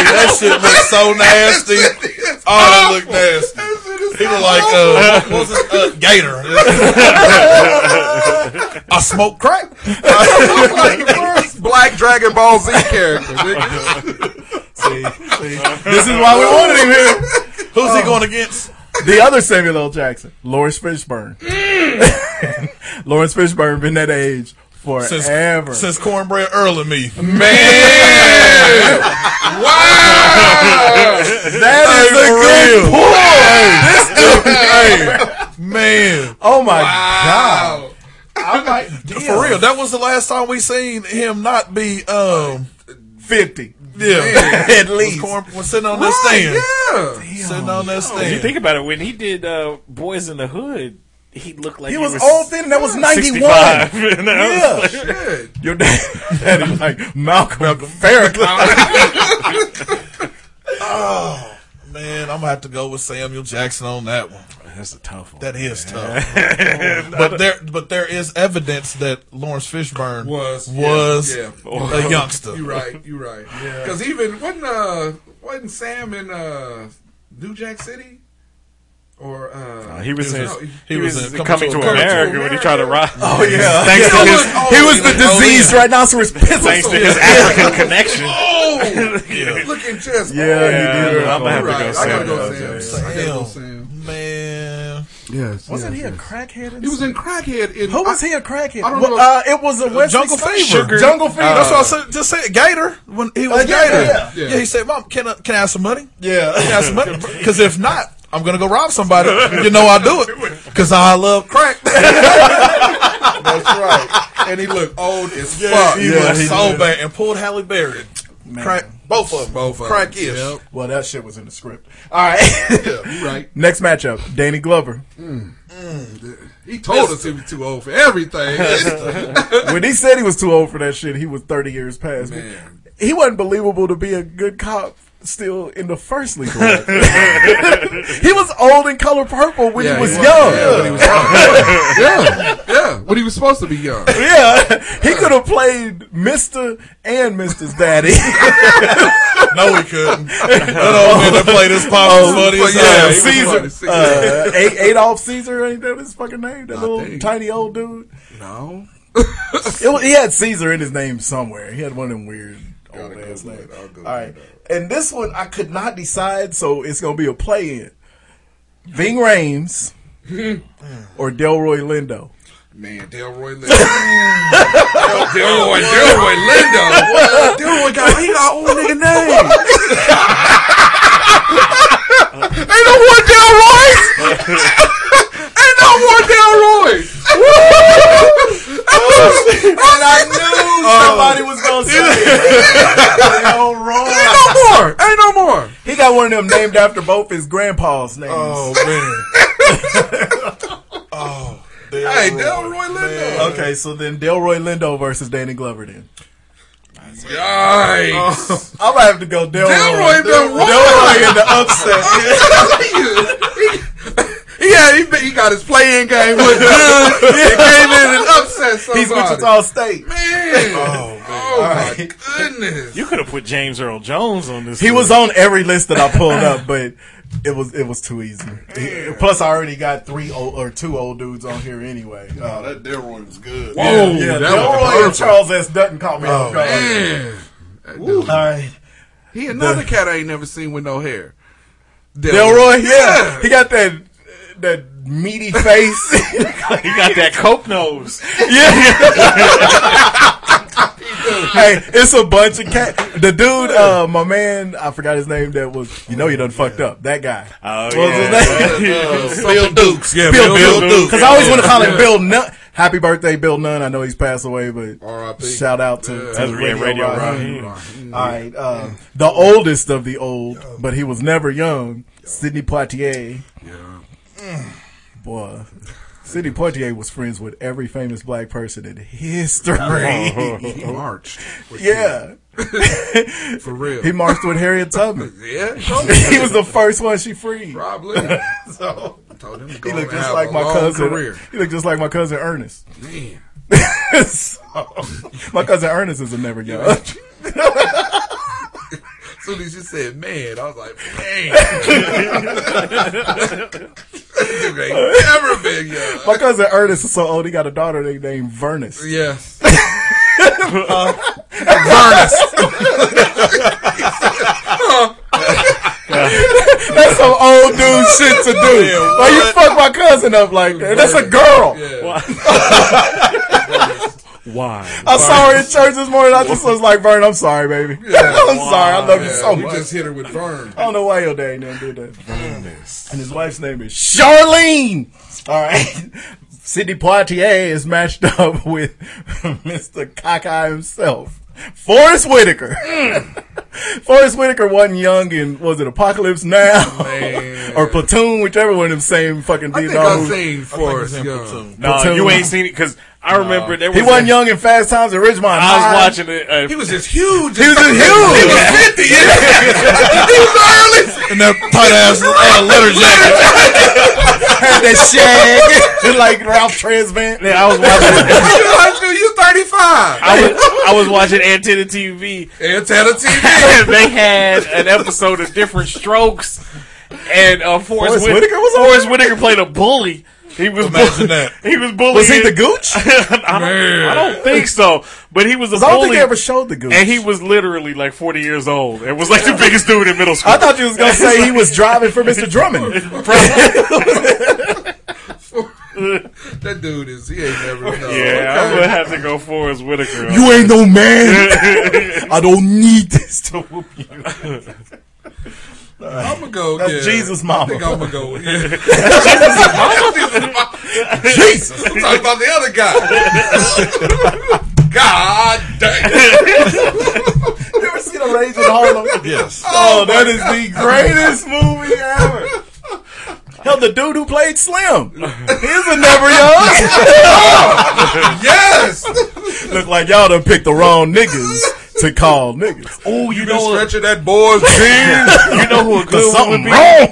Speaker 11: that shit looks so nasty. Oh, that look nasty. He look like uh, what was it? Uh, Gator. I smoke crack.
Speaker 9: Black Dragon Ball Z character. nigga.
Speaker 2: This is why we wanted him here.
Speaker 11: Who's he going against?
Speaker 2: The other Samuel L. Jackson, Lawrence Fishburne. Mm. Lawrence Fishburne been that age forever.
Speaker 11: Since, since cornbread Earl and me.
Speaker 9: Man! wow!
Speaker 2: that is a good
Speaker 11: hey, man.
Speaker 2: Oh my
Speaker 9: Wow.
Speaker 2: god! I might
Speaker 11: For real, that was the last time we seen him not be um
Speaker 2: fifty.
Speaker 11: yeah
Speaker 2: At least.
Speaker 11: was, corn, was sitting on that stand,
Speaker 9: Yeah.
Speaker 11: sitting on that
Speaker 10: If you
Speaker 11: stand.
Speaker 10: think about it, when he did uh, Boys in the Hood, he looked like
Speaker 2: He was all thin. That was ninety
Speaker 10: 65.
Speaker 2: one.
Speaker 10: And I was
Speaker 2: Yeah,
Speaker 10: like-
Speaker 9: Shit.
Speaker 2: your dad, daddy like Malcolm, Farrakhan.
Speaker 11: Man, I'm gonna have to go with Samuel Jackson on that one.
Speaker 10: That's a tough one.
Speaker 11: That is tough. but there, but there is evidence that Lawrence Fishburne
Speaker 9: Was, yeah,
Speaker 11: was
Speaker 9: yeah.
Speaker 11: a youngster.
Speaker 9: You right. You right. Because even wasn't uh wasn't Sam in uh New Jack City or uh
Speaker 10: He was, in,
Speaker 9: no, he-
Speaker 10: he was, in
Speaker 11: Coming
Speaker 10: coming, to,
Speaker 11: to
Speaker 10: America, when he tried to rob. Oh
Speaker 2: yeah.
Speaker 10: thanks
Speaker 9: Yeah.
Speaker 10: to his
Speaker 9: Oh,
Speaker 2: he was the
Speaker 11: yeah.
Speaker 2: diseased rhinoceros
Speaker 10: thanks
Speaker 2: pistol.
Speaker 10: to his African connection.
Speaker 9: Oh, looking just
Speaker 2: Yeah,
Speaker 9: oh,
Speaker 2: he did.
Speaker 10: I'm gonna have
Speaker 9: You're right.
Speaker 10: to
Speaker 9: I gotta
Speaker 10: go Sam.
Speaker 9: go
Speaker 10: L.
Speaker 9: Sam.
Speaker 10: Jackson.
Speaker 9: I gotta go
Speaker 11: Damn.
Speaker 9: Sam.
Speaker 11: Man,
Speaker 9: Yes.
Speaker 2: Wasn't
Speaker 9: yes,
Speaker 2: he a
Speaker 9: yes.
Speaker 2: crackhead? in
Speaker 9: He was in Crackhead. In,
Speaker 2: Who was
Speaker 9: I-
Speaker 2: he a crackhead?
Speaker 9: I don't
Speaker 2: Well,
Speaker 9: know.
Speaker 2: uh, it was a Wesley
Speaker 11: Jungle
Speaker 2: Snipes.
Speaker 11: Fever.
Speaker 2: Jungle Fever.
Speaker 11: that's
Speaker 9: Uh,
Speaker 11: what I said, just said. Gator when he was
Speaker 2: Uh, yeah,
Speaker 11: Gator.
Speaker 2: yeah,
Speaker 9: yeah.
Speaker 11: he said, "Mom, can I can I have some money? Can I
Speaker 2: yeah.
Speaker 11: have some money? Because if not, I'm gonna go rob somebody. You know I do it because I love crack.
Speaker 9: That's right. And he looked old as fuck.
Speaker 11: Fuck, he
Speaker 2: yeah,
Speaker 11: was
Speaker 2: he
Speaker 11: so
Speaker 2: did.
Speaker 11: bad and pulled Halle Berry. Crack, both of them,
Speaker 9: Both of 'em.
Speaker 11: crack ish.
Speaker 9: Yep.
Speaker 2: Well, that shit was in the script. All right.
Speaker 9: You right.
Speaker 2: Next matchup: Danny Glover.
Speaker 9: He told us he was too old for everything.
Speaker 2: when he said he was too old for that shit, he was 30 years past. me.
Speaker 9: Man.
Speaker 2: He wasn't believable to be a good cop still in the first league. he was old and color purple when he was
Speaker 9: he was.
Speaker 2: young.
Speaker 9: Yeah, when he was young. yeah, yeah. When he was supposed to be young.
Speaker 2: Yeah. he could have played Mr. and Mr.'s daddy. Uh,
Speaker 11: No, he couldn't. that old man that played his pop
Speaker 2: Oh,
Speaker 11: was funny as
Speaker 9: yeah,
Speaker 11: hell.
Speaker 9: he was
Speaker 11: Caesar.
Speaker 9: funny. Caesar.
Speaker 2: uh, A- Adolf Caesar, ain't that his fucking name? That little
Speaker 9: think.
Speaker 2: tiny old dude.
Speaker 9: no.
Speaker 2: It was, he had Caesar in his name somewhere. He had one of them weird old
Speaker 9: Gotta
Speaker 2: ass
Speaker 9: Google it.
Speaker 2: names.
Speaker 9: I'll
Speaker 2: All
Speaker 9: Google
Speaker 2: right.
Speaker 9: it.
Speaker 2: And this one I could not decide, so it's gonna be a play in. Ving Rames or Delroy Lindo.
Speaker 9: Man, Delroy Lindo. Del- Delroy, Delroy Lindo. What? Delroy got, he got old Oh, nigga name. Ain't no more Delroys. Ain't no more Delroys. Oh, and I knew
Speaker 2: Somebody was gonna say it. They all wrong.
Speaker 9: Ain't no more. Ain't no more.
Speaker 2: He got one of them named after both his grandpa's names.
Speaker 11: Oh man. oh, Delroy.
Speaker 9: Hey, Delroy Lindo.
Speaker 2: Okay, so then Delroy Lindo versus Danny Glover then.
Speaker 9: Yikes.
Speaker 2: I'm gonna have to go Delroy.
Speaker 9: Delroy been wrong.
Speaker 2: Delroy in the upset.
Speaker 9: Oh. Yeah, he, he got his playing game with him. he came in and upset somebody.
Speaker 2: He's Wichita State.
Speaker 9: Man.
Speaker 11: Oh,
Speaker 9: Oh, my goodness.
Speaker 10: You could have put James Earl Jones on this.
Speaker 2: He was
Speaker 10: list.
Speaker 2: on every list that I pulled up, but it was it was too easy. Plus, I already got three old, or two old dudes on here anyway. Uh,
Speaker 11: that Delroy was good.
Speaker 9: Whoa,
Speaker 2: yeah, Delroy
Speaker 9: Oh, that was
Speaker 2: and
Speaker 9: perfect. Oh,
Speaker 2: Charles S. Dutton caught me off guard.
Speaker 9: Man.
Speaker 2: All right,
Speaker 9: He another cat I ain't never seen with no hair.
Speaker 2: Delroy. Yeah. he got that that meaty face.
Speaker 10: He got that coke nose.
Speaker 2: hey, it's a bunch of cat. The dude, uh, my man, I forgot his name. That was you know you done fucked up. That guy.
Speaker 10: Oh,
Speaker 2: What was his
Speaker 10: yeah.
Speaker 2: name?
Speaker 9: Uh,
Speaker 11: Bill Dukes. Yeah,
Speaker 2: Bill, Bill,
Speaker 11: Dukes.
Speaker 2: Because I always want to call him Bill Nunn. Happy birthday, Bill Nunn. I know he's passed away, but
Speaker 9: R.I.P..
Speaker 2: shout out to, to
Speaker 10: That's Radio, Radio
Speaker 2: Rock.
Speaker 10: Raheem.
Speaker 2: Mm-hmm. All right, uh, the oldest of the old, but he was never young. Sidney Poitier,
Speaker 9: Yeah.
Speaker 2: boy. Sidney Poitier was friends with every famous black person in history.
Speaker 9: He marched. with
Speaker 2: yeah,
Speaker 9: him, For real.
Speaker 2: he marched with Harriet Tubman.
Speaker 9: yeah.
Speaker 2: he was the first one she freed.
Speaker 9: Probably.
Speaker 2: So
Speaker 9: told him to go
Speaker 2: He looked
Speaker 9: and
Speaker 2: just
Speaker 9: have
Speaker 2: like
Speaker 9: a
Speaker 2: my
Speaker 9: long
Speaker 2: cousin.
Speaker 9: Career.
Speaker 2: He looked just like my cousin Ernest.
Speaker 9: Man.
Speaker 2: So, my cousin Ernest is a never young.
Speaker 9: As soon as you said man, I was like, man. Dude ain't never been young.
Speaker 2: my cousin Ernest is so old. He got a daughter they- named Vernice.
Speaker 9: Yes.
Speaker 2: That's some old dude shit to do. Why you fuck my cousin up like that? That's a girl.
Speaker 10: Why?
Speaker 2: I saw her in church this morning. I just was like, Vern, I'm sorry, baby. I'm sorry. I love you so
Speaker 9: we
Speaker 2: much.
Speaker 9: just hit her with Vern.
Speaker 2: I don't know why your dad didn't do that. And his wife's name is Charlene. All right. Sidney Poitier is matched up with Mr. Cockeye himself. Forrest Whitaker. Mm. Forrest Whitaker wasn't young in, was it Apocalypse Now? or Platoon, whichever one of them same fucking
Speaker 9: I think
Speaker 2: Vietnam movies.
Speaker 9: I've seen Forrest Young.
Speaker 10: No,
Speaker 2: Platoon.
Speaker 10: Uh, you ain't seen it because I remember there was
Speaker 2: He wasn't
Speaker 10: a-
Speaker 2: young in Fast Times at Ridgemont. High.
Speaker 10: I was watching it. Uh,
Speaker 9: He was just huge.
Speaker 2: He was just huge.
Speaker 9: He was 50. Yeah. he was early.
Speaker 11: And that tight ass uh, letter jacket.
Speaker 2: had that shag like Ralph Tresvant.
Speaker 10: Yeah, I was watching.
Speaker 9: You like, dude, you 35.
Speaker 10: I was, I was watching Antenna TV.
Speaker 9: Antenna TV.
Speaker 10: And they had an episode of Different Strokes, and uh, Forrest,
Speaker 2: Forrest
Speaker 10: Whit-
Speaker 2: Whitaker was on
Speaker 10: Forrest Whitaker played a bully. He was
Speaker 11: Imagine
Speaker 10: bull-
Speaker 11: that.
Speaker 10: He was bullying.
Speaker 2: Was he the gooch? I
Speaker 10: I, don't, I don't think so, but he was a
Speaker 2: don't think
Speaker 10: bully,
Speaker 2: they ever showed the gooch.
Speaker 10: and he was literally like forty years old. It was like the biggest dude in middle school.
Speaker 2: I thought you was gonna say he was driving for Mr. Drummond.
Speaker 9: That dude is, he ain't never known.
Speaker 10: yeah,
Speaker 9: Okay.
Speaker 10: I would have to go Forrest Whitaker.
Speaker 2: You ain't no man. I don't need this to whoop you.
Speaker 9: I'm gonna go.
Speaker 2: That's
Speaker 9: yeah.
Speaker 2: Jesus'
Speaker 9: I
Speaker 2: mama.
Speaker 9: think I'm gonna go. Yeah. Jesus' mama. Jesus. I'm talking about the other guy. God dang.
Speaker 2: You ever seen a Rage in Harlem?
Speaker 11: Yes.
Speaker 2: Oh, that is the greatest movie ever. Hell, the dude who played Slim. He's a never young.
Speaker 9: Yes.
Speaker 2: Look like y'all done picked the wrong niggas to call niggas.
Speaker 10: Oh, you
Speaker 9: Been
Speaker 10: know,
Speaker 9: stretching that boy's jeans.
Speaker 10: you know who
Speaker 2: There's
Speaker 10: a good one would
Speaker 2: something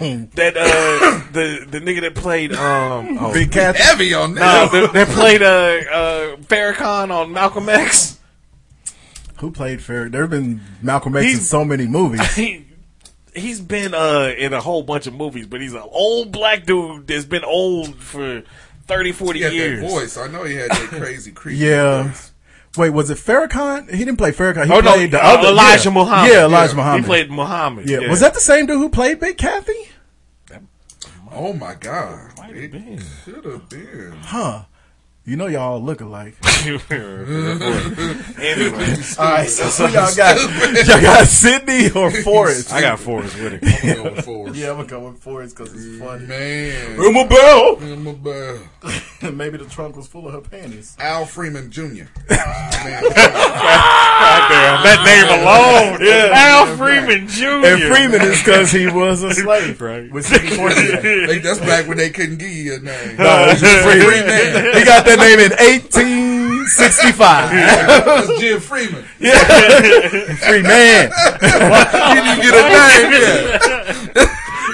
Speaker 10: be?
Speaker 2: wrong.
Speaker 10: That uh, the the nigga that played um, oh,
Speaker 2: Big Cat.
Speaker 9: Heavy on
Speaker 10: No,
Speaker 9: that.
Speaker 10: they, they played uh, uh, Farrakhan on Malcolm X.
Speaker 2: Who played Ferret? There have been Malcolm X in
Speaker 10: He's-
Speaker 2: so many movies.
Speaker 10: He he's been uh, in a whole bunch of movies, but he's an old black dude that's been old for 30, 40
Speaker 9: he had
Speaker 10: years.
Speaker 9: that voice. I know he had that crazy creepy
Speaker 2: Yeah.
Speaker 9: voice.
Speaker 2: Wait, was it Farrakhan? He didn't play Farrakhan. He
Speaker 10: Oh, no,
Speaker 2: played the
Speaker 10: uh,
Speaker 2: other
Speaker 10: Elijah
Speaker 2: yeah.
Speaker 10: Muhammad.
Speaker 2: Yeah, Elijah
Speaker 9: Yeah.
Speaker 2: Muhammad.
Speaker 10: He played Muhammad.
Speaker 2: yeah. was that the same dude who played Big Kathy?
Speaker 9: Oh my God. It
Speaker 10: been.
Speaker 9: should have been.
Speaker 2: Huh. You know y'all look alike.
Speaker 10: anyway?
Speaker 2: All right, so, so y'all got y'all got Sydney or Forrest.
Speaker 10: I got Forrest Whitaker.
Speaker 9: Going forward.
Speaker 2: yeah, I'm gonna go with Forrest because it's funny.
Speaker 9: Man.
Speaker 2: Rumor Bell.
Speaker 9: I'm about
Speaker 2: Maybe the trunk was full of her panties.
Speaker 9: Al Freeman Jr.
Speaker 10: Goddamn, that name alone. Al Freeman Jr.
Speaker 2: And Freeman is because he was a slave, right? With Sidney Poitier.
Speaker 9: They, that's back when they couldn't give you a name.
Speaker 2: No, it's just Freeman.
Speaker 9: Freeman.
Speaker 2: He got that name in 1865.
Speaker 9: That's Jim Freeman.
Speaker 2: Free man.
Speaker 9: You didn't get a name yet.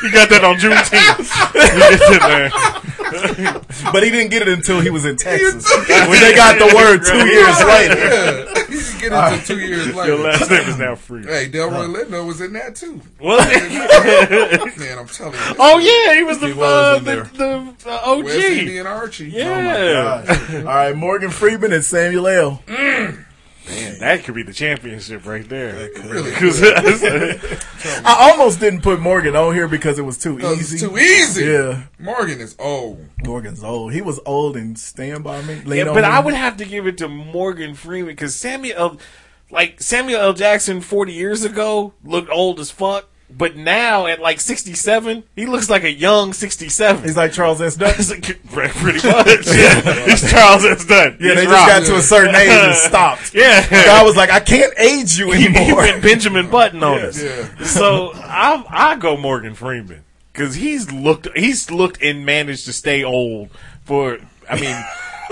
Speaker 10: You got that on Juneteenth.
Speaker 2: But he didn't get it until he was in Texas. when they got the word two years later.
Speaker 9: Yeah, you can get into two years
Speaker 10: Your
Speaker 9: later.
Speaker 10: last name is now free.
Speaker 9: Hey, Delroy Lindo was in that too. Man, I'm telling you.
Speaker 10: Oh yeah, he was the
Speaker 11: He was
Speaker 10: uh,
Speaker 11: in
Speaker 10: the, the, the OG.
Speaker 9: Where's Indy and Archie? Oh,
Speaker 10: yeah,
Speaker 2: All right, Morgan Freeman and Samuel L.
Speaker 10: that could be the championship right there.
Speaker 9: Really?
Speaker 10: 'Cause-
Speaker 2: I almost didn't put Morgan on here because it was too
Speaker 9: No,
Speaker 2: easy.
Speaker 9: It's too easy.
Speaker 2: Yeah.
Speaker 9: Morgan is old.
Speaker 2: Morgan's old. He was old and stand by me. Lean
Speaker 10: yeah,
Speaker 2: on
Speaker 10: but
Speaker 2: Me.
Speaker 10: I would have to give it to Morgan Freeman because Samuel, L- like Samuel L. Jackson, forty years ago looked old as fuck, but now at like sixty-seven, he looks like a young sixty-seven.
Speaker 2: He's like Charles S. Dutton.
Speaker 10: It's like- pretty much. Yeah. He's Charles S. Dunn.
Speaker 2: Yeah, they
Speaker 10: He's
Speaker 2: just
Speaker 10: Rock.
Speaker 2: got to a certain age and stopped.
Speaker 10: Yeah.
Speaker 2: The guy was like, I can't age you
Speaker 10: he, he
Speaker 2: anymore.
Speaker 10: went Benjamin Button on us.
Speaker 9: Yeah.
Speaker 10: So I I go Morgan Freeman because he's looked he's looked and managed to stay old for I mean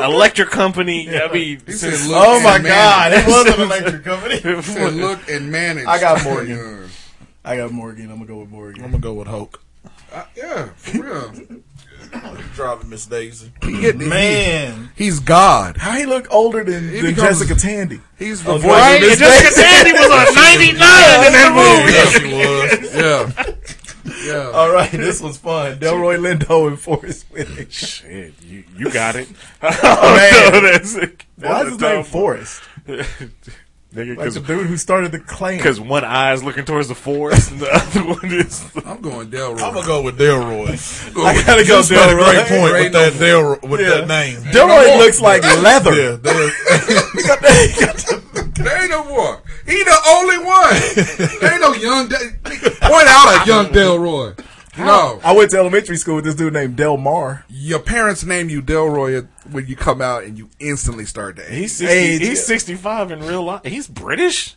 Speaker 10: Electric Company. I mean
Speaker 9: He said,
Speaker 10: since-
Speaker 9: look
Speaker 2: Oh
Speaker 9: and
Speaker 2: my God.
Speaker 9: manage.
Speaker 2: It was an electric company.
Speaker 9: He said, look and manage.
Speaker 2: I got
Speaker 9: Yeah.
Speaker 2: Morgan. I got Morgan. I'm going to go with Morgan.
Speaker 11: I'm gonna go with Hulk.
Speaker 9: I- yeah, for real.
Speaker 11: driving Miss Daisy.
Speaker 2: Man. he's God. How he look older than, than
Speaker 11: becomes-
Speaker 2: Jessica Oh, Tandy?
Speaker 11: He's
Speaker 2: the
Speaker 10: Right? And Jessica Tandy was on 99 in that movie.
Speaker 2: Yeah. Um,
Speaker 9: Yeah.
Speaker 2: All right, this was fun. Delroy Lindo and Forrest Whitaker.
Speaker 10: Shit, you, you got it.
Speaker 2: Oh, man.
Speaker 10: that's it.
Speaker 2: Why is his name Forrest?
Speaker 10: Nigga,
Speaker 2: Like
Speaker 10: cause,
Speaker 2: the dude who started the clan.
Speaker 10: 'cause one eye is looking towards the forest and the other one is.
Speaker 9: I'm going Delroy.
Speaker 11: I'm gonna go with Delroy.
Speaker 9: Go with-
Speaker 11: gotta
Speaker 10: go
Speaker 11: made a
Speaker 10: Delroy.
Speaker 11: great point
Speaker 9: Great
Speaker 11: with that Delroy with
Speaker 2: Yeah.
Speaker 11: that name.
Speaker 2: Delroy looks like leather.
Speaker 11: Yeah, Delroy.
Speaker 9: There ain't no more. He the only one. there ain't no young. De- point out a young Delroy. No,
Speaker 2: I went to elementary school with this dude named Del Mar.
Speaker 9: your parents name you Delroy when you come out, and you instantly start to age.
Speaker 10: He's 60,
Speaker 2: Age.
Speaker 10: he's 65 in real life. He's British?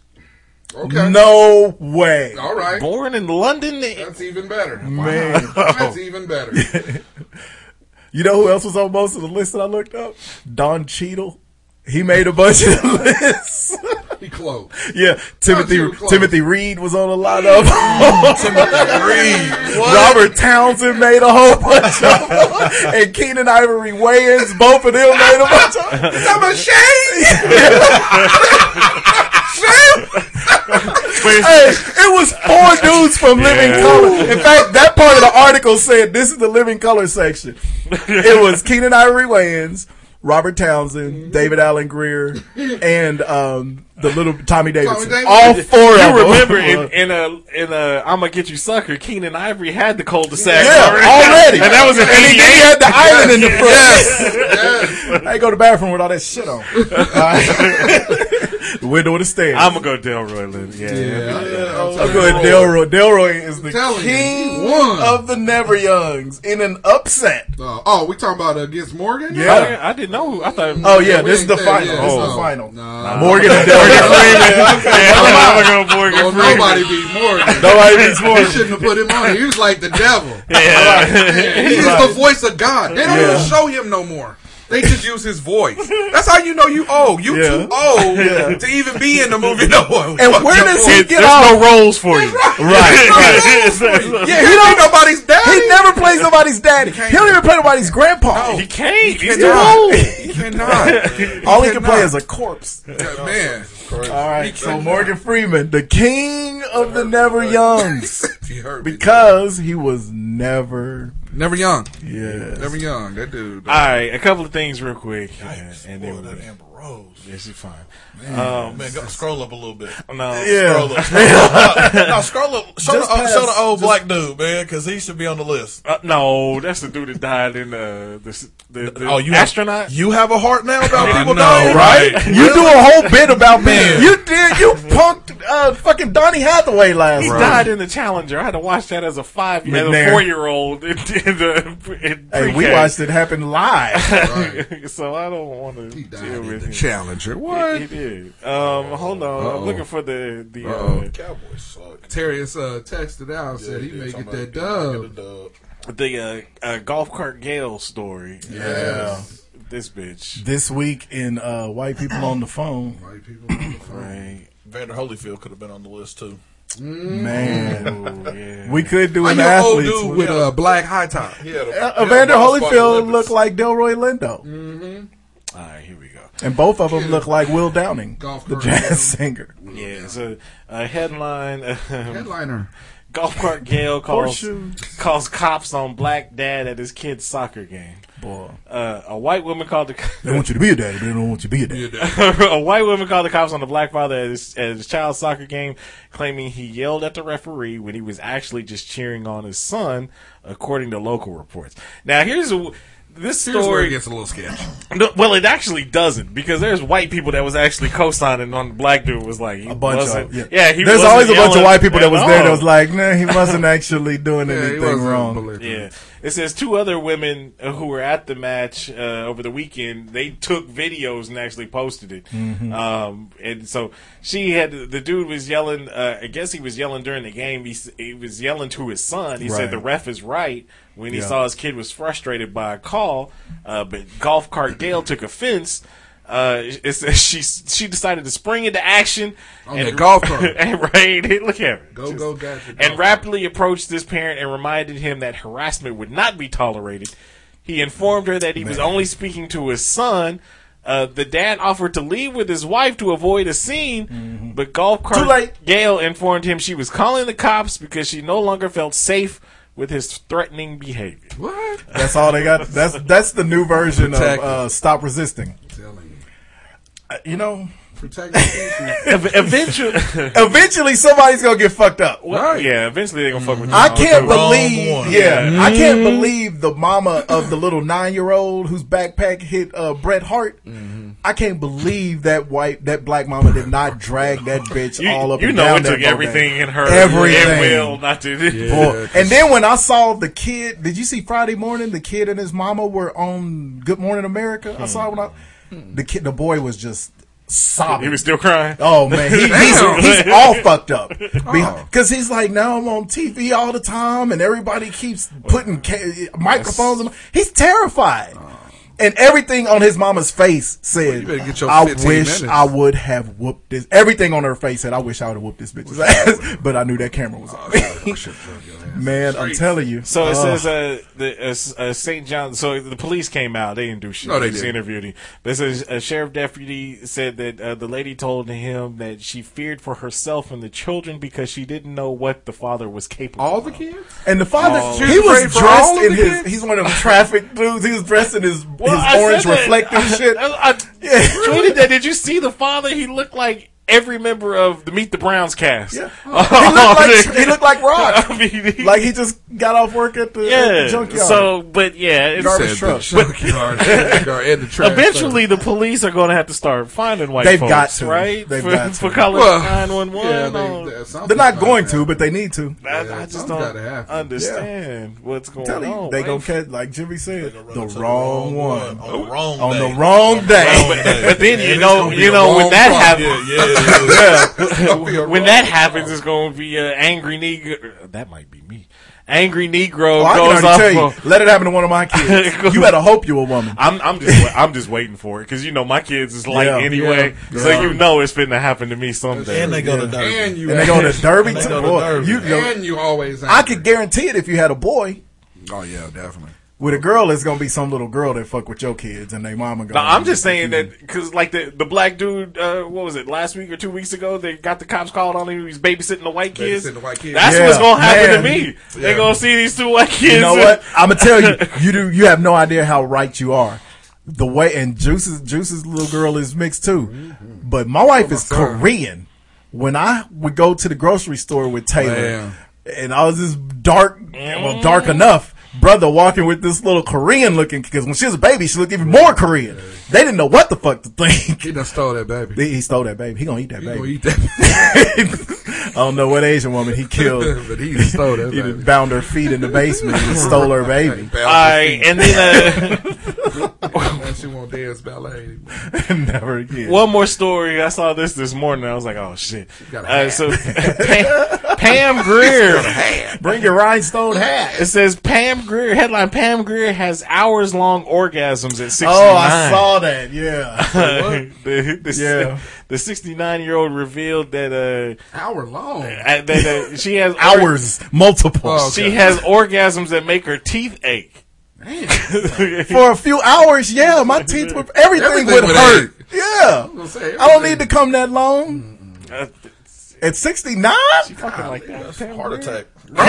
Speaker 9: Okay,
Speaker 2: No way.
Speaker 9: all right,
Speaker 10: Born in London?
Speaker 9: that's even better.
Speaker 2: Man.
Speaker 9: that's even better.
Speaker 2: You know who else was on most of the list that I looked up? Don Cheadle. He made a bunch of the lists.
Speaker 9: He close.
Speaker 2: yeah, Timothy
Speaker 9: Cheadle close.
Speaker 2: Timothy Reed was on a lot of them.
Speaker 11: Reed.
Speaker 2: Robert Townsend made a whole bunch of them. and Keenan Ivory Wayans, both of them made a bunch of them.
Speaker 9: I'm ashamed.
Speaker 2: Hey, it was four dudes from Living Color. In fact, that part of the article said this is the Living Color section. It was Keenan Ivory Wayans, Robert
Speaker 9: Mm-hmm.
Speaker 2: Townsend, David Allen Greer, and um, the little Tommy Davidson.
Speaker 9: Davidson.
Speaker 2: All four of
Speaker 10: You
Speaker 2: them.
Speaker 10: remember in, in a in a I'm gonna get you sucker. Keenan Ivory had the cul-de-sac.
Speaker 2: yeah, already.
Speaker 10: and that was
Speaker 2: and
Speaker 10: in
Speaker 2: he, then he had the island in the
Speaker 10: '88.
Speaker 2: front. I go to the bathroom with all that shit on. Uh, The window of the stairs.
Speaker 10: I'm gonna go Delroy Lindo. Yeah,
Speaker 2: I'm going Delroy. Delroy is the
Speaker 9: telling you, he
Speaker 2: Oh, king
Speaker 9: won.
Speaker 2: of the Never Youngs in an upset.
Speaker 9: Uh, oh, we talking about uh, against Morgan?
Speaker 10: I,
Speaker 2: Yeah.
Speaker 10: didn't, I didn't know. Who, I thought.
Speaker 2: Oh yeah, this is
Speaker 9: ain't
Speaker 2: the
Speaker 9: there
Speaker 2: final.
Speaker 9: yet.
Speaker 2: This is
Speaker 9: Oh.
Speaker 2: the final.
Speaker 9: Nah.
Speaker 2: Morgan and Delroy.
Speaker 10: yeah, I'm gonna go Morgan
Speaker 9: Well,
Speaker 10: Freeman.
Speaker 9: nobody beat Morgan.
Speaker 2: Nobody beats
Speaker 9: They
Speaker 2: Morgan.
Speaker 9: shouldn't have put him on. He was like the devil.
Speaker 10: Yeah.
Speaker 9: He's the voice of God. They don't even show him no more. They just use his voice. That's how you know you old. You
Speaker 2: Yeah.
Speaker 9: too old to even be in the movie. No one.
Speaker 2: And where does he
Speaker 10: It-
Speaker 2: get
Speaker 10: there's
Speaker 2: off?
Speaker 10: no roles for you. Right.
Speaker 9: Yeah, he don't be nobody's daddy.
Speaker 2: He never plays nobody's daddy. He don't even play nobody's grandpa.
Speaker 10: He can't. He's too
Speaker 9: cannot.
Speaker 10: old.
Speaker 9: He cannot.
Speaker 2: All he can play is a corpse.
Speaker 9: Yeah, man.
Speaker 2: All right. So Morgan Freeman, the king of the Never Youngs,
Speaker 9: You heard me.
Speaker 2: because he was never.
Speaker 9: Never young.
Speaker 2: Yeah.
Speaker 9: Never young. That dude.
Speaker 10: All right, a couple of things real quick, and then
Speaker 11: Boy,
Speaker 10: we'll
Speaker 11: that Amber Rose.
Speaker 10: Yes, you fine.
Speaker 11: Oh man, go, scroll up a little bit.
Speaker 10: No,
Speaker 2: Yeah.
Speaker 11: Scroll up. Scroll up. no, scroll up. Show,
Speaker 2: Just
Speaker 11: the, uh,
Speaker 2: pass-
Speaker 11: show the old black dude, man, because he should be on the list.
Speaker 10: uh, no, that's the dude that died in uh, the the, the
Speaker 11: Oh, you
Speaker 10: astronaut.
Speaker 11: Have, you have a heart now about
Speaker 10: I
Speaker 11: people
Speaker 10: know,
Speaker 11: dying,
Speaker 10: right?
Speaker 2: You do a whole bit about me.
Speaker 11: Man.
Speaker 2: You did. You punked uh, fucking Donnie Hathaway last
Speaker 10: He
Speaker 2: night.
Speaker 10: died in the Challenger. I had to watch that as a five, as a
Speaker 2: McNair.
Speaker 10: four year old. In, in the, in
Speaker 2: Hey, we
Speaker 10: pre-K.
Speaker 2: watched it happen live.
Speaker 10: so I don't want to deal
Speaker 9: died in
Speaker 10: with
Speaker 9: the
Speaker 10: him.
Speaker 9: Challenger. What?
Speaker 10: He did. Um, hold on, I'm looking for the the.
Speaker 9: Uh-oh.
Speaker 10: Uh,
Speaker 11: Cowboys suck.
Speaker 9: Terrence uh, texted out and said he may get that dub.
Speaker 10: the uh, uh, golf cart Gale story.
Speaker 9: Yeah.
Speaker 10: This bitch.
Speaker 2: This week in uh, White People on the Phone,
Speaker 9: White people on the phone.
Speaker 10: Right.
Speaker 11: Vander Holyfield could have been on the list too.
Speaker 2: man,
Speaker 10: Oh, yeah.
Speaker 2: we could do
Speaker 9: Why
Speaker 2: an
Speaker 9: you old
Speaker 2: athlete.
Speaker 9: dude with a black high top?
Speaker 11: He had a,
Speaker 2: Evander Holyfield Mm-hmm. looked like Delroy Lindo,
Speaker 10: All right, here we go.
Speaker 2: and both of them look like Will Downing,
Speaker 9: Golf
Speaker 2: the
Speaker 9: cart.
Speaker 2: jazz singer.
Speaker 10: Yeah, it's a, a headline. um,
Speaker 9: Headliner.
Speaker 10: golf cart Gale calls
Speaker 2: Horseshoes.
Speaker 10: calls cops on black dad at his kid's soccer game.
Speaker 2: Boy,
Speaker 10: Uh, a white woman called the.
Speaker 2: they want you to be a daddy, but they don't want you to be a daddy.
Speaker 10: a white woman called the cops on the black father at his, at his child's soccer game, claiming he yelled at the referee when he was actually just cheering on his son, according to local reports. Now, here's a, this
Speaker 9: Here's where it
Speaker 10: story.
Speaker 9: gets a little sketchy.
Speaker 10: No, well, it actually doesn't because there's white people that was actually co-signing on the black dude was like he
Speaker 2: A bunch
Speaker 10: wasn't,
Speaker 2: of yeah.
Speaker 10: yeah he
Speaker 2: There's
Speaker 10: wasn't
Speaker 2: always a bunch of
Speaker 10: yelling
Speaker 2: white people that
Speaker 10: at
Speaker 2: was there that
Speaker 10: all.
Speaker 2: was like, nah, he wasn't actually doing anything wrong.
Speaker 10: Yeah. It says two other women uh, who were at the match uh, over the weekend. They took videos and actually posted it.
Speaker 2: Mm-hmm.
Speaker 10: Um, and so she had the dude was yelling. Uh, I guess he was yelling during the game. He, s- he was yelling to his son. He
Speaker 2: Right.
Speaker 10: said the ref is right when he
Speaker 2: Yeah.
Speaker 10: saw his kid was frustrated by a call. Uh, but golf cart Dale took offense. Uh, it says she she decided to spring into action
Speaker 9: On the golf cart.
Speaker 10: and right, look at her.
Speaker 9: Go, go, gotcha,
Speaker 10: And
Speaker 9: golf
Speaker 10: rapidly approached this parent and reminded him that harassment would not be tolerated. He informed her that he was only speaking to his son. Uh, the dad offered to leave with his wife to avoid a scene,
Speaker 2: Mm-hmm.
Speaker 10: but golf cart Gail informed him she was calling the cops because she no longer felt safe with his threatening behavior.
Speaker 9: What?
Speaker 2: That's all they got. That's that's the new version of
Speaker 10: Protect.
Speaker 2: uh, stop resisting. Uh, You know,
Speaker 9: protect.
Speaker 10: eventually,
Speaker 2: eventually somebody's gonna get fucked up.
Speaker 10: Yeah, eventually they're gonna fuck with. you.
Speaker 2: Mm-hmm. I can't
Speaker 10: Wrong
Speaker 2: believe,
Speaker 10: one.
Speaker 2: yeah, I can't
Speaker 10: Mhm.
Speaker 2: believe the mama of the little nine year old whose backpack hit uh, Bret Hart.
Speaker 10: Mm-hmm.
Speaker 2: I can't believe that white, that black mama did not drag that bitch all up.
Speaker 10: you
Speaker 2: and
Speaker 10: know
Speaker 2: down
Speaker 10: it
Speaker 2: that
Speaker 10: took
Speaker 2: goddamn-
Speaker 10: everything in her
Speaker 2: everything.
Speaker 10: and will not to do.
Speaker 2: Boy. And then when I saw the kid, did you see Friday morning? The kid and his mama were on Good Morning America. I saw it when I, the kid, the boy was just sobbing.
Speaker 10: Hmm. He was still crying.
Speaker 2: Oh man, he, he's,
Speaker 10: Damn. Oh.
Speaker 2: he's all fucked up because he's like, now I'm on TV all the time, and everybody keeps putting ca- microphones. In my-" He's terrified,
Speaker 10: Oh.
Speaker 2: and everything on his mama's face said,
Speaker 9: better get your
Speaker 2: "I
Speaker 9: 15
Speaker 2: wish
Speaker 9: minutes."
Speaker 2: I would have whooped this." Everything on her face said, "I wish I would have whooped this bitch's ass," but I knew that camera
Speaker 10: Oh,
Speaker 2: was
Speaker 9: Oh,
Speaker 2: on. man, I'm telling you.
Speaker 10: So
Speaker 2: Oh.
Speaker 10: it says uh, the uh, S- uh, St. John. So the police came out. They didn't do shit.
Speaker 2: No, they
Speaker 10: just
Speaker 2: didn't.
Speaker 10: interviewed him. But it says a sheriff deputy said that uh, the lady told him that she feared for herself and the children because she didn't know what the father was capable.
Speaker 9: All the kids.
Speaker 2: And the father,
Speaker 10: Oh.
Speaker 2: he was
Speaker 10: She's afraid for all
Speaker 2: dressed
Speaker 10: of
Speaker 2: in
Speaker 10: the
Speaker 2: his.
Speaker 10: kids?
Speaker 2: He's one of them traffic dudes. He was dressed in his
Speaker 10: Well, I
Speaker 2: his
Speaker 10: said
Speaker 2: orange
Speaker 10: that-
Speaker 2: reflective
Speaker 10: I-
Speaker 2: shit.
Speaker 10: I, I tweeted that. Did you see the father? He looked like every member of the Meet the Browns cast. Yeah.
Speaker 2: he, looked like, he looked like Rock. Oh, like he just got off work at the, at the
Speaker 10: Yeah.
Speaker 2: junkyard.
Speaker 10: So, but yeah, it's
Speaker 2: Garbage truck.
Speaker 10: But-
Speaker 9: junkyard, junkyard, and the trash
Speaker 10: Eventually, the police are going to have to start finding white
Speaker 2: They've
Speaker 10: folks,
Speaker 2: got to.
Speaker 10: right?
Speaker 2: They've
Speaker 10: for,
Speaker 2: got
Speaker 10: for
Speaker 2: to.
Speaker 10: calling
Speaker 2: Well,
Speaker 10: nine one
Speaker 2: yeah,
Speaker 10: one.
Speaker 2: they-
Speaker 10: They're
Speaker 2: They're not going to, but they need to.
Speaker 10: I, I just
Speaker 9: something's
Speaker 10: don't
Speaker 9: gotta happen.
Speaker 10: understand what's going
Speaker 2: Tell you,
Speaker 10: on.
Speaker 2: they
Speaker 10: right?
Speaker 2: gonna catch like Jimmy said, the wrong
Speaker 11: on
Speaker 2: one
Speaker 11: the wrong
Speaker 2: on
Speaker 11: day.
Speaker 2: the wrong day.
Speaker 10: but then
Speaker 11: Yeah,
Speaker 10: you
Speaker 11: it's
Speaker 10: know,
Speaker 11: gonna be
Speaker 10: you
Speaker 11: a
Speaker 10: know
Speaker 11: wrong
Speaker 10: when that
Speaker 11: problem.
Speaker 10: happens.
Speaker 11: Yeah, yeah, yeah. It's gonna be a
Speaker 10: Yeah. when
Speaker 11: wrong
Speaker 10: that happens, it's going to be an angry negro. That might be me. Angry negro
Speaker 2: Well, Oh, I
Speaker 10: goes
Speaker 2: can
Speaker 10: off.
Speaker 2: already tell you,
Speaker 10: of-
Speaker 2: let it happen to one of my kids. you better hope you a woman.
Speaker 10: I'm I'm just wa- I'm just waiting for it because you know my kids is light
Speaker 2: Yeah,
Speaker 10: anyway,
Speaker 2: yeah,
Speaker 10: so
Speaker 2: yeah.
Speaker 10: you know it's finna happen to me someday.
Speaker 11: And they go to Derby.
Speaker 9: And you
Speaker 2: And they go to Derby.
Speaker 11: They
Speaker 2: too.
Speaker 11: go to
Speaker 2: Boy,
Speaker 11: Derby.
Speaker 2: you- you-
Speaker 9: And you always.
Speaker 2: I could guarantee it if you had a boy.
Speaker 9: Oh yeah, definitely.
Speaker 2: With a girl, it's gonna be some little girl that fuck with your kids and they mama.
Speaker 10: No,
Speaker 2: gonna-
Speaker 10: I'm just saying that because like the the black dude, uh, what was it last week or two weeks ago? They got the cops called on him. He was babysitting the white kids.
Speaker 9: Babysitting the white kids.
Speaker 10: That's
Speaker 2: Yeah,
Speaker 10: what's gonna
Speaker 2: man.
Speaker 10: happen to me. They gonna see these two white kids.
Speaker 2: You know what? I'm gonna tell you. You do. You have no idea how right you are. The way and Juice's Juice's little girl is mixed too,
Speaker 9: Mm-hmm.
Speaker 2: but my
Speaker 9: Oh
Speaker 2: wife is Korean. When I would go to the grocery store with Taylor,
Speaker 9: Man.
Speaker 2: and I was this dark, well,
Speaker 9: Mm.
Speaker 2: dark enough brother walking with this little Korean looking because when she was a baby, she looked even more Korean. They didn't know what the fuck to think.
Speaker 9: He done stole that baby.
Speaker 2: He stole that baby. He gonna eat that
Speaker 9: He
Speaker 2: baby.
Speaker 9: gonna eat that.
Speaker 2: I don't know what Asian woman he killed.
Speaker 9: But he stole that
Speaker 2: He
Speaker 9: baby.
Speaker 2: just bound her feet in the basement and stole her baby.
Speaker 9: Bound her
Speaker 10: Alright,
Speaker 9: feet.
Speaker 10: and then, uh,
Speaker 9: Now she won't dance ballet anymore.
Speaker 2: Never again.
Speaker 10: One more story. I saw this this morning. I was like, oh shit.
Speaker 9: got a
Speaker 10: Uh, so Pam, Pam Greer.
Speaker 2: Bring your rhinestone hat.
Speaker 10: It says Pam Greer headline. Pam Greer has hours long orgasms at 69.
Speaker 2: Oh, I saw that. Yeah.
Speaker 10: the, the,
Speaker 2: Yeah.
Speaker 10: the 69 year old revealed that uh,
Speaker 9: Hour long.
Speaker 10: uh, that uh, she has
Speaker 2: Hours, multiple.
Speaker 10: She has orgasms that make her teeth ache.
Speaker 2: For a few hours, yeah, my teeth would everything,
Speaker 10: Everything
Speaker 2: would
Speaker 10: would
Speaker 2: hurt.
Speaker 10: ache.
Speaker 2: Yeah.
Speaker 9: gonna say,
Speaker 2: I don't need to come that long.
Speaker 10: Uh,
Speaker 2: At 69?
Speaker 10: fucking like that. Pam
Speaker 11: Heart attack.
Speaker 2: Yeah,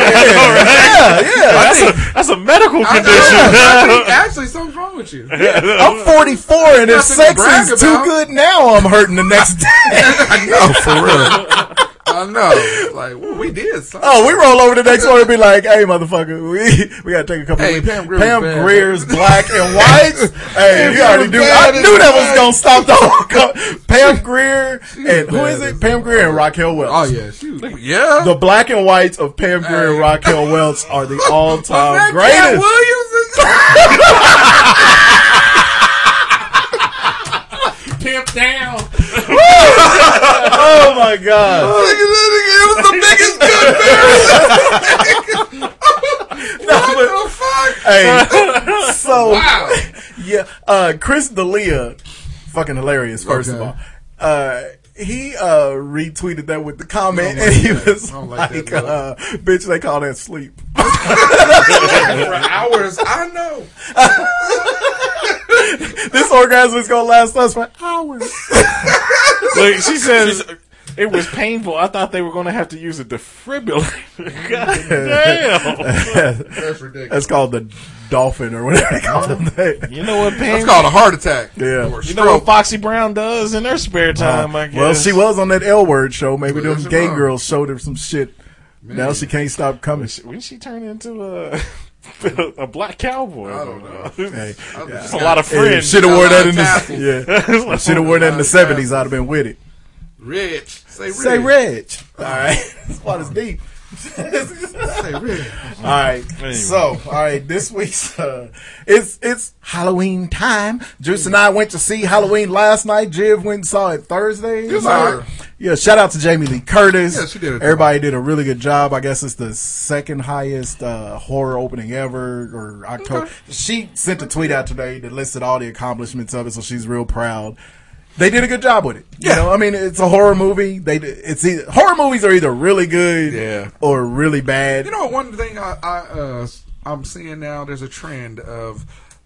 Speaker 2: yeah.
Speaker 10: That's a that's a medical
Speaker 9: I know. I think
Speaker 10: condition.
Speaker 9: actually, something's wrong with you.
Speaker 2: I'm 44, and if
Speaker 9: Nothing to
Speaker 2: sex
Speaker 9: brag
Speaker 2: is too
Speaker 9: about.
Speaker 2: good now, I'm hurting the next day.
Speaker 9: I know for real. I know. Like well, we did. Something.
Speaker 2: Oh, we roll over the next one and be like, "Hey, motherfucker, we, we gotta take a couple."
Speaker 9: Hey,
Speaker 2: weeks.
Speaker 9: Pam Greer's bad.
Speaker 2: Greer's black and white. hey,
Speaker 9: Pam
Speaker 2: you already
Speaker 9: Greer's
Speaker 2: knew. I
Speaker 9: bad
Speaker 2: knew
Speaker 9: as
Speaker 2: that was gonna stop
Speaker 9: fuck.
Speaker 2: the whole. Co- Pam Greer and who
Speaker 9: bad
Speaker 2: is
Speaker 9: as
Speaker 2: it? Pam Greer and Raquel Welch.
Speaker 9: Oh yeah, she was, yeah.
Speaker 2: The black and whites of Pam Greer and Raquel Welch are the all-time
Speaker 9: That Cat
Speaker 2: greatest.
Speaker 9: Williams is
Speaker 10: Pimp down.
Speaker 2: oh my god!
Speaker 9: It was the biggest good What the fuck?
Speaker 2: Hey, so
Speaker 9: Wow.
Speaker 2: yeah, uh, Chris D'Elia, fucking hilarious. First of
Speaker 9: Okay.
Speaker 2: all, uh, he uh, retweeted that with the comment, and he was
Speaker 9: I don't
Speaker 2: like,
Speaker 9: like that,
Speaker 2: uh, "Bitch, they call that sleep."
Speaker 9: for hours. I know.
Speaker 2: this orgasm is gonna last us for hours.
Speaker 10: Look, she says it was painful. I thought they were going to have to use a defibrillator. God damn.
Speaker 9: That's ridiculous.
Speaker 2: That's called the dolphin or whatever they call them.
Speaker 10: You know what pain?
Speaker 9: That's called a heart attack.
Speaker 2: Yeah.
Speaker 9: Or a
Speaker 10: You know what
Speaker 9: stroke.
Speaker 10: Foxy Brown does in her spare time, I guess.
Speaker 2: Uh, Well, she was on that L word show. Maybe
Speaker 9: Yeah,
Speaker 2: them
Speaker 9: she
Speaker 2: gay
Speaker 9: was.
Speaker 2: girls showed her some shit. Now she can't stop coming.
Speaker 10: When she turned into a, a black cowboy.
Speaker 9: I don't know.
Speaker 2: Hey,
Speaker 9: I just
Speaker 10: a
Speaker 9: got
Speaker 10: lot of friends.
Speaker 2: should have wore that in
Speaker 9: Tassel.
Speaker 2: the yeah. should have worn that in the seventies. I'd have been with it.
Speaker 9: Rich. Say rich.
Speaker 2: Say Reg. All right, this part is deep.
Speaker 9: Say rich.
Speaker 2: All right.
Speaker 10: Anyway.
Speaker 2: So, all right, this week's uh, it's it's Halloween time. Juice and I went to see Halloween last night. Jiv went and saw it Thursday.
Speaker 9: Yes,
Speaker 2: night.
Speaker 9: sir.
Speaker 2: Yeah, shout out to Jamie Lee Curtis.
Speaker 9: Yeah, she did it.
Speaker 2: Everybody did a really good job. I guess it's the second highest uh, horror opening ever or October. She sent a tweet out today that listed all the accomplishments of it, so she's real proud. They did a good job with it. You know, I mean, it's a horror movie. They it's either, horror movies are either really good
Speaker 9: Yeah.
Speaker 2: or really bad.
Speaker 9: You know, one thing I, I uh, I'm seeing now. There's a trend of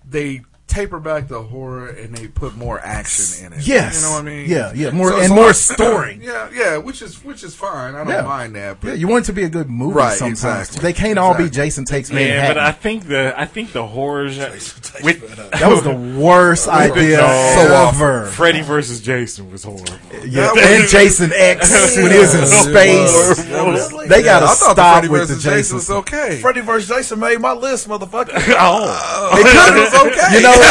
Speaker 9: they taper back the horror and they put more action in it.
Speaker 2: Yes.
Speaker 9: you know what I mean.
Speaker 2: Yeah, yeah, more-
Speaker 9: it's
Speaker 2: and
Speaker 9: a
Speaker 2: more story.
Speaker 9: yeah, yeah, which is which is fine. I don't
Speaker 2: Yeah.
Speaker 9: mind that. But
Speaker 2: Yeah, you want it to be a good movie
Speaker 9: Right,
Speaker 2: sometimes.
Speaker 9: exactly.
Speaker 2: They can't all be
Speaker 9: Exactly.
Speaker 2: Jason Takes
Speaker 10: Yeah,
Speaker 2: Manhattan.
Speaker 10: but I think the I think the horror gen- with
Speaker 2: that was the worst idea
Speaker 10: No.
Speaker 2: ever.
Speaker 10: Freddy versus Jason was horrible.
Speaker 2: Yeah,
Speaker 9: That
Speaker 2: and
Speaker 9: was-
Speaker 2: Jason X when he was in space. They gotta
Speaker 9: I thought
Speaker 2: stop
Speaker 9: the Freddy
Speaker 2: with the
Speaker 9: versus
Speaker 2: Jason.
Speaker 9: Jason was okay.
Speaker 11: Freddy vs. Jason made my list, motherfucker.
Speaker 10: Oh,
Speaker 2: It could've-
Speaker 9: It was okay.
Speaker 2: You know,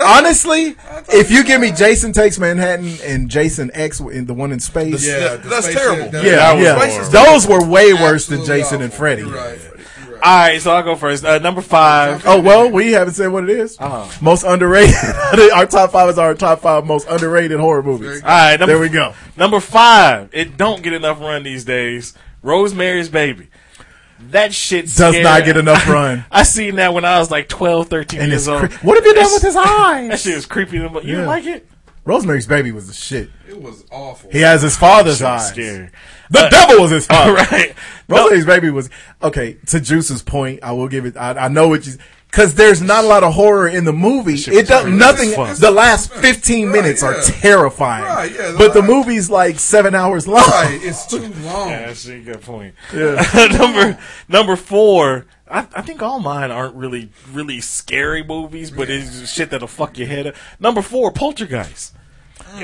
Speaker 2: honestly, if you give me Jason Takes Manhattan and Jason X in the one in space,
Speaker 11: Yeah,
Speaker 9: the
Speaker 11: that's
Speaker 9: spaceship,
Speaker 11: terrible.
Speaker 9: that-
Speaker 2: yeah,
Speaker 10: that was
Speaker 2: yeah.
Speaker 10: horrible.
Speaker 2: those were way worse than
Speaker 9: Absolutely
Speaker 2: Jason and
Speaker 9: awful.
Speaker 2: Freddy.
Speaker 9: You're right. Freddy. You're right.
Speaker 10: all right. So I'll go first. Uh, number five.
Speaker 2: Oh well, we haven't said what it is. Most underrated. our top five is our top five most underrated horror movies.
Speaker 10: All right. Number,
Speaker 2: There we go.
Speaker 10: Number five. It don't get enough run these days. Rosemary's Baby. That shit
Speaker 2: Does
Speaker 10: scared-
Speaker 2: not get enough run.
Speaker 10: I seen that when I was like 12, 13
Speaker 2: And
Speaker 10: years
Speaker 2: it's
Speaker 10: old.
Speaker 2: cre- what have you done
Speaker 10: That's-
Speaker 2: with his
Speaker 10: That
Speaker 2: eyes?
Speaker 10: shit is creepy. You
Speaker 2: Yeah.
Speaker 10: didn't like it?
Speaker 2: Rosemary's Baby was the shit.
Speaker 9: It was awful.
Speaker 2: He has his father's
Speaker 10: Shit was
Speaker 2: eyes.
Speaker 10: scary.
Speaker 2: The devil was his father.
Speaker 10: right.
Speaker 2: Rosemary's Baby was okay. To Juice's point, I will give it. I, I know what you because there's not a lot of horror in the movie. It does nothing.
Speaker 10: fun.
Speaker 2: The last 15
Speaker 9: Right,
Speaker 2: minutes are
Speaker 9: yeah.
Speaker 2: terrifying.
Speaker 9: Right, yeah,
Speaker 2: but the
Speaker 9: like-
Speaker 2: movie's like seven hours long.
Speaker 9: Right, it's too long.
Speaker 10: Yeah, that's a good point. number number four. I, I think all mine aren't really really scary movies, but it's shit that'll fuck your head up. Number four, Poltergeist.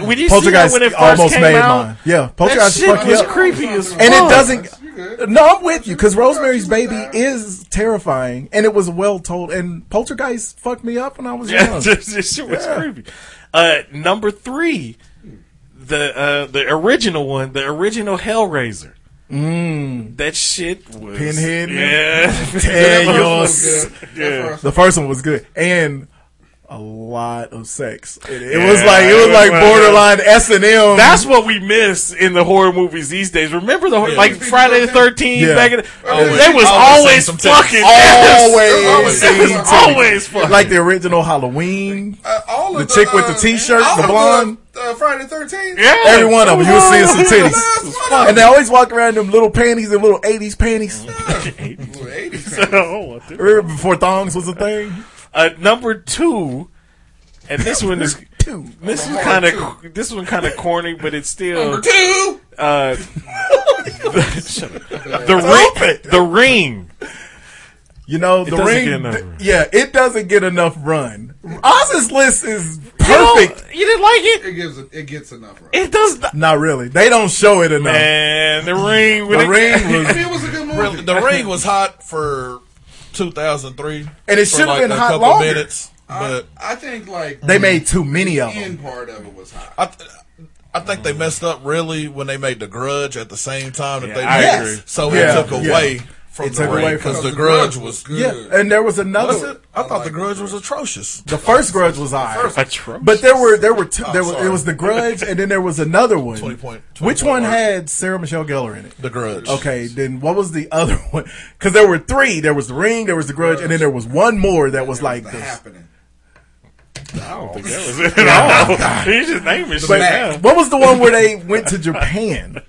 Speaker 10: When you
Speaker 2: Poltergeist
Speaker 10: see that when it first
Speaker 2: almost
Speaker 10: came
Speaker 2: made
Speaker 10: out,
Speaker 2: mine. Yeah,
Speaker 10: that
Speaker 2: Poltergeist
Speaker 10: shit
Speaker 2: fucked me
Speaker 10: was
Speaker 2: up.
Speaker 10: creepy as fuck.
Speaker 2: and it
Speaker 9: You
Speaker 2: doesn't.
Speaker 9: good?
Speaker 2: No, I'm with you because Rosemary's
Speaker 9: you
Speaker 2: Baby
Speaker 9: with that.
Speaker 2: is terrifying, and it was well told. And Poltergeist fucked me up when I was
Speaker 10: Yeah,
Speaker 2: young.
Speaker 10: this, this shit was creepy. Uh, number three, the uh, the original one, the original Hellraiser. Mm. That shit was
Speaker 2: Pinhead?
Speaker 10: Yeah,
Speaker 2: And
Speaker 9: That was
Speaker 2: yours.
Speaker 9: good. That first
Speaker 2: The first one was good, and a lot of sex. It, it was
Speaker 10: Yeah,
Speaker 2: like it was
Speaker 10: it
Speaker 2: like
Speaker 10: was-
Speaker 2: borderline S and M.
Speaker 10: That's what we miss in the horror movies these days. Remember the hor like Friday the Thirteenth
Speaker 2: Yeah.
Speaker 10: back in the,
Speaker 9: Always.
Speaker 10: they was
Speaker 11: Always
Speaker 10: always,
Speaker 11: some titties.
Speaker 10: fucking
Speaker 2: always
Speaker 10: It was
Speaker 2: seen
Speaker 10: always fucking
Speaker 2: like the original Halloween.
Speaker 9: Uh, all
Speaker 2: The
Speaker 9: of
Speaker 2: chick with the
Speaker 9: uh,
Speaker 2: t-shirt,
Speaker 9: all
Speaker 2: the
Speaker 9: of
Speaker 2: blonde.
Speaker 9: uh, Friday Thirteenth.
Speaker 10: yeah.
Speaker 2: Every one of them, you was seeing some
Speaker 9: Last
Speaker 2: titties.
Speaker 9: one of
Speaker 2: And they always walk around in them little panties and little eighties panties.
Speaker 9: them. 80s.
Speaker 10: Oh, dude.
Speaker 2: Remember before thongs was a thing?
Speaker 10: uh, number two, and this one is
Speaker 2: Two.
Speaker 10: this one kind of this one kind of corny, but it's still
Speaker 9: Two.
Speaker 10: uh, the, shut up. the ring. The ring.
Speaker 2: You know, the
Speaker 10: doesn't
Speaker 2: ring.
Speaker 10: get enough
Speaker 2: th-
Speaker 10: run.
Speaker 2: yeah, it doesn't get enough run. Oz's list is perfect.
Speaker 10: You, didn't like it?
Speaker 9: It gives. A, it gets enough. Right?
Speaker 10: It does. Not.
Speaker 2: Not really. They don't show it enough.
Speaker 10: Man, the ring. when
Speaker 2: The
Speaker 10: it-
Speaker 2: ring
Speaker 9: I
Speaker 2: was,
Speaker 9: mean, it was a good movie.
Speaker 11: Really, the ring was hot for 2003,
Speaker 2: And it
Speaker 11: for
Speaker 2: should've been
Speaker 11: a
Speaker 2: hot
Speaker 11: couple
Speaker 2: longer.
Speaker 11: Minutes, but
Speaker 9: I, I think like
Speaker 2: they made too many of
Speaker 9: the
Speaker 2: them.
Speaker 9: end part of it was hot.
Speaker 11: I, th- I think they messed up really when they made the Grudge at the same time that
Speaker 10: Yeah,
Speaker 11: they
Speaker 10: I
Speaker 11: made.
Speaker 10: agree.
Speaker 11: So
Speaker 2: Yeah,
Speaker 11: it took
Speaker 2: yeah.
Speaker 11: away from
Speaker 2: It
Speaker 11: the
Speaker 2: took
Speaker 11: ring
Speaker 2: away from-
Speaker 11: because the Grudge was good.
Speaker 2: Yeah, and there was another.
Speaker 11: Was it? I, thought the Grudge was atrocious.
Speaker 2: The first Grudge was I.
Speaker 10: Atrocious.
Speaker 2: But there were there were two.
Speaker 11: Oh,
Speaker 2: there was,
Speaker 11: sorry.
Speaker 2: it was the Grudge, and then there was another one.
Speaker 11: 20 point- 20
Speaker 2: Which
Speaker 11: point
Speaker 2: one
Speaker 11: mark.
Speaker 2: had Sarah Michelle Gellar in it?
Speaker 11: The Grudge.
Speaker 2: Okay, then what was the other one? Because there were three. There was the Ring, there was the Grudge, and then there was one more that was like
Speaker 9: the
Speaker 2: this.
Speaker 9: happening.
Speaker 10: That was it. No. He's just naming shit
Speaker 2: But
Speaker 10: now.
Speaker 2: what was the one where they went to Japan?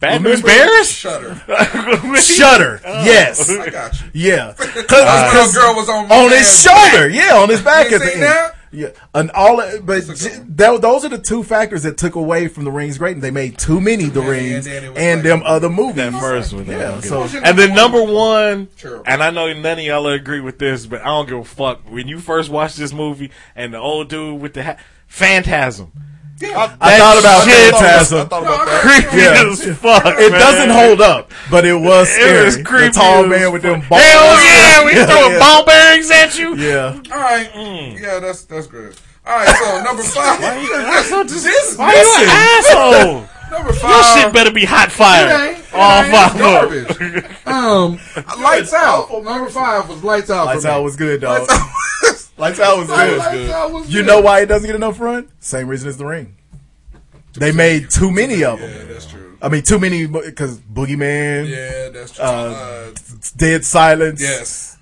Speaker 10: Bad News
Speaker 2: Remember?
Speaker 10: Bears?
Speaker 9: Shudder.
Speaker 2: Shudder.
Speaker 9: Oh,
Speaker 2: yes.
Speaker 9: I got you.
Speaker 2: Yeah. Cause,
Speaker 9: Uh,
Speaker 2: cause-
Speaker 9: girl was on
Speaker 2: on
Speaker 9: my
Speaker 2: his
Speaker 9: ass.
Speaker 2: shoulder. Yeah, on his back.
Speaker 9: You
Speaker 2: at the
Speaker 9: seen
Speaker 2: end.
Speaker 9: that?
Speaker 2: Yeah, and all, but j- that, those are the two factors that took away from the rings great, and they made too many the rings and, them other movies. That
Speaker 10: first one,
Speaker 2: yeah. So,
Speaker 10: and then number one, and I know none of y'all agree with this, but I don't give a fuck. When you first watch this movie and the old dude with the hat, Phantasm.
Speaker 2: I thought about
Speaker 10: shit-
Speaker 2: Phantasm.
Speaker 10: I thought about that. Creepy
Speaker 2: Yeah.
Speaker 10: as fuck.
Speaker 2: It
Speaker 10: man.
Speaker 2: doesn't hold up, but it was scary.
Speaker 10: It was creepy.
Speaker 2: The tall
Speaker 10: as
Speaker 2: man with them
Speaker 10: fuck.
Speaker 2: ball
Speaker 10: Hell Oh, yeah, we
Speaker 2: Yeah,
Speaker 10: throwing
Speaker 2: yeah.
Speaker 10: ball bearings at you.
Speaker 2: Yeah.
Speaker 9: All right. Yeah, that's that's good. All right, so number five.
Speaker 10: Why you an
Speaker 9: asshole? This,
Speaker 10: Why you an asshole?
Speaker 9: number
Speaker 10: Your
Speaker 9: five.
Speaker 10: shit better be hot fire. Oh,
Speaker 9: It ain't.
Speaker 10: All
Speaker 9: It ain't.
Speaker 10: five
Speaker 9: It's Um, lights out. Number five was lights out.
Speaker 2: Lights
Speaker 9: for me.
Speaker 2: Out was good, dog. Lights Out was
Speaker 9: Lights
Speaker 2: good.
Speaker 9: Out was
Speaker 2: You
Speaker 9: good.
Speaker 2: know why it doesn't get enough run? Same reason as The Ring. They made too many of them. that's true. I mean, too many because Boogeyman.
Speaker 9: Yeah, that's true.
Speaker 2: Uh, Dead Silence.
Speaker 9: Yes.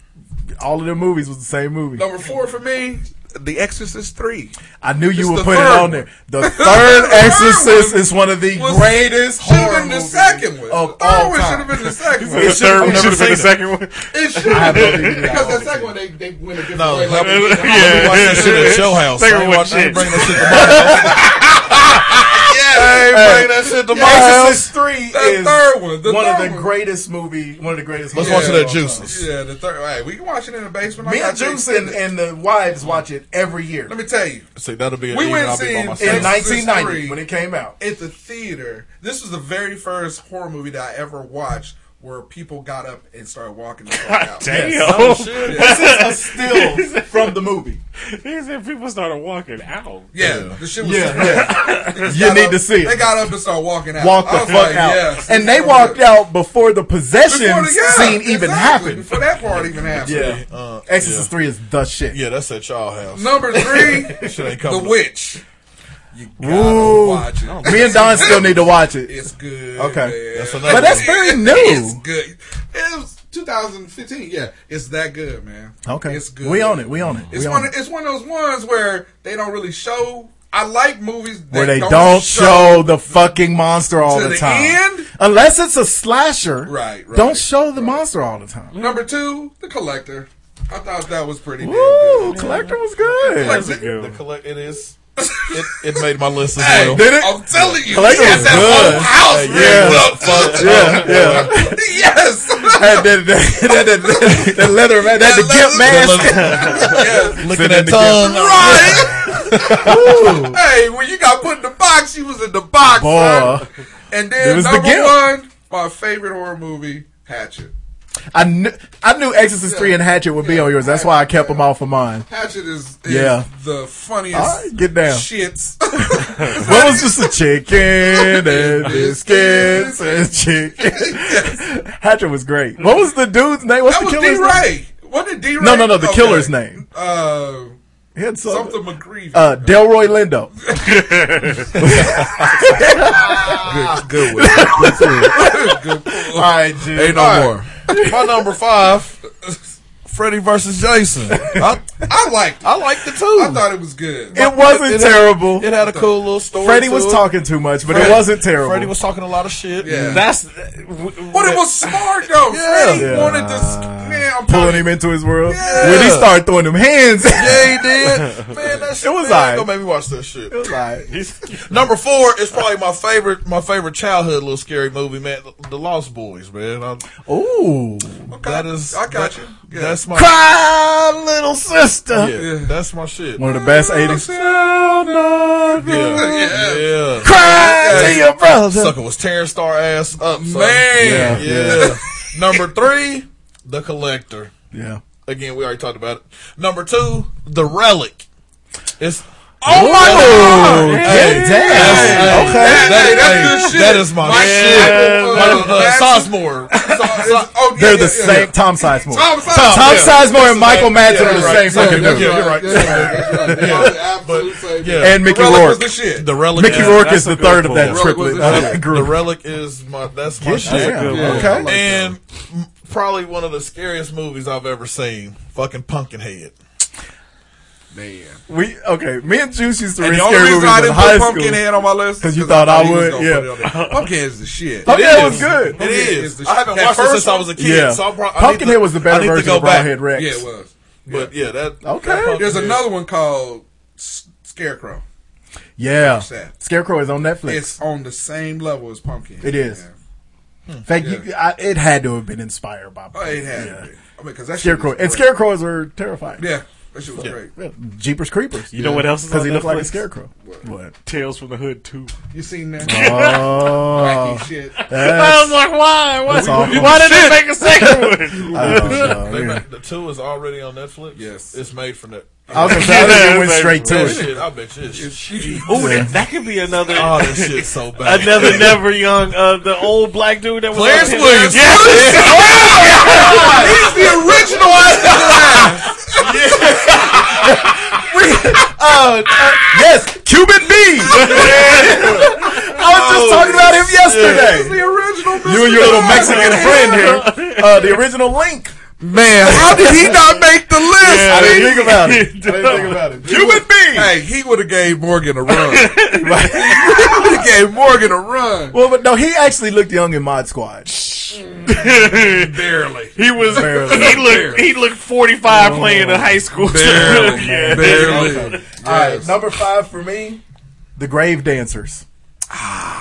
Speaker 2: All of their movies was the same movie.
Speaker 9: Number four for me, The Exorcist Three.
Speaker 2: I knew
Speaker 9: It's
Speaker 2: you would
Speaker 9: the
Speaker 2: put it
Speaker 9: third
Speaker 2: on there.
Speaker 9: one.
Speaker 2: The third Exorcist is one of the
Speaker 9: was-
Speaker 2: greatest
Speaker 9: Should
Speaker 2: horror
Speaker 9: have been the
Speaker 2: movies
Speaker 9: second one.
Speaker 2: of
Speaker 9: The third
Speaker 2: all
Speaker 9: one should
Speaker 2: time.
Speaker 9: have been the second
Speaker 2: It
Speaker 9: one.
Speaker 2: should've-
Speaker 10: third one
Speaker 2: I
Speaker 10: should have been the
Speaker 2: should've seen
Speaker 10: second one.
Speaker 9: It should
Speaker 2: I have
Speaker 9: have
Speaker 2: no
Speaker 9: been
Speaker 2: idea.
Speaker 9: because the second one they they went a different
Speaker 11: No,
Speaker 9: way.
Speaker 11: let me,
Speaker 9: Level-
Speaker 11: let me watch that shit at your house.
Speaker 10: Take
Speaker 11: I
Speaker 10: it
Speaker 11: ain't
Speaker 10: with
Speaker 11: watch- I
Speaker 10: shit.
Speaker 11: ain't bring that shit to my house. I ain't bring that shit to my house.
Speaker 2: Exorcist Three
Speaker 9: That
Speaker 2: is
Speaker 9: third one, the
Speaker 2: one of
Speaker 9: third
Speaker 2: the
Speaker 9: one.
Speaker 2: greatest movie, one of the greatest.
Speaker 11: Let's
Speaker 2: horror
Speaker 11: watch it at
Speaker 2: movies.
Speaker 11: Juice's.
Speaker 9: Yeah, the third. Hey, we can watch it in the basement.
Speaker 2: Me
Speaker 9: I
Speaker 2: and
Speaker 9: got the
Speaker 2: Juice and,
Speaker 9: extended-
Speaker 2: and the wives watch it every year.
Speaker 9: Let me tell you,
Speaker 11: See, that'll be an
Speaker 9: We
Speaker 11: evening
Speaker 9: went
Speaker 11: I'll be by
Speaker 9: seeing
Speaker 11: myself.
Speaker 2: in
Speaker 9: Exorcist
Speaker 2: 1990
Speaker 9: three.
Speaker 2: when it came out.
Speaker 9: at the theater. This was the very first horror movie that I ever watched where people got up and started walking the fuck out.
Speaker 10: Damn.
Speaker 2: This is a still from the movie.
Speaker 10: He said people started walking out.
Speaker 9: Yeah, the shit was.
Speaker 2: Yeah, yeah.
Speaker 9: They just
Speaker 2: You
Speaker 9: got
Speaker 2: need
Speaker 9: up-
Speaker 2: to see it.
Speaker 9: They got up and started walking out.
Speaker 2: Walk the
Speaker 9: I was
Speaker 2: fuck
Speaker 9: like,
Speaker 2: out,
Speaker 9: yes,
Speaker 2: and
Speaker 9: this
Speaker 2: they
Speaker 9: is
Speaker 2: walked
Speaker 9: good.
Speaker 2: out before the possession
Speaker 9: Before the- yeah,
Speaker 2: scene even
Speaker 9: exactly,
Speaker 2: happened.
Speaker 9: Before that part even happened.
Speaker 2: Yeah,
Speaker 11: Uh,
Speaker 2: Exorcist Three is the shit.
Speaker 11: Yeah, that's at y'all house.
Speaker 9: Number three,
Speaker 11: Shit ain't
Speaker 9: The
Speaker 11: coming.
Speaker 9: Witch. You gotta
Speaker 2: Ooh.
Speaker 9: watch it.
Speaker 2: Me and Don still need to watch it.
Speaker 9: It's good.
Speaker 2: Okay.
Speaker 9: man.
Speaker 11: That's another
Speaker 2: But that's
Speaker 11: one.
Speaker 2: very
Speaker 9: It's
Speaker 2: new.
Speaker 9: good. It was 2015. Yeah, it's that good, man.
Speaker 2: Okay.
Speaker 9: it's good.
Speaker 2: We own it. We own it.
Speaker 9: It's
Speaker 2: we
Speaker 9: one.
Speaker 2: own
Speaker 9: Of,
Speaker 2: it.
Speaker 9: it's one of those ones where they don't really show. I like movies that
Speaker 2: Where they don't show the fucking monster all
Speaker 9: to
Speaker 2: the
Speaker 9: the
Speaker 2: time.
Speaker 9: end?
Speaker 2: Unless it's a slasher.
Speaker 9: Right, right,
Speaker 2: Don't show the monster all the time.
Speaker 9: Number two, The Collector. I thought that was pretty damn
Speaker 2: Woo!
Speaker 9: good.
Speaker 2: Collector was good.
Speaker 9: Like,
Speaker 10: That's a good
Speaker 11: The
Speaker 10: one.
Speaker 11: collect it is. It, it made my list as
Speaker 9: Hey,
Speaker 11: well.
Speaker 2: did it?
Speaker 9: I'm telling you,
Speaker 2: Collector
Speaker 9: he had
Speaker 2: was
Speaker 9: that
Speaker 2: good.
Speaker 9: whole
Speaker 11: Yeah.
Speaker 9: house rigged
Speaker 11: Yeah.
Speaker 9: up.
Speaker 11: Fuck. uh,
Speaker 2: Yeah, yeah.
Speaker 9: yes,
Speaker 2: Had that, that, that, that, that leather man, that, the gimp mask.
Speaker 9: yes.
Speaker 11: Looking
Speaker 2: Sitting
Speaker 11: at
Speaker 2: in the
Speaker 11: tongue.
Speaker 9: right. hey, when you got put in the box, you was in the box.
Speaker 2: Boy.
Speaker 9: son. And
Speaker 2: It
Speaker 9: then
Speaker 2: was the
Speaker 9: number
Speaker 2: gift.
Speaker 9: one, my favorite horror movie, Hatchet.
Speaker 2: I knew, I knew Exorcist 3 and Hatchet would be on yours. That's why I kept them off of mine.
Speaker 9: Hatchet is, is
Speaker 2: Yeah.
Speaker 9: the funniest.
Speaker 2: All right, get down.
Speaker 9: Shits.
Speaker 2: What was just a chicken and biscuits and chicken? Hatchet was great. What was the dude's name? What's
Speaker 9: that
Speaker 2: the
Speaker 9: was
Speaker 2: killer's
Speaker 9: D.
Speaker 2: name?
Speaker 9: Ray. Wasn't it D. Ray?
Speaker 2: No, no, no, the killer's name.
Speaker 9: Uh,
Speaker 2: He had some-
Speaker 9: something McGreevy.
Speaker 2: uh, Delroy Lindo.
Speaker 9: good one. Good pull.
Speaker 2: All right, G.
Speaker 9: Ain't no
Speaker 2: All right.
Speaker 9: more.
Speaker 11: My number five, Freddy versus Jason. I,
Speaker 9: I liked it.
Speaker 11: I liked the two.
Speaker 9: I thought it was good.
Speaker 2: It wasn't
Speaker 11: It had-
Speaker 2: terrible.
Speaker 11: it had a cool little story.
Speaker 2: Freddie
Speaker 11: to
Speaker 2: was
Speaker 11: it.
Speaker 2: talking too much, but it
Speaker 11: Freddy-
Speaker 2: wasn't terrible.
Speaker 11: Freddy was talking a lot of shit.
Speaker 9: Yeah.
Speaker 10: That's.
Speaker 9: But it was smart though.
Speaker 11: Yeah.
Speaker 9: Freddy
Speaker 2: Yeah.
Speaker 9: wanted to. s- Man, I'm
Speaker 2: pulling
Speaker 9: telling
Speaker 2: him into his world.
Speaker 9: Yeah.
Speaker 2: When he started throwing them hands,
Speaker 11: Yeah, he did. Man, that shit
Speaker 2: was
Speaker 11: man,
Speaker 2: alright.
Speaker 11: Don't make me watch that shit.
Speaker 2: like,
Speaker 11: Number four is probably my favorite, my favorite childhood little scary movie, man. The Lost Boys, man. I,
Speaker 2: ooh,
Speaker 9: you. Okay,
Speaker 11: that is,
Speaker 9: I got
Speaker 11: that-
Speaker 9: you. Yeah.
Speaker 11: That's my,
Speaker 2: cry, little sister.
Speaker 11: yeah, that's my shit.
Speaker 2: One of the best '80s.
Speaker 11: Yeah,
Speaker 9: Yeah.
Speaker 11: yeah.
Speaker 2: Cry to your brother.
Speaker 11: Sucker was tearing star ass up, son.
Speaker 9: Man.
Speaker 11: Yeah. Number three, The Collector.
Speaker 2: Yeah.
Speaker 11: Again, we already talked about it. Number two, The Relic. It's
Speaker 2: Oh my god!
Speaker 11: Hey,
Speaker 2: damn.
Speaker 11: hey,
Speaker 2: Okay.
Speaker 11: that-
Speaker 9: Hey, that's
Speaker 11: hey,
Speaker 9: good shit.
Speaker 11: That is my
Speaker 9: My
Speaker 11: shit.
Speaker 9: Michael, uh,
Speaker 11: Michael, uh,
Speaker 9: Madsen.
Speaker 11: Sizemore.
Speaker 9: So, it's- oh, yeah,
Speaker 2: They're the
Speaker 9: yeah, yeah,
Speaker 2: same. Tom Sizemore. Tom,
Speaker 9: Tom Sizemore.
Speaker 11: yeah.
Speaker 2: Sizemore and Michael Madsen are the
Speaker 11: right.
Speaker 2: same
Speaker 11: Yeah,
Speaker 2: fucking
Speaker 11: yeah,
Speaker 2: dude.
Speaker 11: yeah, right.
Speaker 9: Absolute same.
Speaker 11: yeah.
Speaker 2: And Mickey
Speaker 9: Relic was
Speaker 2: Rourke.
Speaker 9: the shit.
Speaker 11: The Relic.
Speaker 2: Mickey
Speaker 11: is,
Speaker 2: Rourke
Speaker 10: that's
Speaker 2: is
Speaker 10: a
Speaker 2: the
Speaker 10: good
Speaker 2: third of
Speaker 10: pull.
Speaker 2: that
Speaker 9: Relic was
Speaker 2: triplet.
Speaker 9: the-
Speaker 2: Uh,
Speaker 11: The
Speaker 2: group.
Speaker 11: Relic is my. That's my
Speaker 2: Get
Speaker 11: shit.
Speaker 2: down.
Speaker 10: good
Speaker 9: one.
Speaker 2: Okay.
Speaker 9: Like
Speaker 11: and m- probably one of the scariest movies I've ever seen. Fucking Pumpkinhead.
Speaker 9: Man.
Speaker 2: We okay. Me and Juice used to
Speaker 9: And
Speaker 2: read
Speaker 9: the only
Speaker 2: scary
Speaker 9: reason
Speaker 2: movies
Speaker 9: I
Speaker 2: in
Speaker 9: didn't put
Speaker 2: high school
Speaker 9: Pumpkinhead on my list
Speaker 2: because
Speaker 9: is
Speaker 2: you
Speaker 9: 'cause I
Speaker 2: thought I,
Speaker 9: thought he was
Speaker 2: would.
Speaker 9: gonna put it on
Speaker 2: Yeah,
Speaker 9: there. Pumpkinhead's the shit.
Speaker 2: Pumpkinhead
Speaker 9: It
Speaker 2: was
Speaker 9: is.
Speaker 2: good.
Speaker 9: It is. the
Speaker 11: I haven't
Speaker 9: shit.
Speaker 11: watched
Speaker 9: That
Speaker 11: it
Speaker 9: first
Speaker 11: since I was a
Speaker 9: one-
Speaker 11: kid.
Speaker 2: Yeah.
Speaker 11: So I brought, I need
Speaker 2: Pumpkinhead
Speaker 11: to-
Speaker 2: was the better
Speaker 11: I need to
Speaker 2: version
Speaker 11: go
Speaker 2: of
Speaker 11: back.
Speaker 2: Brownhead Rex.
Speaker 9: Yeah, it was.
Speaker 11: But yeah, that
Speaker 2: Okay.
Speaker 11: that
Speaker 9: There's
Speaker 11: Pumpkinhead-
Speaker 9: another one called S- Scarecrow.
Speaker 2: Yeah,
Speaker 9: Sad.
Speaker 2: Scarecrow is on Netflix.
Speaker 9: It's on the same level as Pumpkin.
Speaker 2: It is. In fact, you, I, it had to have been inspired by.
Speaker 9: Oh, it had.
Speaker 2: Yeah.
Speaker 9: to be. I mean, because that
Speaker 2: Scarecrow
Speaker 9: shit was
Speaker 2: and
Speaker 9: great.
Speaker 2: scarecrows are terrifying.
Speaker 9: Yeah, that shit was
Speaker 2: Yeah.
Speaker 9: great.
Speaker 2: Yeah. Jeepers Creepers.
Speaker 10: You know what else is
Speaker 2: Because
Speaker 10: on
Speaker 2: he looked like a
Speaker 10: Netflix?
Speaker 2: scarecrow.
Speaker 9: What?
Speaker 2: What?
Speaker 10: Tales from the Hood too.
Speaker 9: You seen that?
Speaker 2: Oh,
Speaker 9: Wacky shit.
Speaker 10: I was
Speaker 2: that's,
Speaker 10: like, why? Why,
Speaker 2: That's awful.
Speaker 10: why did they make a second one?
Speaker 2: I don't know.
Speaker 11: They
Speaker 2: Yeah.
Speaker 11: ma- the two is already on Netflix.
Speaker 9: Yes.
Speaker 11: It's made for Netflix.
Speaker 2: I was gonna say I think it went
Speaker 10: Yeah,
Speaker 2: straight to
Speaker 11: That
Speaker 2: it.
Speaker 11: shit, I bet you it's cheap.
Speaker 10: Ooh, that, that could be another
Speaker 11: Oh, that shit's so bad.
Speaker 10: another never young uh, the old black dude that was
Speaker 11: Clarence
Speaker 10: on Ted-
Speaker 11: Williams.
Speaker 10: Yes.
Speaker 2: Oh,
Speaker 9: He's the original Oscar
Speaker 2: Uh, uh, yes, Cuban B. I was just talking about him yesterday.
Speaker 9: The original Mr.
Speaker 2: You and your little
Speaker 9: Hyde.
Speaker 2: Mexican friend here. Uh, the original link.
Speaker 9: Man, how did he not make the list?
Speaker 2: I
Speaker 9: man?
Speaker 2: didn't think about it. I didn't think about it. Cuban B.
Speaker 9: Hey, he would have gave Morgan a run. he would have gave Morgan a run.
Speaker 2: Well, but no, he actually looked young in Mod Squad.
Speaker 9: Barely.
Speaker 10: he was
Speaker 2: Barely.
Speaker 10: he looked he looked forty
Speaker 2: Oh.
Speaker 10: five playing in high school.
Speaker 9: Barely.
Speaker 10: Yeah.
Speaker 9: Barely.
Speaker 2: All right,
Speaker 9: Yes.
Speaker 2: number five for me, The Grave Dancers.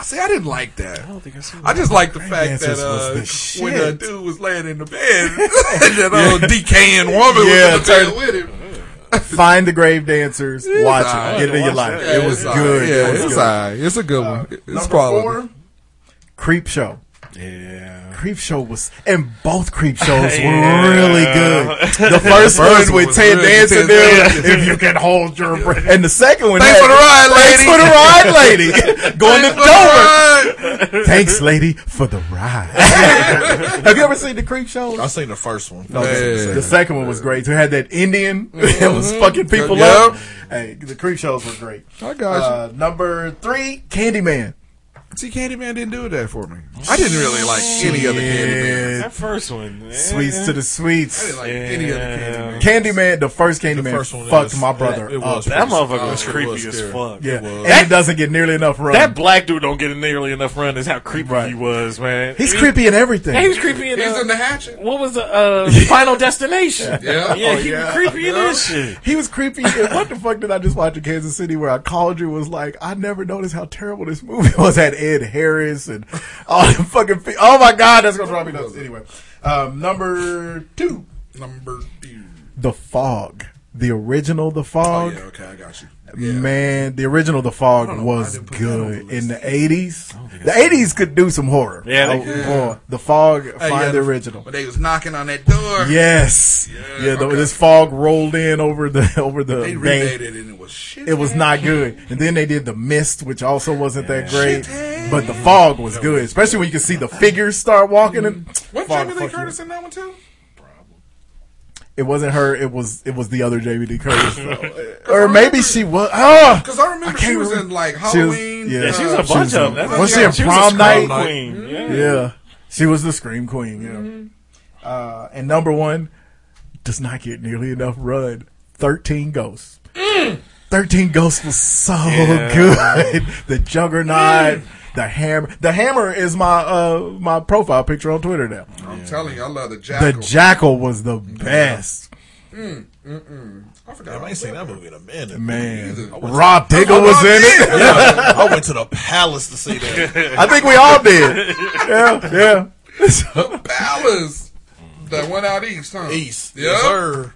Speaker 9: See, I didn't like that.
Speaker 10: I don't think I saw
Speaker 9: I just like the fact that
Speaker 2: Dancers
Speaker 9: uh,
Speaker 2: Oh, was the
Speaker 9: when the
Speaker 2: shit.
Speaker 9: dude was laying in the bed, that old decaying woman
Speaker 2: Yeah,
Speaker 9: was in the bed with him.
Speaker 2: Find The Grave Dancers. Watch
Speaker 9: alright.
Speaker 2: it. Get it in your
Speaker 10: Watch
Speaker 2: life.
Speaker 10: that.
Speaker 2: It was
Speaker 9: alright.
Speaker 2: good.
Speaker 9: Yeah,
Speaker 2: It was
Speaker 9: it's
Speaker 2: good.
Speaker 9: alright. It's a good one. It's
Speaker 2: Number
Speaker 9: quality.
Speaker 2: four, Creep Show.
Speaker 10: Yeah.
Speaker 2: Creep Show was, and both Creep Shows were
Speaker 10: Yeah.
Speaker 2: really good. The first,
Speaker 9: first
Speaker 2: one
Speaker 9: one
Speaker 2: with
Speaker 9: was
Speaker 2: Ted
Speaker 9: really
Speaker 2: Danson,
Speaker 9: good.
Speaker 2: there, if you can hold your breath, and the second one,
Speaker 9: Thanks
Speaker 2: had-
Speaker 9: for the ride,
Speaker 2: Thanks
Speaker 9: lady.
Speaker 2: for the ride, lady. Going to
Speaker 9: Thanks for
Speaker 2: Dover.
Speaker 9: the ride.
Speaker 2: Thanks, lady, for the ride. Have you ever seen the Creep Show?
Speaker 11: I seen the first one.
Speaker 2: No, the-
Speaker 9: Yeah. Mm-hmm.
Speaker 2: The second one was great. Who had that Indian that was fucking people
Speaker 9: Yep.
Speaker 2: up? Hey, the creep shows were great.
Speaker 9: I got you.
Speaker 2: Uh, number three, Candyman.
Speaker 9: See, Candyman didn't do that for me. I didn't really like any other Candyman.
Speaker 10: That first one. eh,
Speaker 2: Sweets to the
Speaker 9: I
Speaker 2: sweets.
Speaker 9: didn't like any other Candyman.
Speaker 2: Candyman, the first
Speaker 11: The
Speaker 2: Candyman,
Speaker 11: first one
Speaker 2: fucked
Speaker 11: is-
Speaker 2: my brother.
Speaker 11: It
Speaker 2: up.
Speaker 11: was
Speaker 10: Oh, That
Speaker 11: pretty-
Speaker 10: motherfucker
Speaker 11: uh,
Speaker 10: was
Speaker 11: it
Speaker 10: creepy
Speaker 11: was
Speaker 10: as
Speaker 11: scary.
Speaker 10: fuck.
Speaker 2: yeah,
Speaker 11: it was.
Speaker 2: and it doesn't get nearly enough run.
Speaker 10: That black dude don't get nearly enough run. Is how creepy
Speaker 2: Right.
Speaker 10: he was, man.
Speaker 2: He's
Speaker 10: He-
Speaker 2: creepy in everything.
Speaker 10: He was creepy in,
Speaker 9: He's
Speaker 10: uh,
Speaker 9: in the hatchet.
Speaker 10: what was the uh, Final Destination?
Speaker 9: Yeah.
Speaker 10: yeah,
Speaker 9: Oh,
Speaker 10: he was
Speaker 9: yeah.
Speaker 10: creepy in
Speaker 9: Yeah.
Speaker 10: that shit.
Speaker 2: He was creepy. And what the fuck did I just watch in Kansas City where I called you was like, I never noticed how terrible this movie was. Had Ed Harris and all the fucking. Fe- oh my god, that's gonna drive me nuts. Anyway, um, number two,
Speaker 9: Number two.
Speaker 2: The Fog, the original The
Speaker 9: Oh,
Speaker 2: Fog.
Speaker 9: yeah, okay, I got you. Yeah.
Speaker 2: Man, the original The Fog
Speaker 9: know why I
Speaker 2: was
Speaker 9: didn't put that on the
Speaker 2: good
Speaker 9: list.
Speaker 2: in the eighties. The eighties could do some horror.
Speaker 10: Yeah, they
Speaker 2: oh,
Speaker 10: could.
Speaker 2: boy. The Fog,
Speaker 9: Hey,
Speaker 2: find
Speaker 9: yeah,
Speaker 2: the original.
Speaker 9: When they was knocking on that door,
Speaker 2: Yes, yeah.
Speaker 9: Yeah,
Speaker 2: the,
Speaker 9: okay.
Speaker 2: This fog rolled in over the over the.
Speaker 9: they
Speaker 2: main-
Speaker 9: remade it and it was shit.
Speaker 2: it was not good. And then they did the mist, which also wasn't that great. But the fog was good, especially when you can see the figures start walking. And
Speaker 9: What
Speaker 2: Fog
Speaker 9: Mm-hmm. Jamie Lee
Speaker 2: fucked me
Speaker 9: Curtis in that one too?
Speaker 2: up. It wasn't her. It was it was the other Jamie Lee Curtis, though. or maybe she was. Ah,
Speaker 9: Because I remember she
Speaker 2: can't
Speaker 9: was
Speaker 2: remember.
Speaker 9: in like
Speaker 2: She was-
Speaker 9: Halloween.
Speaker 2: yeah.
Speaker 10: Yeah, she was a
Speaker 9: uh,
Speaker 10: bunch
Speaker 2: was
Speaker 10: of
Speaker 2: a-
Speaker 10: them.
Speaker 2: was she
Speaker 10: yeah,
Speaker 2: in prom night?
Speaker 10: scream Queen. Yeah.
Speaker 2: yeah, she was the scream queen. Yeah. Uh, and number one does not get nearly enough run. Thirteen ghosts. Thirteen ghosts was so
Speaker 10: Yeah.
Speaker 2: good. the juggernaut. The hammer. The hammer is my uh my profile picture on Twitter now.
Speaker 9: I'm telling you, I love the
Speaker 2: The
Speaker 9: jackal.
Speaker 2: Jackal was the best,
Speaker 9: I forgot.
Speaker 11: I
Speaker 9: about
Speaker 11: ain't seen
Speaker 9: that.
Speaker 11: that movie in a minute.
Speaker 2: man. Rob Diggle
Speaker 9: Oh,
Speaker 2: was
Speaker 9: Rob
Speaker 2: in it.
Speaker 11: Yeah, I went to the palace to see that.
Speaker 2: I think we all did. Yeah, yeah. So,
Speaker 9: Alice, that one out east, huh?
Speaker 11: East,
Speaker 9: Yeah.
Speaker 11: yes, sir.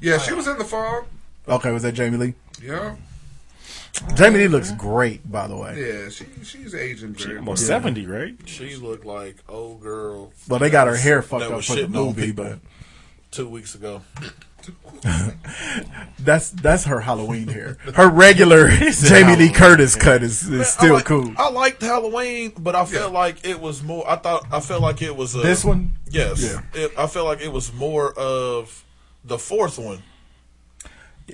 Speaker 9: Yeah, she was in the fog.
Speaker 2: okay, was that Jamie Lee?
Speaker 9: Yeah.
Speaker 2: Jamie Lee looks great, by the way.
Speaker 9: Yeah, she she's aging very well.
Speaker 10: Almost seventy, right?
Speaker 11: She looked like old girl.
Speaker 2: Well, they got her hair
Speaker 11: That
Speaker 2: fucked up
Speaker 11: was
Speaker 2: for the
Speaker 11: shitting on
Speaker 2: movie,
Speaker 11: people.
Speaker 2: but
Speaker 11: two weeks ago.
Speaker 2: that's that's her Halloween hair. Her regular Jamie Lee Curtis cut is, is
Speaker 11: I
Speaker 2: still
Speaker 11: like-
Speaker 2: cool.
Speaker 11: I liked Halloween, but I felt like it was more. I thought I felt like it was a,
Speaker 2: This one,
Speaker 11: Yes,
Speaker 2: Yeah.
Speaker 11: it, I felt like it was more of the fourth one.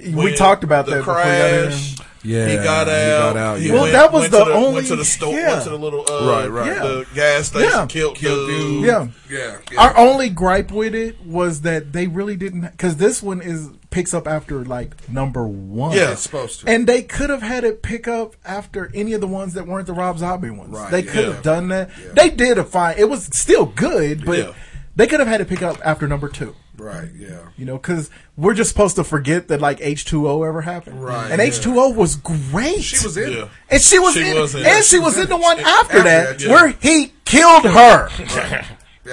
Speaker 2: we
Speaker 11: when
Speaker 2: talked about
Speaker 11: the
Speaker 2: that before. you got
Speaker 11: crash.
Speaker 2: in.
Speaker 9: Yeah,
Speaker 11: he got
Speaker 9: he
Speaker 11: out.
Speaker 9: got out,
Speaker 11: He
Speaker 9: yeah. Well,
Speaker 11: went,
Speaker 9: that was
Speaker 11: went
Speaker 9: the
Speaker 11: to the
Speaker 9: only-
Speaker 11: went to the store,
Speaker 9: yeah.
Speaker 11: went to the little uh,
Speaker 9: Right, right.
Speaker 11: the gas station,
Speaker 2: Yeah.
Speaker 11: killed,
Speaker 9: Killed
Speaker 11: dude.
Speaker 9: dude.
Speaker 2: Yeah.
Speaker 9: Yeah,
Speaker 2: Our only gripe with it was that they really didn't because this one is picks up after like number one.
Speaker 11: Yeah, it's supposed to.
Speaker 2: And they could have had it pick up after any of the ones that weren't the Rob Zombie ones.
Speaker 11: Right,
Speaker 2: they
Speaker 11: yeah.
Speaker 2: could have done that. They did a fine. It was still good, but
Speaker 9: Yeah.
Speaker 2: they could have had it pick up after number two.
Speaker 9: Right, yeah.
Speaker 2: You know, because we're just supposed to forget that like H two O ever happened,
Speaker 9: Right,
Speaker 2: And
Speaker 9: yeah.
Speaker 2: H two O was great. She
Speaker 9: was in it. Yeah.
Speaker 2: and she was
Speaker 11: She
Speaker 2: in,
Speaker 11: was
Speaker 2: it.
Speaker 11: in
Speaker 2: and
Speaker 11: it.
Speaker 2: she was in the one after,
Speaker 11: After
Speaker 2: that,
Speaker 11: that, yeah.
Speaker 2: where he killed her.
Speaker 11: Yeah.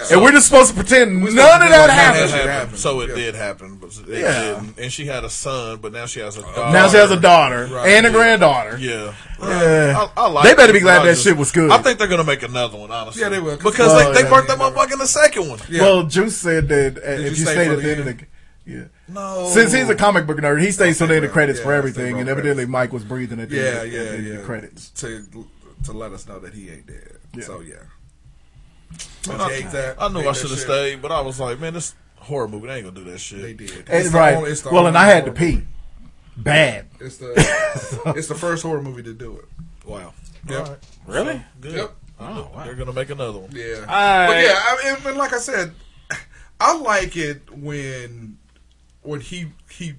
Speaker 2: And
Speaker 11: So-
Speaker 2: we're just supposed to pretend none of that happened.
Speaker 11: So it did happen. But it
Speaker 2: Yeah.
Speaker 11: didn't. And she had a son, but now she has a daughter.
Speaker 2: Now she has a daughter and a
Speaker 11: yeah.
Speaker 2: granddaughter.
Speaker 11: Yeah.
Speaker 2: Yeah.
Speaker 11: I, I like
Speaker 2: They better be
Speaker 11: it.
Speaker 2: glad
Speaker 11: I
Speaker 2: that shit was good.
Speaker 11: I think they're going to make another one, honestly.
Speaker 9: Yeah, they will.
Speaker 11: Because
Speaker 2: Oh,
Speaker 11: they,
Speaker 2: yeah.
Speaker 11: they burnt that motherfucker in the second one.
Speaker 2: Well, Juice said that uh, if
Speaker 11: you
Speaker 2: you
Speaker 11: stay
Speaker 2: stayed
Speaker 11: for
Speaker 2: at
Speaker 11: the
Speaker 2: the end of
Speaker 11: end?
Speaker 2: the. Yeah.
Speaker 11: No.
Speaker 2: Since he's a comic book nerd, he stays till the end of credits
Speaker 9: yeah,
Speaker 2: for
Speaker 9: I stay
Speaker 2: everything,
Speaker 9: for
Speaker 2: and
Speaker 9: all
Speaker 2: evidently Mike was breathing at the
Speaker 9: Yeah,
Speaker 2: end,
Speaker 9: yeah,
Speaker 2: of, at the end
Speaker 9: yeah.
Speaker 2: of the credits.
Speaker 9: To to let us know that he ain't dead.
Speaker 2: Yeah.
Speaker 9: So yeah.
Speaker 11: Man,
Speaker 9: Take
Speaker 11: I,
Speaker 9: that.
Speaker 11: I knew
Speaker 9: Take
Speaker 11: I
Speaker 9: that
Speaker 11: should have
Speaker 9: shit.
Speaker 11: stayed, but I was like, man, this horror movie, they ain't going to do that shit. They
Speaker 9: did.
Speaker 2: And-
Speaker 9: It's the
Speaker 2: right.
Speaker 9: only- it's the
Speaker 2: well, and I
Speaker 9: only
Speaker 2: had to
Speaker 9: horror movie.
Speaker 2: pee. Bad.
Speaker 9: It's the it's the first horror movie to do it.
Speaker 11: Wow.
Speaker 9: Yep.
Speaker 11: All right.
Speaker 10: Really?
Speaker 11: So, good.
Speaker 9: Yep.
Speaker 11: Oh, They're going to make another one.
Speaker 9: Yeah. But
Speaker 10: right.
Speaker 9: yeah, I mean, but like I said, I like it when when he he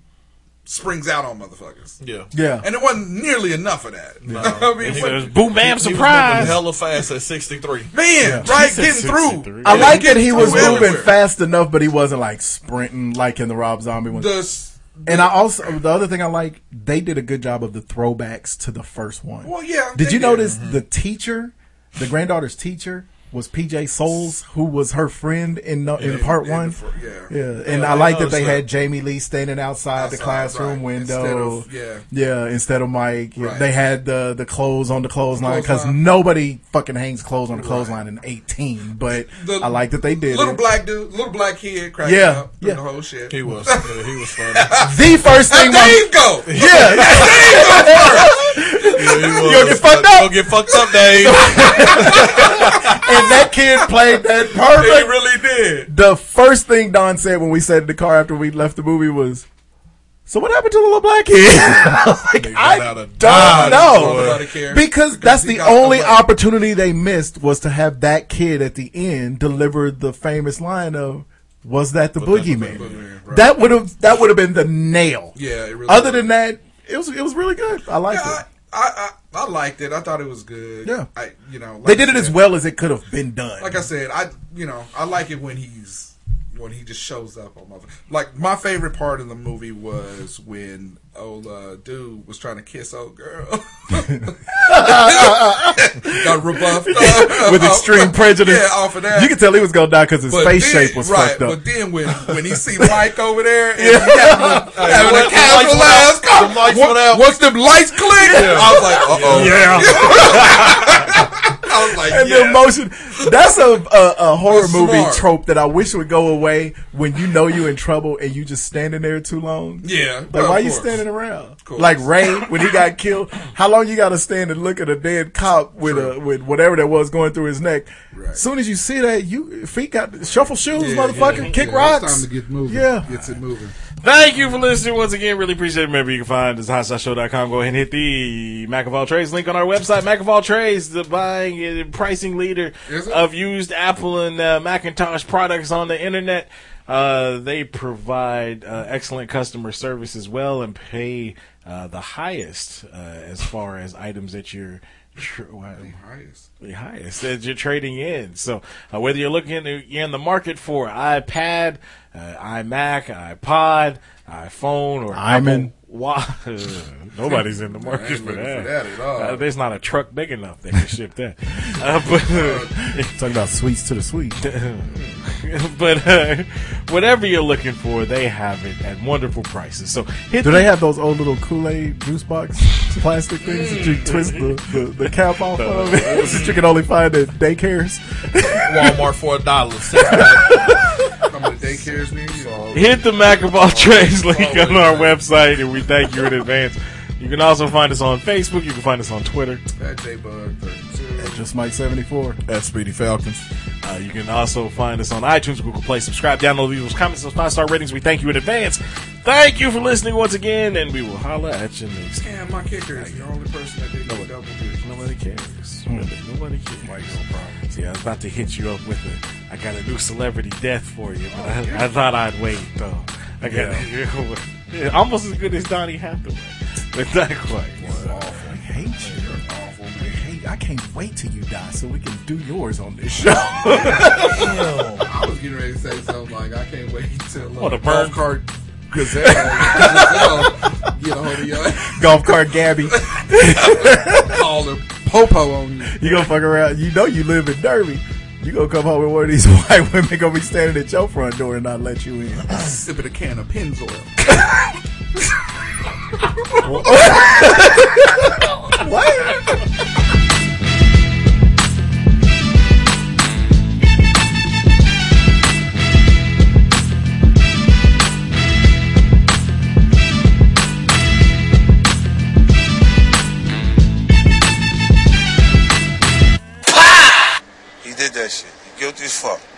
Speaker 9: springs out on motherfuckers.
Speaker 11: Yeah.
Speaker 2: Yeah.
Speaker 9: And it wasn't nearly enough of that.
Speaker 11: No.
Speaker 9: I mean,
Speaker 10: He
Speaker 9: but-
Speaker 10: was boom
Speaker 11: He
Speaker 10: bam
Speaker 11: was
Speaker 10: surprise.
Speaker 11: moving hella fast at 63.
Speaker 9: man, right?
Speaker 10: He
Speaker 9: Getting
Speaker 10: said
Speaker 9: through.
Speaker 10: 63.
Speaker 2: I
Speaker 9: Yeah,
Speaker 2: like that
Speaker 9: getting
Speaker 2: he was
Speaker 9: through
Speaker 2: moving
Speaker 9: everywhere.
Speaker 2: fast enough, but he wasn't like sprinting like in the Rob Zombie one.
Speaker 9: The s-
Speaker 2: and I also the other thing I like, they did a good job of the throwbacks to the first one.
Speaker 9: Well, yeah,
Speaker 2: Did
Speaker 9: they
Speaker 2: you
Speaker 9: did. Mm-hmm.
Speaker 2: notice the teacher, the granddaughter's teacher, was PJ Souls, who was her friend in no, in part
Speaker 9: in
Speaker 2: one?
Speaker 9: the fir- yeah.
Speaker 2: and
Speaker 11: Yeah,
Speaker 2: I
Speaker 11: I
Speaker 2: like that
Speaker 11: noticed
Speaker 2: they
Speaker 11: that.
Speaker 2: had Jamie Lee standing outside, the
Speaker 9: Outside,
Speaker 2: classroom
Speaker 9: right.
Speaker 2: window.
Speaker 9: Instead of-
Speaker 2: yeah, Instead of Mike,
Speaker 9: Right.
Speaker 2: they had the the clothes on the clothesline because
Speaker 9: Clothesline.
Speaker 2: nobody fucking hangs clothes on the clothesline in eighteen. But
Speaker 9: The
Speaker 2: I like that they did
Speaker 9: Little
Speaker 2: it.
Speaker 9: black dude, little black kid, cracking
Speaker 2: Yeah,
Speaker 9: up, doing
Speaker 2: yeah.
Speaker 9: the whole shit.
Speaker 11: He was. yeah, he was funny.
Speaker 2: the first thing.
Speaker 9: Let
Speaker 2: my-
Speaker 9: Dave go.
Speaker 2: yeah,
Speaker 11: Yeah, he
Speaker 2: You'll
Speaker 11: was.
Speaker 2: get fucked up.
Speaker 11: Go get fucked up, Dave.
Speaker 2: and that kid played that
Speaker 11: he
Speaker 2: perfect.
Speaker 11: really did.
Speaker 2: the first thing Don said when we sat in the car after we left the movie was, "So what happened to the little black kid?" I was like,
Speaker 11: Nigga
Speaker 2: I
Speaker 11: got out of
Speaker 2: don't
Speaker 11: Dodge,
Speaker 2: know
Speaker 9: Nobody
Speaker 2: because,
Speaker 9: cared.
Speaker 2: that's
Speaker 9: he
Speaker 2: the
Speaker 9: got
Speaker 2: only
Speaker 9: away.
Speaker 2: opportunity they missed was to have that kid at the end deliver the famous line of. Was that the boogeyman?
Speaker 9: boogeyman, right.
Speaker 2: That would have that would have been the nail.
Speaker 9: Yeah, it really
Speaker 2: Other
Speaker 9: would.
Speaker 2: than that, it was it was really good. I liked
Speaker 9: I,
Speaker 2: it.
Speaker 9: I, I, I liked it. I thought it was good.
Speaker 2: Yeah.
Speaker 9: I, you know, like
Speaker 2: They did
Speaker 9: I
Speaker 2: it as
Speaker 9: said-
Speaker 2: well as it could have been done.
Speaker 9: Like I said, I, you know, I like it when he's when he just shows up on mother. Like my favorite part of the movie was when old uh, dude was trying to kiss old girl. Got rebuffed uh,
Speaker 2: with
Speaker 9: uh,
Speaker 2: extreme prejudice.
Speaker 9: Yeah, off of that.
Speaker 2: You could tell he was gonna die because his
Speaker 9: But
Speaker 2: face
Speaker 9: then-
Speaker 2: shape was
Speaker 9: right,
Speaker 2: fucked up.
Speaker 9: But then when when he see Mike over there and he uh, having a, having a
Speaker 11: the lights
Speaker 9: casual
Speaker 11: went out.
Speaker 9: ass con-
Speaker 11: The lights
Speaker 9: Wa-
Speaker 11: went out.
Speaker 9: Once them lights click, I was like, uh oh.
Speaker 10: Yeah.
Speaker 9: I was like,
Speaker 2: and
Speaker 9: yeah.
Speaker 2: the emotion. That's a, a, a horror
Speaker 9: That's
Speaker 2: movie
Speaker 9: smart.
Speaker 2: trope that I wish would go away when you know you in trouble and you just standing there too long.
Speaker 9: Yeah,
Speaker 2: Like,
Speaker 9: of
Speaker 2: why you
Speaker 9: course.
Speaker 2: standing around?
Speaker 9: course.
Speaker 2: Like Ray, when he got killed, how long you got to stand and look at a dead cop with a with whatever that was going through his neck?
Speaker 9: Right.
Speaker 2: Soon as you see that, you feet got shuffle shoes, motherfucker, kick
Speaker 9: Yeah, it's
Speaker 2: rocks.
Speaker 9: Time to get moving.
Speaker 2: Yeah.
Speaker 9: gets it moving.
Speaker 10: Thank you for listening once again. Really appreciate it. Remember, you can find us at highsideshow.com. Go ahead and hit the Mac of All Trades link on our website. Mac of All Trades, the buying and pricing leader
Speaker 9: Is it?
Speaker 10: of used Apple and uh, Macintosh products on the internet. Uh, they provide uh, excellent customer service as well and pay uh, the highest uh, as far as items that you're. Tr- why-
Speaker 9: Highest.
Speaker 10: the highest that you're trading in. So uh, whether you're looking you're in the market for iPad, uh, iMac, iPod, iPhone, or
Speaker 2: Iman.
Speaker 10: Wow, nobody's in the market
Speaker 9: ain't
Speaker 10: for
Speaker 9: looking
Speaker 10: that.
Speaker 9: for that at all.
Speaker 10: Uh, there's not a truck big enough that can ship that. Uh, but
Speaker 2: Talking about sweets to the sweet.
Speaker 10: but uh, whatever you're looking for, they have it at wonderful prices. So hit
Speaker 2: Do
Speaker 10: the-
Speaker 2: they have those old little Kool Aid juice box plastic things that you twist the, the, the cap off of? that you can only find at daycares.
Speaker 11: Walmart for a dollar.
Speaker 9: Come to daycares near you. So,
Speaker 10: Hit the Mac of all Trades link on our website, and we thank you in advance. You can also find us on Facebook. You can find us on Twitter.
Speaker 9: that J Bug 32.
Speaker 2: Just Mike 74.
Speaker 11: At Speedy Falcons.
Speaker 10: Uh, Uh, you can also find us on iTunes, Google Play. Subscribe, download, leave us comments, those five star ratings. We thank you in advance. Thank you for listening once again, and we will holla at you next.
Speaker 9: Yeah, my kicker is the only person that didn't know double digits.
Speaker 10: Nobody cares. Really, nobody cares. See, I was about to hit you up with a. I got a new celebrity death for you, but I, I thought I'd wait though. I got yeah, almost as good as Donnie Hathaway, but not quite.
Speaker 2: I hate you. I hate- I can't wait till you die so we can do yours on this show.
Speaker 9: I was getting ready to say something like, I can't wait till uh,
Speaker 2: What, a
Speaker 9: golf
Speaker 2: bird?
Speaker 9: cart gazelle, gazelle get a hold of your
Speaker 2: Golf cart Gabby.
Speaker 9: all the popo on you.
Speaker 2: You gonna fuck around. You know you live in Derby. You gonna come home with one of these white women gonna be standing at your front door and not let you in.
Speaker 9: Sipping a can of Pennzoil.
Speaker 2: what?
Speaker 8: He did that shit. He guilty as fuck.